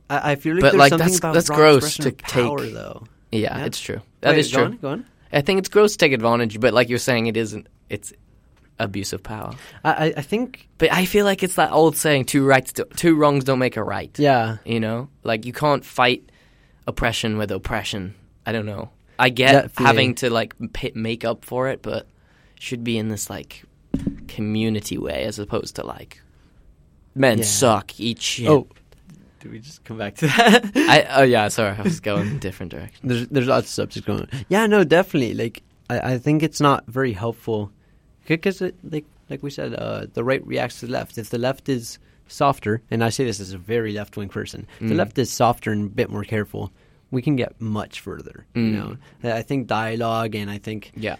Speaker 2: I, I feel like
Speaker 1: But,
Speaker 2: there's
Speaker 1: like,
Speaker 2: something
Speaker 1: that's-
Speaker 2: about
Speaker 1: that's
Speaker 2: raw
Speaker 1: gross
Speaker 2: expression
Speaker 1: to
Speaker 2: of power,
Speaker 1: take.
Speaker 2: though.
Speaker 1: yeah,
Speaker 2: Yeah.
Speaker 1: it's true. That
Speaker 2: Wait,
Speaker 1: is
Speaker 2: go
Speaker 1: true.
Speaker 2: on, go on.
Speaker 1: I think it's gross to take advantage, but like you're saying, it isn't. It's abuse of power.
Speaker 2: I, I- I think
Speaker 1: But I feel like it's that old saying: two rights, do- two wrongs don't make a right.
Speaker 2: yeah.
Speaker 1: You know, like you can't fight oppression with oppression. I don't know. I get
Speaker 2: That feeling.
Speaker 1: having to like p- make up for it, but should be in this like community way as opposed to like men
Speaker 2: Yeah.
Speaker 1: suck, eat shit.
Speaker 2: Oh, do we just come back to that?
Speaker 1: I, oh yeah. Sorry, I was going a different direction.
Speaker 2: there's there's lots of subjects going on. Yeah, no, definitely. Like I, I think it's not very helpful because it like like we said, uh, the right reacts to the left. If the left is softer, and I say this as a very left wing person, if
Speaker 1: Mm.
Speaker 2: the left is softer and a bit more careful. We can get much further, you
Speaker 1: Mm.
Speaker 2: know. I I think dialogue, and I think
Speaker 1: Yeah.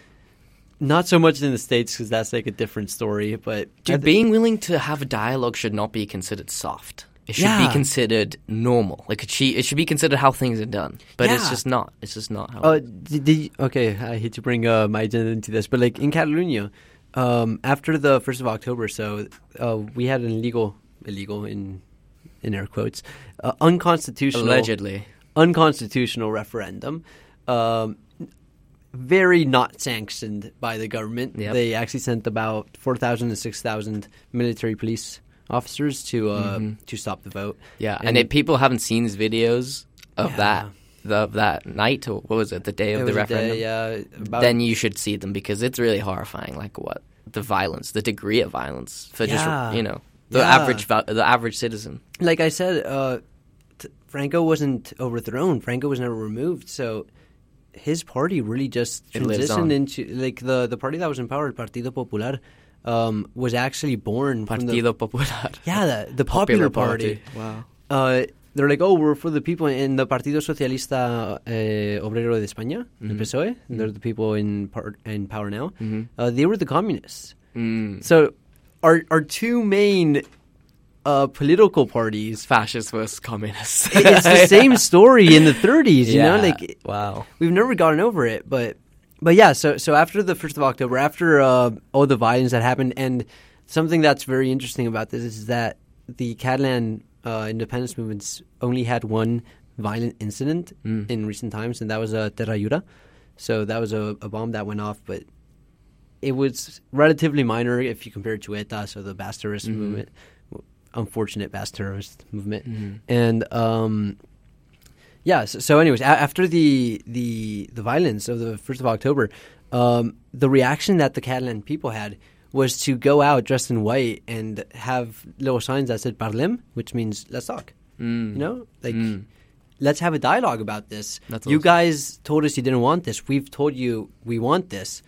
Speaker 2: not so much in the states because that's like a different story. But I
Speaker 1: Dude,
Speaker 2: thi-
Speaker 1: being willing to have a dialogue should not be considered soft. It should be
Speaker 2: Yeah.
Speaker 1: considered normal. Like it should, it should be considered how things are done. But it's
Speaker 2: Yeah.
Speaker 1: just not. It's just not how.
Speaker 2: Uh, did, did you- okay, I hate to bring uh, my agenda into this, but like in Catalonia, um, after the first of October, so uh, we had an illegal, illegal in in air quotes, uh, unconstitutional,
Speaker 1: Allegedly.
Speaker 2: unconstitutional referendum. Um, very not sanctioned by the government.
Speaker 1: Yep.
Speaker 2: They actually sent about four thousand to six thousand military police officers to uh, to stop the vote.
Speaker 1: Mm-hmm. Yeah, and, if people haven't seen these videos of
Speaker 2: Yeah.
Speaker 1: that the, of that night or what was it, the day of
Speaker 2: it
Speaker 1: the
Speaker 2: was a
Speaker 1: referendum,
Speaker 2: day, uh, about-
Speaker 1: then you should see them because it's really horrifying. Like what the violence, the degree of violence for
Speaker 2: Yeah.
Speaker 1: just you know the
Speaker 2: Yeah.
Speaker 1: average val- the average citizen.
Speaker 2: like I said, uh, t- Franco wasn't overthrown. Franco was never removed. So his party really just
Speaker 1: It lives on.
Speaker 2: transitioned into like the the party that was in power, el Partido Popular, um, was actually born from the-
Speaker 1: Partido Popular.
Speaker 2: yeah the, the popular, party.
Speaker 1: Wow.
Speaker 2: Uh, they're like, oh, we're for the people in the Partido Socialista eh, Obrero de España,
Speaker 1: Mm-hmm.
Speaker 2: the PSOE. E. They're the people in par- in power now. Uh, they were the communists.
Speaker 1: Mm.
Speaker 2: So, our our two main uh, political parties
Speaker 1: Fascists versus communists.
Speaker 2: it's the same story in the 30s, you know? Like,
Speaker 1: wow.
Speaker 2: we've never gotten over it, but but yeah, so so after the first of October, after uh, all the violence that happened, and something that's very interesting about this is that the Catalan uh, independence movements only had one violent incident in recent times, and that was uh, Terrayuda. So that was a, a bomb that went off, but it was relatively minor if you compare it to ETA, so the Basque terrorist
Speaker 1: Mm-hmm.
Speaker 2: movement, unfortunate Basque terrorist movement,
Speaker 1: Mm-hmm.
Speaker 2: and um, yeah. So, so anyways, a- after the the the violence of the first of October, um, the reaction that the Catalan people had was to go out dressed in white and have little signs that said "Parlem," which means "Let's talk."
Speaker 1: Mm.
Speaker 2: You know, like. Let's have a dialogue about this.
Speaker 1: That's
Speaker 2: you
Speaker 1: awesome.
Speaker 2: guys told us you didn't want this. We've told you we want this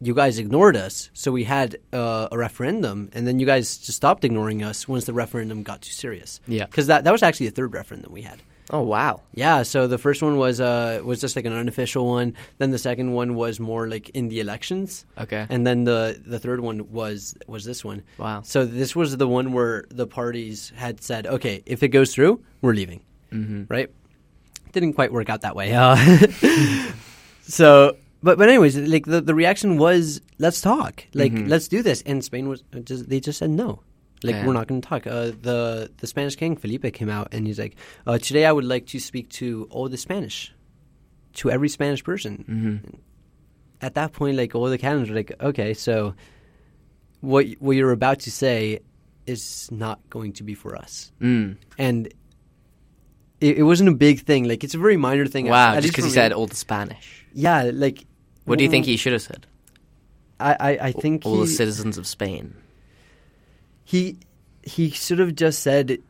Speaker 2: you guys ignored us, so we had uh, a referendum, and then you guys just stopped ignoring us once the referendum got too serious.
Speaker 1: Yeah.
Speaker 2: because that that was actually the third referendum we had.
Speaker 1: Oh wow.
Speaker 2: Yeah, so the first one was uh, was just like an unofficial one. Then the second one was more like in the elections.
Speaker 1: Okay.
Speaker 2: And then the the third one was was this one.
Speaker 1: Wow.
Speaker 2: So this was the one where the parties had said, okay, if it goes through, we're leaving. Mm-hmm. Right. Didn't quite work out that way. Uh, so, but but anyways, like the, the reaction was, let's talk, like let's do this. And Spain was uh, just, they just said no. Like
Speaker 1: Yeah.
Speaker 2: we're not going to talk. Uh, the the Spanish king Felipe came out and he's like, uh, today I would like to speak to all the Spanish, to every Spanish person. At that point, like all the Catalans were like, okay, so what y- what you're about to say is not going to be for us. Mm. And it, it wasn't a big thing. Like it's a very minor thing. at-
Speaker 1: Wow,
Speaker 2: at
Speaker 1: just
Speaker 2: least
Speaker 1: because he
Speaker 2: for me.
Speaker 1: said all the Spanish.
Speaker 2: Yeah, like. mm,
Speaker 1: What do you think he should have said?
Speaker 2: I I, I think
Speaker 1: all
Speaker 2: he,
Speaker 1: the citizens of Spain.
Speaker 2: he he should have just said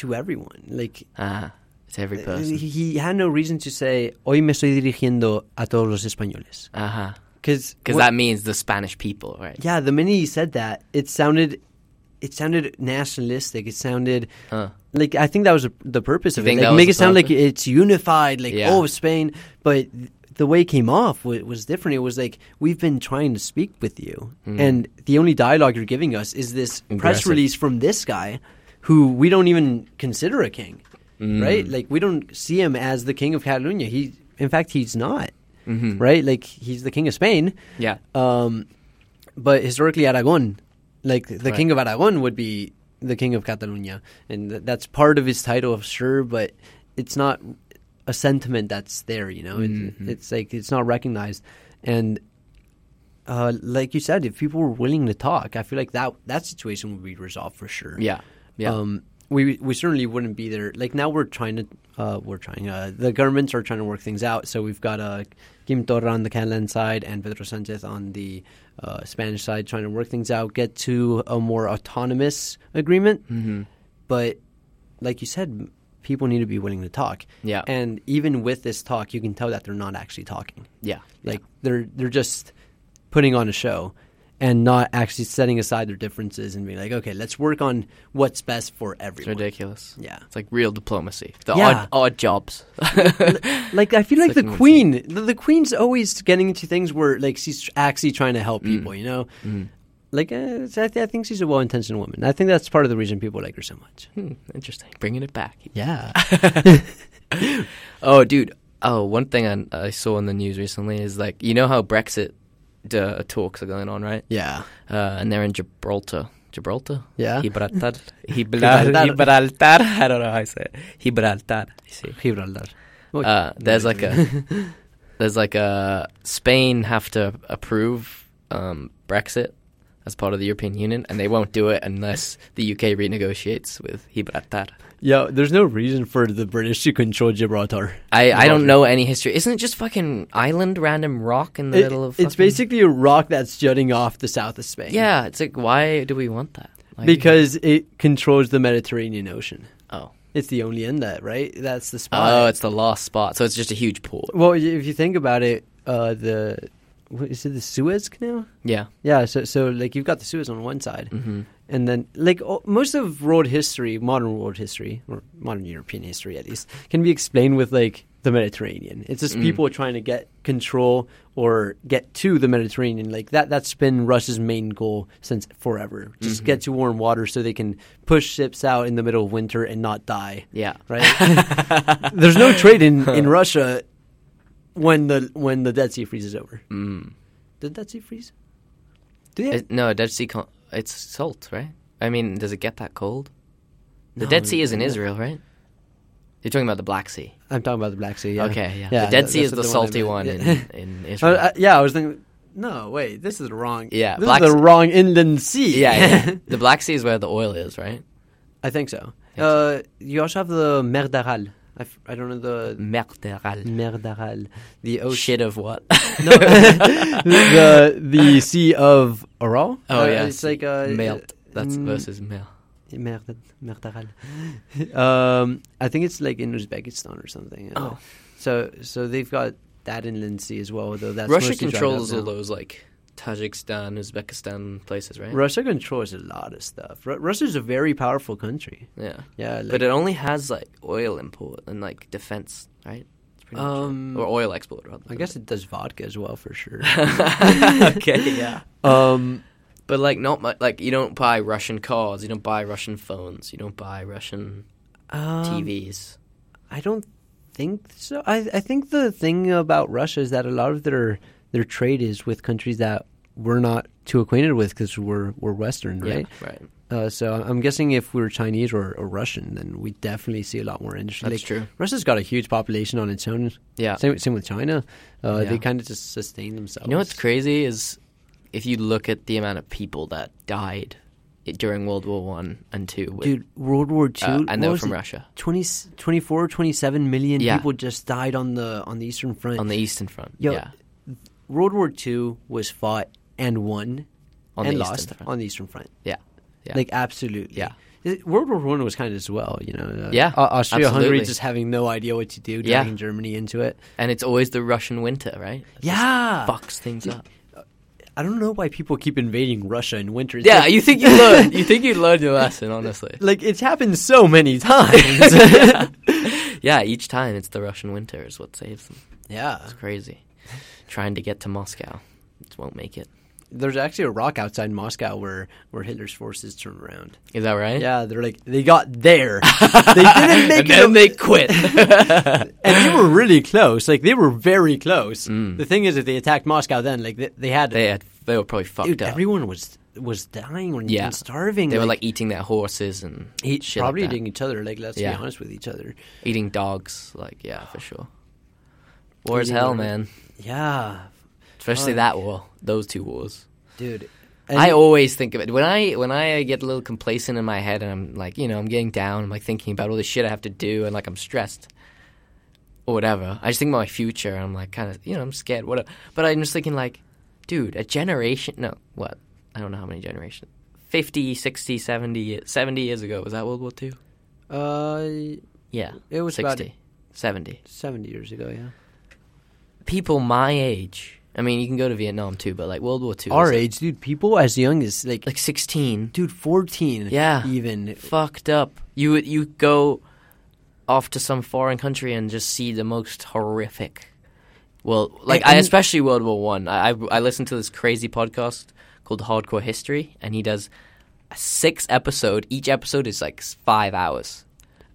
Speaker 2: to everyone. Like
Speaker 1: Ah, it's every person.
Speaker 2: Uh, he, he had no reason to say hoy me estoy dirigiendo a todos los españoles
Speaker 1: Uh huh.
Speaker 2: because
Speaker 1: Because that means the Spanish people, right?
Speaker 2: yeah the minute he said that it sounded it sounded nationalistic. It sounded
Speaker 1: Huh.
Speaker 2: like I think that was the purpose of it.
Speaker 1: think
Speaker 2: Like,
Speaker 1: that was
Speaker 2: make
Speaker 1: the
Speaker 2: it sound like
Speaker 1: purpose?
Speaker 2: it's unified, like
Speaker 1: Yeah.
Speaker 2: oh Spain. But th- the way it came off was, was different. It was like we've been trying to speak with you, and the only dialogue you're giving us is this press
Speaker 1: Hmm. Aggressive.
Speaker 2: release from this guy, who we don't even consider a king,
Speaker 1: Hmm.
Speaker 2: right? Like we don't see him as the king of Catalonia. He, in fact, he's not. Right, like he's the king of Spain,
Speaker 1: Mm-hmm. Yeah.
Speaker 2: um, but historically, Aragon, like the king of Aragon, would be the king of Catalonia, and th- that's part of his title, sure, but it's not a sentiment that's there. You know, it's, it's like it's not recognized, and uh, like you said, if people were willing to talk, I feel like that that situation would be resolved for sure.
Speaker 1: yeah. Yeah.
Speaker 2: Um, we we certainly wouldn't be there. Like now we're trying to uh, we're trying uh, the governments are trying to work things out. So we've got uh, Kim Torra on the Catalan side and Pedro Sanchez on the uh, Spanish side trying to work things out, get to a more autonomous agreement. Mm-hmm. But like you said, people need to be willing to talk.
Speaker 1: Yeah.
Speaker 2: And even with this talk, you can tell that they're not actually talking.
Speaker 1: yeah.
Speaker 2: Like they're they're just putting on a show and not actually setting aside their differences and being like, okay, let's work on what's best for
Speaker 1: It's
Speaker 2: everyone.
Speaker 1: ridiculous.
Speaker 2: Yeah.
Speaker 1: It's like real diplomacy. The
Speaker 2: Yeah.
Speaker 1: odd, odd jobs.
Speaker 2: Like I feel like the
Speaker 1: Second one's
Speaker 2: queen, the, the queen's always getting into things where like she's actually trying to
Speaker 1: Mm.
Speaker 2: help people, you know.
Speaker 1: Mm-hmm.
Speaker 2: Like uh, I, th- I think she's a well-intentioned woman. I think that's part of the reason people like her so much.
Speaker 1: Hmm, Interesting. Bringing it back.
Speaker 2: Yeah.
Speaker 1: Oh, dude. Oh, one thing I, I saw in the news recently is like, you know how Brexit uh, talks are going on, right?
Speaker 2: yeah.
Speaker 1: uh, and they're in Gibraltar. Gibraltar?
Speaker 2: Yeah.
Speaker 1: Gibraltar. Gibraltar.
Speaker 2: Gibraltar.
Speaker 1: Gibraltar. I don't know how I say it. Gibraltar. You see.
Speaker 2: Gibraltar. Well,
Speaker 1: Uh, there's like a there's like a Spain have to approve um, Brexit as part of the European Union, and they won't do it unless the UK renegotiates with Gibraltar.
Speaker 2: yeah, there's no reason for the British to control Gibraltar.
Speaker 1: I, I don't know any history. Isn't it just fucking island, random rock in the
Speaker 2: It-
Speaker 1: middle of?
Speaker 2: it's
Speaker 1: fucking-
Speaker 2: basically a rock that's jutting off the south of Spain.
Speaker 1: yeah. It's like why do we want that? Like,
Speaker 2: because it controls the Mediterranean Ocean.
Speaker 1: oh
Speaker 2: It's the only inlet, right? That's the spot.
Speaker 1: oh it's the last spot, so it's just a huge port.
Speaker 2: well, y- if you think about it, uh, the what, is it the Suez Canal?
Speaker 1: Yeah.
Speaker 2: Yeah, so so like you've got the Suez on one side, and then like o most of world history, modern world history or modern European history at least, can be explained with like the Mediterranean. It's just people trying to get control or get to the Mediterranean. Like that that's been Russia's main goal since forever. Just get to warm water so they can push ships out in the middle of winter and not die.
Speaker 1: Yeah.
Speaker 2: Right? There's no trade in in Russia when the when the Dead Sea freezes over. Mm. Did Dead Sea freeze? Did it?
Speaker 1: It, no, Dead Sea. Con- it's salt, right? I mean, does it get that cold? The Dead Sea is in Israel, right? You're talking about the Black Sea.
Speaker 2: I'm talking about the Black Sea. Yeah.
Speaker 1: Okay, yeah. the
Speaker 2: that-
Speaker 1: Dead Sea
Speaker 2: that's
Speaker 1: is the,
Speaker 2: one I
Speaker 1: salty
Speaker 2: meant.
Speaker 1: one
Speaker 2: Yeah.
Speaker 1: in, in
Speaker 2: Uh,
Speaker 1: Israel.
Speaker 2: uh, yeah, I was thinking. No, wait. This is wrong.
Speaker 1: Yeah,
Speaker 2: this
Speaker 1: Black
Speaker 2: is the
Speaker 1: Sea-
Speaker 2: wrong inland sea.
Speaker 1: yeah, yeah. the Black Sea is where the oil is, right?
Speaker 2: I think so. Uh, you also have the Mer d'Aral. I, f- I don't know the
Speaker 1: Merderal.
Speaker 2: Mer d'Aral. The ocean.
Speaker 1: Shit of what?
Speaker 2: the the sea of Aral.
Speaker 1: oh
Speaker 2: Uh,
Speaker 1: yeah,
Speaker 2: it's like uh,
Speaker 1: melt. That's
Speaker 2: mm,
Speaker 1: versus melt.
Speaker 2: Mer Mer d'Aral. um, I think it's like in Uzbekistan or something. Uh,
Speaker 1: Oh.
Speaker 2: so so they've got that inland sea as well, though that's
Speaker 1: Russia
Speaker 2: mostly dried up
Speaker 1: controls all
Speaker 2: now.
Speaker 1: those like Tajikistan, Uzbekistan places, right?
Speaker 2: Russia controls a lot of stuff. Ru- Russia's a very powerful country.
Speaker 1: yeah,
Speaker 2: Yeah, like-
Speaker 1: but it only has like oil import and like defense, right? It's pretty much it.
Speaker 2: Um,
Speaker 1: or oil export rather.
Speaker 2: I guess it does vodka as well for sure.
Speaker 1: okay, yeah.
Speaker 2: um,
Speaker 1: But like not much. Like you don't buy Russian cars, you don't buy Russian phones, you don't buy Russian TVs.
Speaker 2: Um, I don't think so. I, I think the thing about Russia is that a lot of their their trade is with countries that we're not too acquainted with because we're we're Western, right?
Speaker 1: Yeah, right.
Speaker 2: Uh, so I'm guessing if we were Chinese or, or Russian, then we definitely see a lot more industry.
Speaker 1: That's true.
Speaker 2: Russia's got a huge population on its own.
Speaker 1: Yeah.
Speaker 2: Same, same with China. Uh,
Speaker 1: Yeah.
Speaker 2: They kind of just sustain themselves.
Speaker 1: You know what's crazy is if you look at the amount of people that died i- during World War One and Two. With,
Speaker 2: Dude, World War II.
Speaker 1: Uh, and
Speaker 2: what
Speaker 1: they were
Speaker 2: was
Speaker 1: from
Speaker 2: it?
Speaker 1: Russia.
Speaker 2: 20, 24, 27 million
Speaker 1: Yeah.
Speaker 2: people just died on the on the Eastern Front.
Speaker 1: on the Eastern Front.
Speaker 2: Yo,
Speaker 1: yeah,
Speaker 2: World War II was fought and won
Speaker 1: On the
Speaker 2: and
Speaker 1: Eastern
Speaker 2: lost
Speaker 1: Front.
Speaker 2: on the Eastern Front.
Speaker 1: yeah, yeah.
Speaker 2: Like absolutely.
Speaker 1: Yeah.
Speaker 2: It- World War One was kind of as well, you know. uh,
Speaker 1: Yeah,
Speaker 2: Au- Austria Hungary
Speaker 1: absolutely.
Speaker 2: just having no idea what to do,
Speaker 1: Yeah.
Speaker 2: dragging Germany into it.
Speaker 1: and it's always the Russian winter, right? It
Speaker 2: Yeah,
Speaker 1: fucks things up.
Speaker 2: I don't know why people keep invading Russia in winter. It's
Speaker 1: Yeah,
Speaker 2: like,
Speaker 1: you think you learned? You think you learned your lesson? Honestly,
Speaker 2: like it's happened so many times.
Speaker 1: yeah. Each time it's the Russian winter is what saves them.
Speaker 2: yeah,
Speaker 1: It's crazy. Trying to get to Moscow, it won't make it.
Speaker 2: there's actually a rock outside Moscow where where Hitler's forces turn around.
Speaker 1: Is that right?
Speaker 2: Yeah, they're like they got there. they didn't make
Speaker 1: And
Speaker 2: it.
Speaker 1: then they quit.
Speaker 2: and they were really close. Like they were very close. The thing is, if they attacked Moscow, then like they, they had,
Speaker 1: Mm. they had, they were probably fucked
Speaker 2: dude,
Speaker 1: up.
Speaker 2: everyone was was dying or
Speaker 1: yeah,
Speaker 2: and starving.
Speaker 1: They were like eating their horses and
Speaker 2: e-
Speaker 1: shit
Speaker 2: probably
Speaker 1: like that.
Speaker 2: eating each other. Like let's
Speaker 1: Yeah.
Speaker 2: be honest with each other.
Speaker 1: eating dogs. Like yeah, for sure. War is
Speaker 2: Eating
Speaker 1: hell,
Speaker 2: dogs.
Speaker 1: man.
Speaker 2: Yeah,
Speaker 1: Especially that war. Those two wars.
Speaker 2: dude.
Speaker 1: I always think of it when I when I get a little complacent in my head and I'm like, you know, I'm getting down. I'm like thinking about all the shit I have to do and like I'm stressed or whatever. I just think about my future and I'm like, kind of, you know, I'm scared. Whatever. But I'm just thinking like, dude, a generation. No, what? I don't know how many generations. 50, 60, 70, ye- 70 years ago. Was that World War Two?
Speaker 2: uh,
Speaker 1: Yeah,
Speaker 2: It was about-
Speaker 1: 60, 70.
Speaker 2: seventy years ago. Yeah,
Speaker 1: People my age. I mean, you can go to Vietnam too, but like World War Two.
Speaker 2: our
Speaker 1: was, like-
Speaker 2: age, dude. People as young as like,
Speaker 1: like 16.
Speaker 2: dude, fourteen.
Speaker 1: Yeah.
Speaker 2: even
Speaker 1: fucked up. You would- you go off to some foreign country and just see the most horrific. Well, like I
Speaker 2: and-
Speaker 1: especially World War One. I, I I listened to this crazy podcast called Hardcore History, and he does a six episode. Each episode is like s- five hours,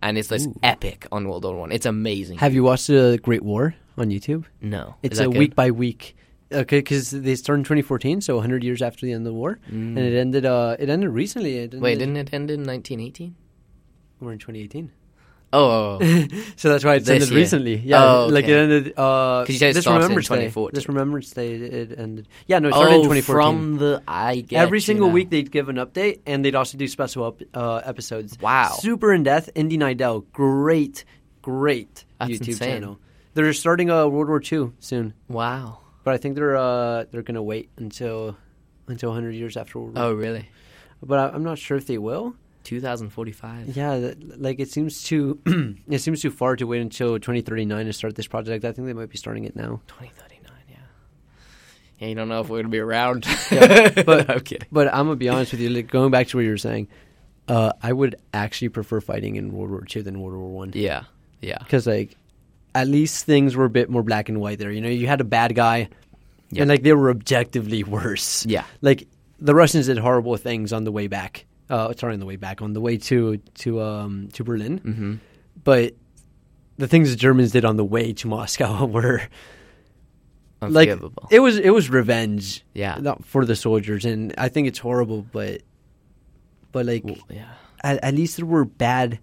Speaker 1: and it's this epic on World War One. It's amazing.
Speaker 2: Have you watched the Great War on YouTube?
Speaker 1: no, Is
Speaker 2: It's
Speaker 1: that
Speaker 2: a
Speaker 1: good?
Speaker 2: week by week. Okay, because they started in 2014, so 100 years after the end of the war, and it ended. Uh, it ended recently. It ended,
Speaker 1: Mm. Wait, didn't it end in 1918?
Speaker 2: We're in 2018,
Speaker 1: Oh,
Speaker 2: so that's why it's
Speaker 1: This
Speaker 2: ended
Speaker 1: year.
Speaker 2: recently. Yeah,
Speaker 1: Oh,
Speaker 2: like it
Speaker 1: okay.
Speaker 2: ended. Uh,
Speaker 1: 'Cause you said it
Speaker 2: this
Speaker 1: starts in
Speaker 2: Remembrance Day.
Speaker 1: 2014.
Speaker 2: This Remembrance Day. It it ended. Yeah, no, it started in
Speaker 1: oh,
Speaker 2: 2014.
Speaker 1: from the I get
Speaker 2: Every
Speaker 1: you
Speaker 2: single
Speaker 1: now.
Speaker 2: week they'd give an update, and they'd also do special up, uh, episodes.
Speaker 1: Wow.
Speaker 2: Super in depth. Indy Nidell, great, great
Speaker 1: That's
Speaker 2: YouTube
Speaker 1: insane.
Speaker 2: channel. They're starting uh, World War II soon.
Speaker 1: Wow.
Speaker 2: But I think they're uh, they're gonna wait until until 100 years after. World War.
Speaker 1: Oh, really?
Speaker 2: But I, I'm not sure if they will.
Speaker 1: 2045.
Speaker 2: Yeah, that, like it seems too it seems too far to wait until 2039 to start this project. I think they might be starting it now.
Speaker 1: 2039, yeah. Yeah, you don't know if we're going to be around.
Speaker 2: but-
Speaker 1: I'm kidding.
Speaker 2: But I'm gonna be honest with you. Like, going back to what you were saying, uh, I would actually prefer fighting in World War II than World War One.
Speaker 1: Yeah, yeah.
Speaker 2: because like at least things were a bit more black and white there. You know, you had a bad guy,
Speaker 1: Yeah.
Speaker 2: and like they were objectively worse.
Speaker 1: Yeah.
Speaker 2: like the Russians did horrible things on the way back. Uh, sorry, on the way back, on the way to to um to Berlin. Mm-hmm. But the things the Germans did on the way to Moscow were like
Speaker 1: unforgivable.
Speaker 2: it was it was revenge.
Speaker 1: Yeah.
Speaker 2: Not for the soldiers and I think it's horrible but but like
Speaker 1: yeah.
Speaker 2: at, at least there were bad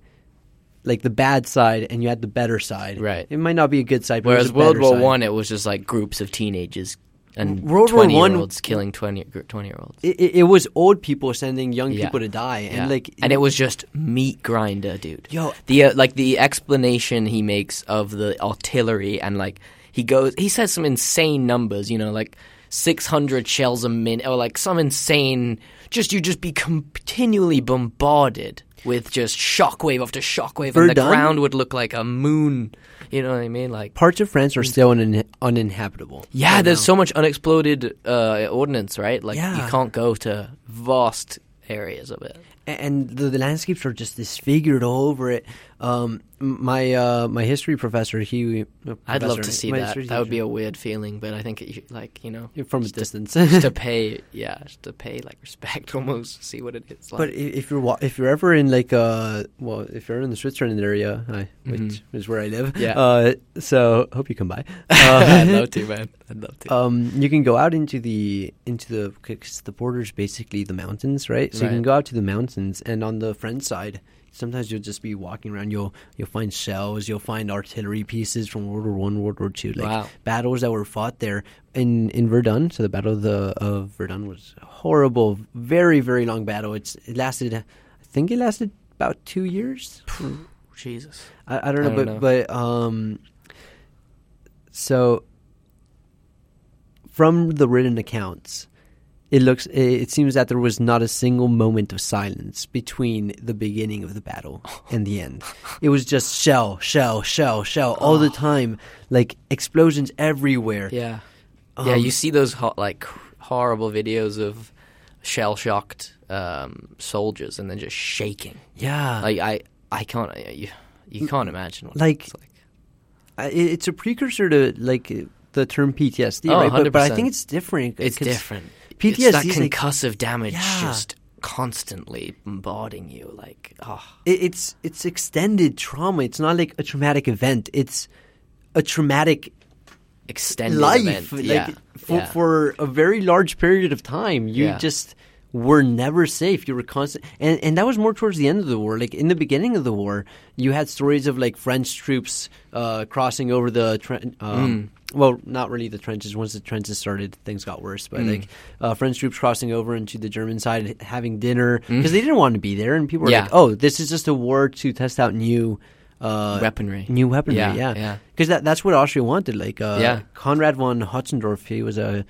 Speaker 2: like the bad side and you had the better side.
Speaker 1: Right.
Speaker 2: It might not be a good side but it
Speaker 1: Whereas
Speaker 2: was a
Speaker 1: World
Speaker 2: better
Speaker 1: War
Speaker 2: side.
Speaker 1: One, it was just like groups of teenagers and
Speaker 2: World War One-
Speaker 1: twenty year olds killing 20, year olds.
Speaker 2: it, it, it was old people sending young
Speaker 1: Yeah.
Speaker 2: people to die and
Speaker 1: Yeah.
Speaker 2: like
Speaker 1: and it was just meat grinder, dude.
Speaker 2: Yo.
Speaker 1: the uh, like the explanation he makes of the artillery and like he goes, he says some insane numbers, you know, like six hundred shells a minute, or like some insane. Just you just be continually bombarded with just shockwave after shockwave, and the
Speaker 2: Verdun?
Speaker 1: ground would look like a moon. You know what I mean? Like
Speaker 2: parts of France are still unin- uninhabitable.
Speaker 1: Mm. Yeah, there's so much unexploded uh, ordnance, right? Like
Speaker 2: Yeah.
Speaker 1: you can't go to vast areas of it.
Speaker 2: A- and the, the landscapes are just disfigured all over it. Um, m- my uh, my history professor, he uh,
Speaker 1: I'd love to
Speaker 2: professor,
Speaker 1: see
Speaker 2: my
Speaker 1: that.
Speaker 2: history
Speaker 1: That would be
Speaker 2: teacher-
Speaker 1: a weird feeling, but I think it, should, like you know,
Speaker 2: from a
Speaker 1: just to-
Speaker 2: distance.
Speaker 1: just to pay, yeah, just to pay like respect, almost see what it is like.
Speaker 2: But i- if you're wa- if you're ever in like uh well if you're in the Switzerland area, I, which is where I live,
Speaker 1: Yeah.
Speaker 2: Uh, so hope you come by.
Speaker 1: Oh, I'd
Speaker 2: Uh,
Speaker 1: love to, man. I'd love to.
Speaker 2: um, you can go out into the into the because the border's basically the mountains, right? So you can
Speaker 1: Right.
Speaker 2: go out to the mountains, and on the French side, sometimes you'll just be walking around. You'll you'll find shells, you'll find artillery pieces from World War One, World War Two, like
Speaker 1: Wow.
Speaker 2: battles that were fought there in in Verdun. So the battle of the of Verdun was horrible, very very long battle. It's it lasted, I think it lasted about two years.
Speaker 1: Oh, Jesus.
Speaker 2: I, I don't know,
Speaker 1: I don't
Speaker 2: but
Speaker 1: know.
Speaker 2: but um, so from the written accounts, it looks it, it seems that there was not a single moment of silence between the beginning of the battle and the end. It was just shell, shell, shell, shell all the time, like explosions everywhere.
Speaker 1: Ah. Yeah, yeah. You see those ho- like horrible videos of shell shocked um, soldiers, and then just shaking.
Speaker 2: yeah.
Speaker 1: Like I, I can't. I- You, you can't imagine. What
Speaker 2: like-
Speaker 1: it's like.
Speaker 2: I- it- it's a precursor to like the term PTSD,
Speaker 1: Oh,
Speaker 2: right? But, but I
Speaker 1: 100%.
Speaker 2: think it's different.
Speaker 1: It's
Speaker 2: 'cause
Speaker 1: different.
Speaker 2: PTSD
Speaker 1: it's that
Speaker 2: is like-
Speaker 1: concussive damage
Speaker 2: Yeah.
Speaker 1: just constantly bombarding you. Like, oh,
Speaker 2: it, it's it's extended trauma. It's not like a traumatic event. It's a traumatic
Speaker 1: extended
Speaker 2: life,
Speaker 1: event.
Speaker 2: like
Speaker 1: yeah.
Speaker 2: for
Speaker 1: yeah.
Speaker 2: for a very large period of time. You
Speaker 1: Yeah.
Speaker 2: just were never safe. You were constant, and and that was more towards the end of the war. Like in the beginning of the war, you had stories of like French troops uh, crossing over the. Tren- um,
Speaker 1: Hmm.
Speaker 2: Well, not really the trenches. Once the trenches started, things got worse.
Speaker 1: Hmm.
Speaker 2: But like uh, French troops crossing over into the German side, having dinner because they didn't want to be there, and people were
Speaker 1: Hmm. Yeah.
Speaker 2: like, "Oh, this is just a war to test out new." Uh,
Speaker 1: Weaponry.
Speaker 2: new weaponry,
Speaker 1: Yeah,
Speaker 2: yeah,
Speaker 1: yeah.
Speaker 2: because that, that's what Austria wanted. Like, uh,
Speaker 1: Yeah.
Speaker 2: Konrad von Hotzendorf, he was a,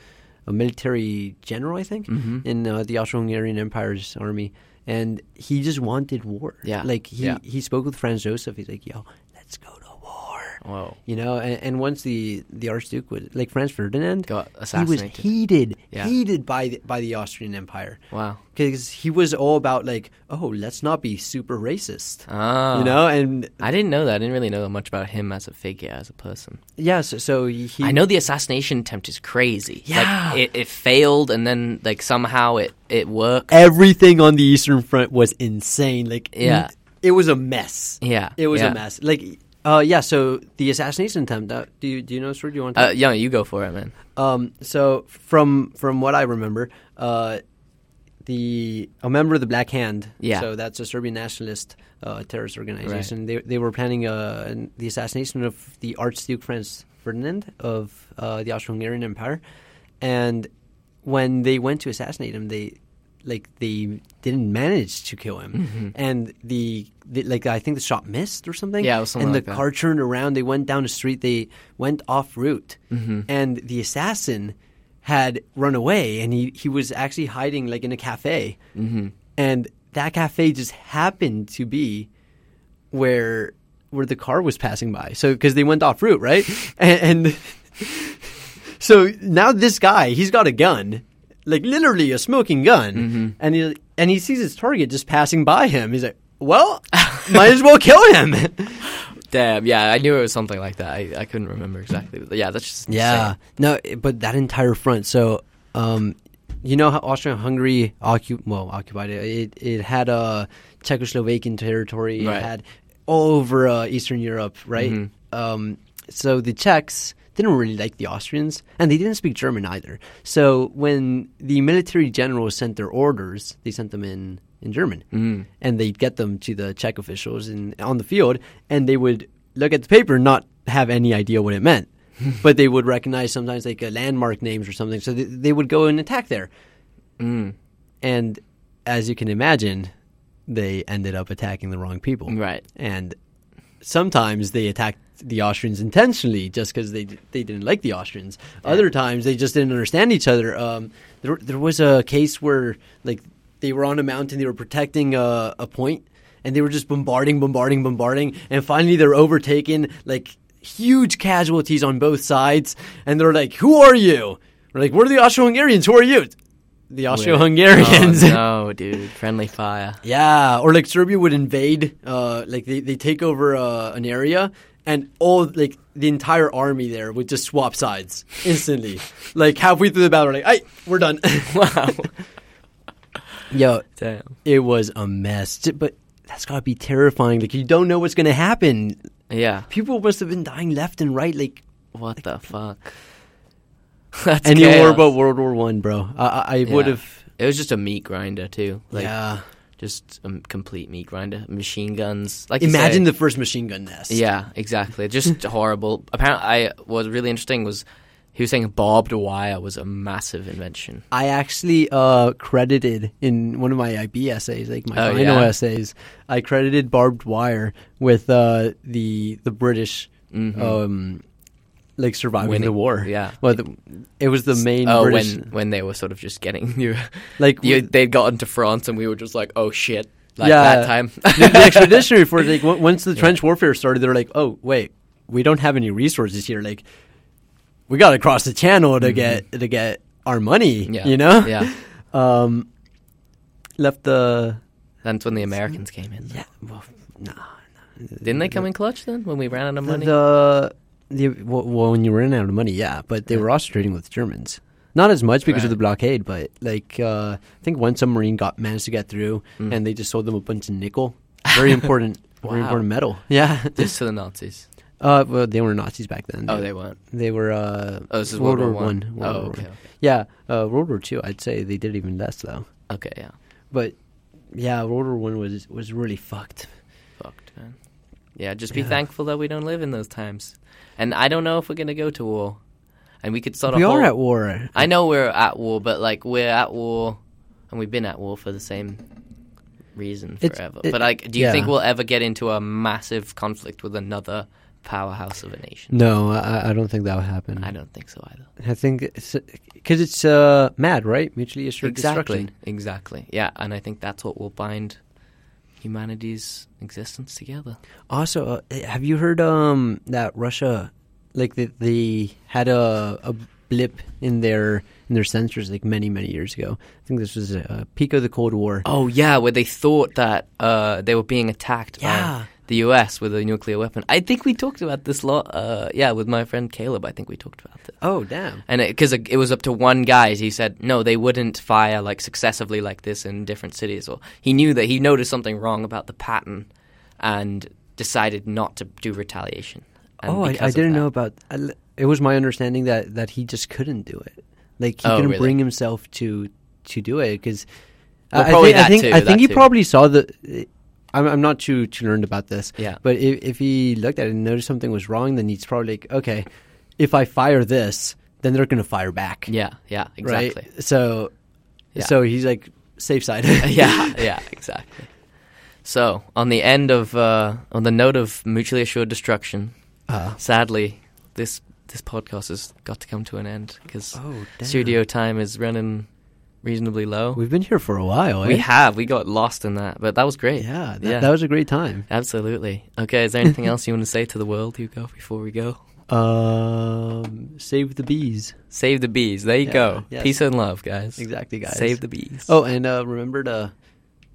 Speaker 2: a military general, I think,
Speaker 1: Mm-hmm.
Speaker 2: in uh, the Austro-Hungarian Empire's army, and he just wanted war.
Speaker 1: Yeah,
Speaker 2: like he
Speaker 1: yeah.
Speaker 2: he spoke with Franz Josef. He's like, "Yo, let's go to war."
Speaker 1: Whoa.
Speaker 2: you know. And, and once the the Archduke was like Franz Ferdinand
Speaker 1: Got
Speaker 2: he
Speaker 1: assassinated.
Speaker 2: was heated,
Speaker 1: Yeah.
Speaker 2: heated by the, by the Austrian Empire.
Speaker 1: Wow.
Speaker 2: because he was all about like, "Oh, let's not be super racist."
Speaker 1: Ah.
Speaker 2: you know, and
Speaker 1: I didn't know that. I didn't really know that much about him as a figure, as a person.
Speaker 2: yeah, so, so he.
Speaker 1: I know the assassination attempt is crazy.
Speaker 2: Yeah.
Speaker 1: Like, it, it failed, and then like somehow it it worked.
Speaker 2: everything on the Eastern Front was insane. Like,
Speaker 1: Yeah.
Speaker 2: n- it was a mess.
Speaker 1: Yeah,
Speaker 2: it was
Speaker 1: yeah.
Speaker 2: a mess. Like, uh, yeah. So the assassination attempt. Uh, do you do you know, sir? Do you want? To
Speaker 1: Uh, yeah, you go for it, man.
Speaker 2: um, so from from what I remember, uh, the a member of the Black Hand,
Speaker 1: Yeah.
Speaker 2: So that's a Serbian nationalist uh, terrorist organization. They they were planning uh, an- the assassination of the Archduke Franz Ferdinand of uh, the Austro-Hungarian Empire, and when they went to assassinate him, they like they didn't manage to kill him, and the, the like I think the shot missed or something.
Speaker 1: Yeah, it was something
Speaker 2: and
Speaker 1: like
Speaker 2: the
Speaker 1: that.
Speaker 2: car turned around, they went down the street, they went off route,
Speaker 1: Mm-hmm.
Speaker 2: and the assassin had run away, and he, he was actually hiding like in a cafe, mm-hmm. and that cafe just happened to be where where the car was passing by. So because they went off route, right? and, and so now this guy, he's got a gun, like literally a smoking gun,
Speaker 1: Mm-hmm.
Speaker 2: and he and he sees his target just passing by him. He's like, well, might as well kill him.
Speaker 1: Damn. Yeah, I knew it was something like that. I, I couldn't remember exactly. But yeah, that's just
Speaker 2: Yeah.
Speaker 1: insane.
Speaker 2: No, i- but that entire front. So, um, you know how Austria-Hungary occu- well occupied it. It it had a uh, Czechoslovakian territory. It
Speaker 1: Right.
Speaker 2: had all over uh, Eastern Europe, right? Um, so the Czechs didn't really like the Austrians, and they didn't speak German either. So when the military generals sent their orders, they sent them in in German, mm. and they'd get them to the Czech officials in, on the field, and they would look at the paper, and not have any idea what it meant, but they would recognize sometimes like uh, landmark names or something. So they, they would go and attack there, and as you can imagine, they ended up attacking the wrong people.
Speaker 1: Right.
Speaker 2: And sometimes they attacked the Austrians intentionally just because they they didn't like the Austrians. Other times they just didn't understand each other. Um, there there was a case where like they were on a mountain, they were protecting a, a point, and they were just bombarding, bombarding, bombarding, and finally they're overtaken. Like huge casualties on both sides, and they're like, "Who are you?" We're like, "We're the Austro-Hungarians. Who are you?" The Austro-Hungarians.
Speaker 1: Oh, no, dude. Friendly fire.
Speaker 2: Yeah, or like Serbia would invade, uh, like they, they take over uh, an area, and all like the entire army there would just swap sides instantly. like halfway through the battle, like, "Hey, we're done."
Speaker 1: Wow.
Speaker 2: Yo,
Speaker 1: Damn.
Speaker 2: it was a mess, J- but that's gotta be terrifying. Like you don't know what's gonna happen.
Speaker 1: Yeah.
Speaker 2: People must have been dying left and right. Like
Speaker 1: What the fuck? That's
Speaker 2: and you
Speaker 1: chaos.
Speaker 2: war about World War One, bro. I, I, I
Speaker 1: Yeah.
Speaker 2: would have.
Speaker 1: It was just a meat grinder too. Like,
Speaker 2: yeah.
Speaker 1: Just a m- complete meat grinder. Machine guns. Like you
Speaker 2: Imagine
Speaker 1: say-
Speaker 2: the first machine gun nest.
Speaker 1: Yeah, exactly. Just horrible. Apparently, I what was really interesting was he was saying barbed wire was a massive invention.
Speaker 2: I actually uh, credited in one of my IB essays, like my
Speaker 1: Oh,
Speaker 2: final
Speaker 1: yeah?
Speaker 2: essays, I credited barbed wire with uh, the the British, um, like surviving
Speaker 1: Mm-hmm. Winning.
Speaker 2: the war.
Speaker 1: Yeah.
Speaker 2: well, the, it was the main
Speaker 1: Oh,
Speaker 2: British.
Speaker 1: when when they were sort of just getting you,
Speaker 2: Like,
Speaker 1: you,
Speaker 2: we-
Speaker 1: they'd gotten to France and we were just like, oh shit, like
Speaker 2: yeah,
Speaker 1: that time.
Speaker 2: the, the expeditionary force. Like on- once the trench warfare started, they're like, oh wait, we don't have any resources here. Like we got to cross the channel to get to get our money.
Speaker 1: Mm-hmm. yeah,
Speaker 2: You know,
Speaker 1: yeah.
Speaker 2: Um, left the
Speaker 1: That's when the Americans came in.
Speaker 2: yeah. Well, nah.
Speaker 1: Didn't they come in clutch then when we ran out of money?
Speaker 2: The, the well, well, when you were in out of money, yeah, but they were also trading with Germans. Not as much because of
Speaker 1: Right.
Speaker 2: the blockade, but like uh, I think one submarine got managed to get through, and they just sold them a bunch of nickel, very important,
Speaker 1: Mm.
Speaker 2: very
Speaker 1: Wow.
Speaker 2: important metal. Yeah,
Speaker 1: Just to the Nazis.
Speaker 2: uh, well, they were Nazis back then.
Speaker 1: Oh, they weren't.
Speaker 2: They were. Uh,
Speaker 1: Oh, this is World War
Speaker 2: One.
Speaker 1: One.
Speaker 2: World
Speaker 1: Oh,
Speaker 2: War
Speaker 1: okay,
Speaker 2: One.
Speaker 1: okay.
Speaker 2: Yeah, uh, World War Two. I'd say they did even less though,
Speaker 1: Okay, yeah.
Speaker 2: but yeah, World War One was was really fucked.
Speaker 1: Fucked, man. Yeah, just be thankful that we don't live in those times. And I don't know if we're gonna go to war. And we could sort
Speaker 2: we
Speaker 1: of.
Speaker 2: are
Speaker 1: hold-
Speaker 2: at war.
Speaker 1: I know we're at war, but like we're at war, and we've been at war for the same reason
Speaker 2: It's-
Speaker 1: forever.
Speaker 2: it-
Speaker 1: but like, do you
Speaker 2: yeah.
Speaker 1: think we'll ever get into a massive conflict with another powerhouse of a nation?
Speaker 2: No, I, I don't think that would happen.
Speaker 1: I don't think so either.
Speaker 2: I think because it's uh, mad, right? Mutually assured
Speaker 1: Exactly.
Speaker 2: destruction.
Speaker 1: Exactly. Yeah, and I think that's what will bind humanity's existence together.
Speaker 2: Also, uh, have you heard um, that Russia, like they, they had a, a blip in their in their sensors like many many years ago? I think this was a peak of the Cold War.
Speaker 1: Oh yeah, where they thought that uh, they were being attacked
Speaker 2: Yeah.
Speaker 1: by the U.S. with a nuclear weapon. I think we talked about this lot. Uh, yeah, with my friend Caleb, I think we talked about this.
Speaker 2: Oh, damn!
Speaker 1: And because it, 'cause it was up to one guy, he said no, they wouldn't fire like successively like this in different cities. Or he knew that he noticed something wrong about the pattern, and decided not to do retaliation. And
Speaker 2: oh, I,
Speaker 1: because
Speaker 2: I
Speaker 1: of
Speaker 2: didn't
Speaker 1: that-
Speaker 2: know about. I l it was my understanding that that he just couldn't do it. Like he
Speaker 1: Oh,
Speaker 2: couldn't
Speaker 1: really?
Speaker 2: bring himself to to do it because.
Speaker 1: Well,
Speaker 2: I,
Speaker 1: probably
Speaker 2: think, I
Speaker 1: that
Speaker 2: think,
Speaker 1: too,
Speaker 2: I think
Speaker 1: that
Speaker 2: he
Speaker 1: too.
Speaker 2: probably saw the. I'm, I'm not too too learned about this.
Speaker 1: Yeah.
Speaker 2: But if, if he looked at it and noticed something was wrong, then he's probably like, okay, if I fire this, then they're going to fire back.
Speaker 1: Yeah, yeah,
Speaker 2: Right.
Speaker 1: exactly.
Speaker 2: So,
Speaker 1: Yeah.
Speaker 2: so he's like safe side.
Speaker 1: yeah, yeah, exactly. So, on the end of uh, on the note of mutually assured destruction,
Speaker 2: Uh,
Speaker 1: sadly, this this podcast has got to come to an end because
Speaker 2: Oh, damn.
Speaker 1: studio time is running reasonably low.
Speaker 2: we've been here for a while.
Speaker 1: We
Speaker 2: eh?
Speaker 1: have we got lost in that, but that was great.
Speaker 2: Yeah. That, that was a great time.
Speaker 1: absolutely okay. Is there anything else you want to say to the world, Hugo, before we go?
Speaker 2: Um, save the bees.
Speaker 1: Save the bees. There you
Speaker 2: Yeah,
Speaker 1: go.
Speaker 2: yes.
Speaker 1: Peace and love, guys.
Speaker 2: Exactly, guys.
Speaker 1: Save the bees.
Speaker 2: Oh, and uh, remember to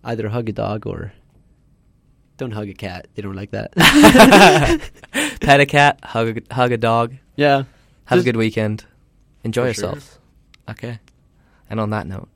Speaker 2: either hug a dog or don't hug a cat. They don't like that.
Speaker 1: pet a cat, hug a, hug a dog.
Speaker 2: yeah.
Speaker 1: Have
Speaker 2: Just-
Speaker 1: a good weekend. Enjoy
Speaker 2: For sure.
Speaker 1: yourselves. Okay. And on that note.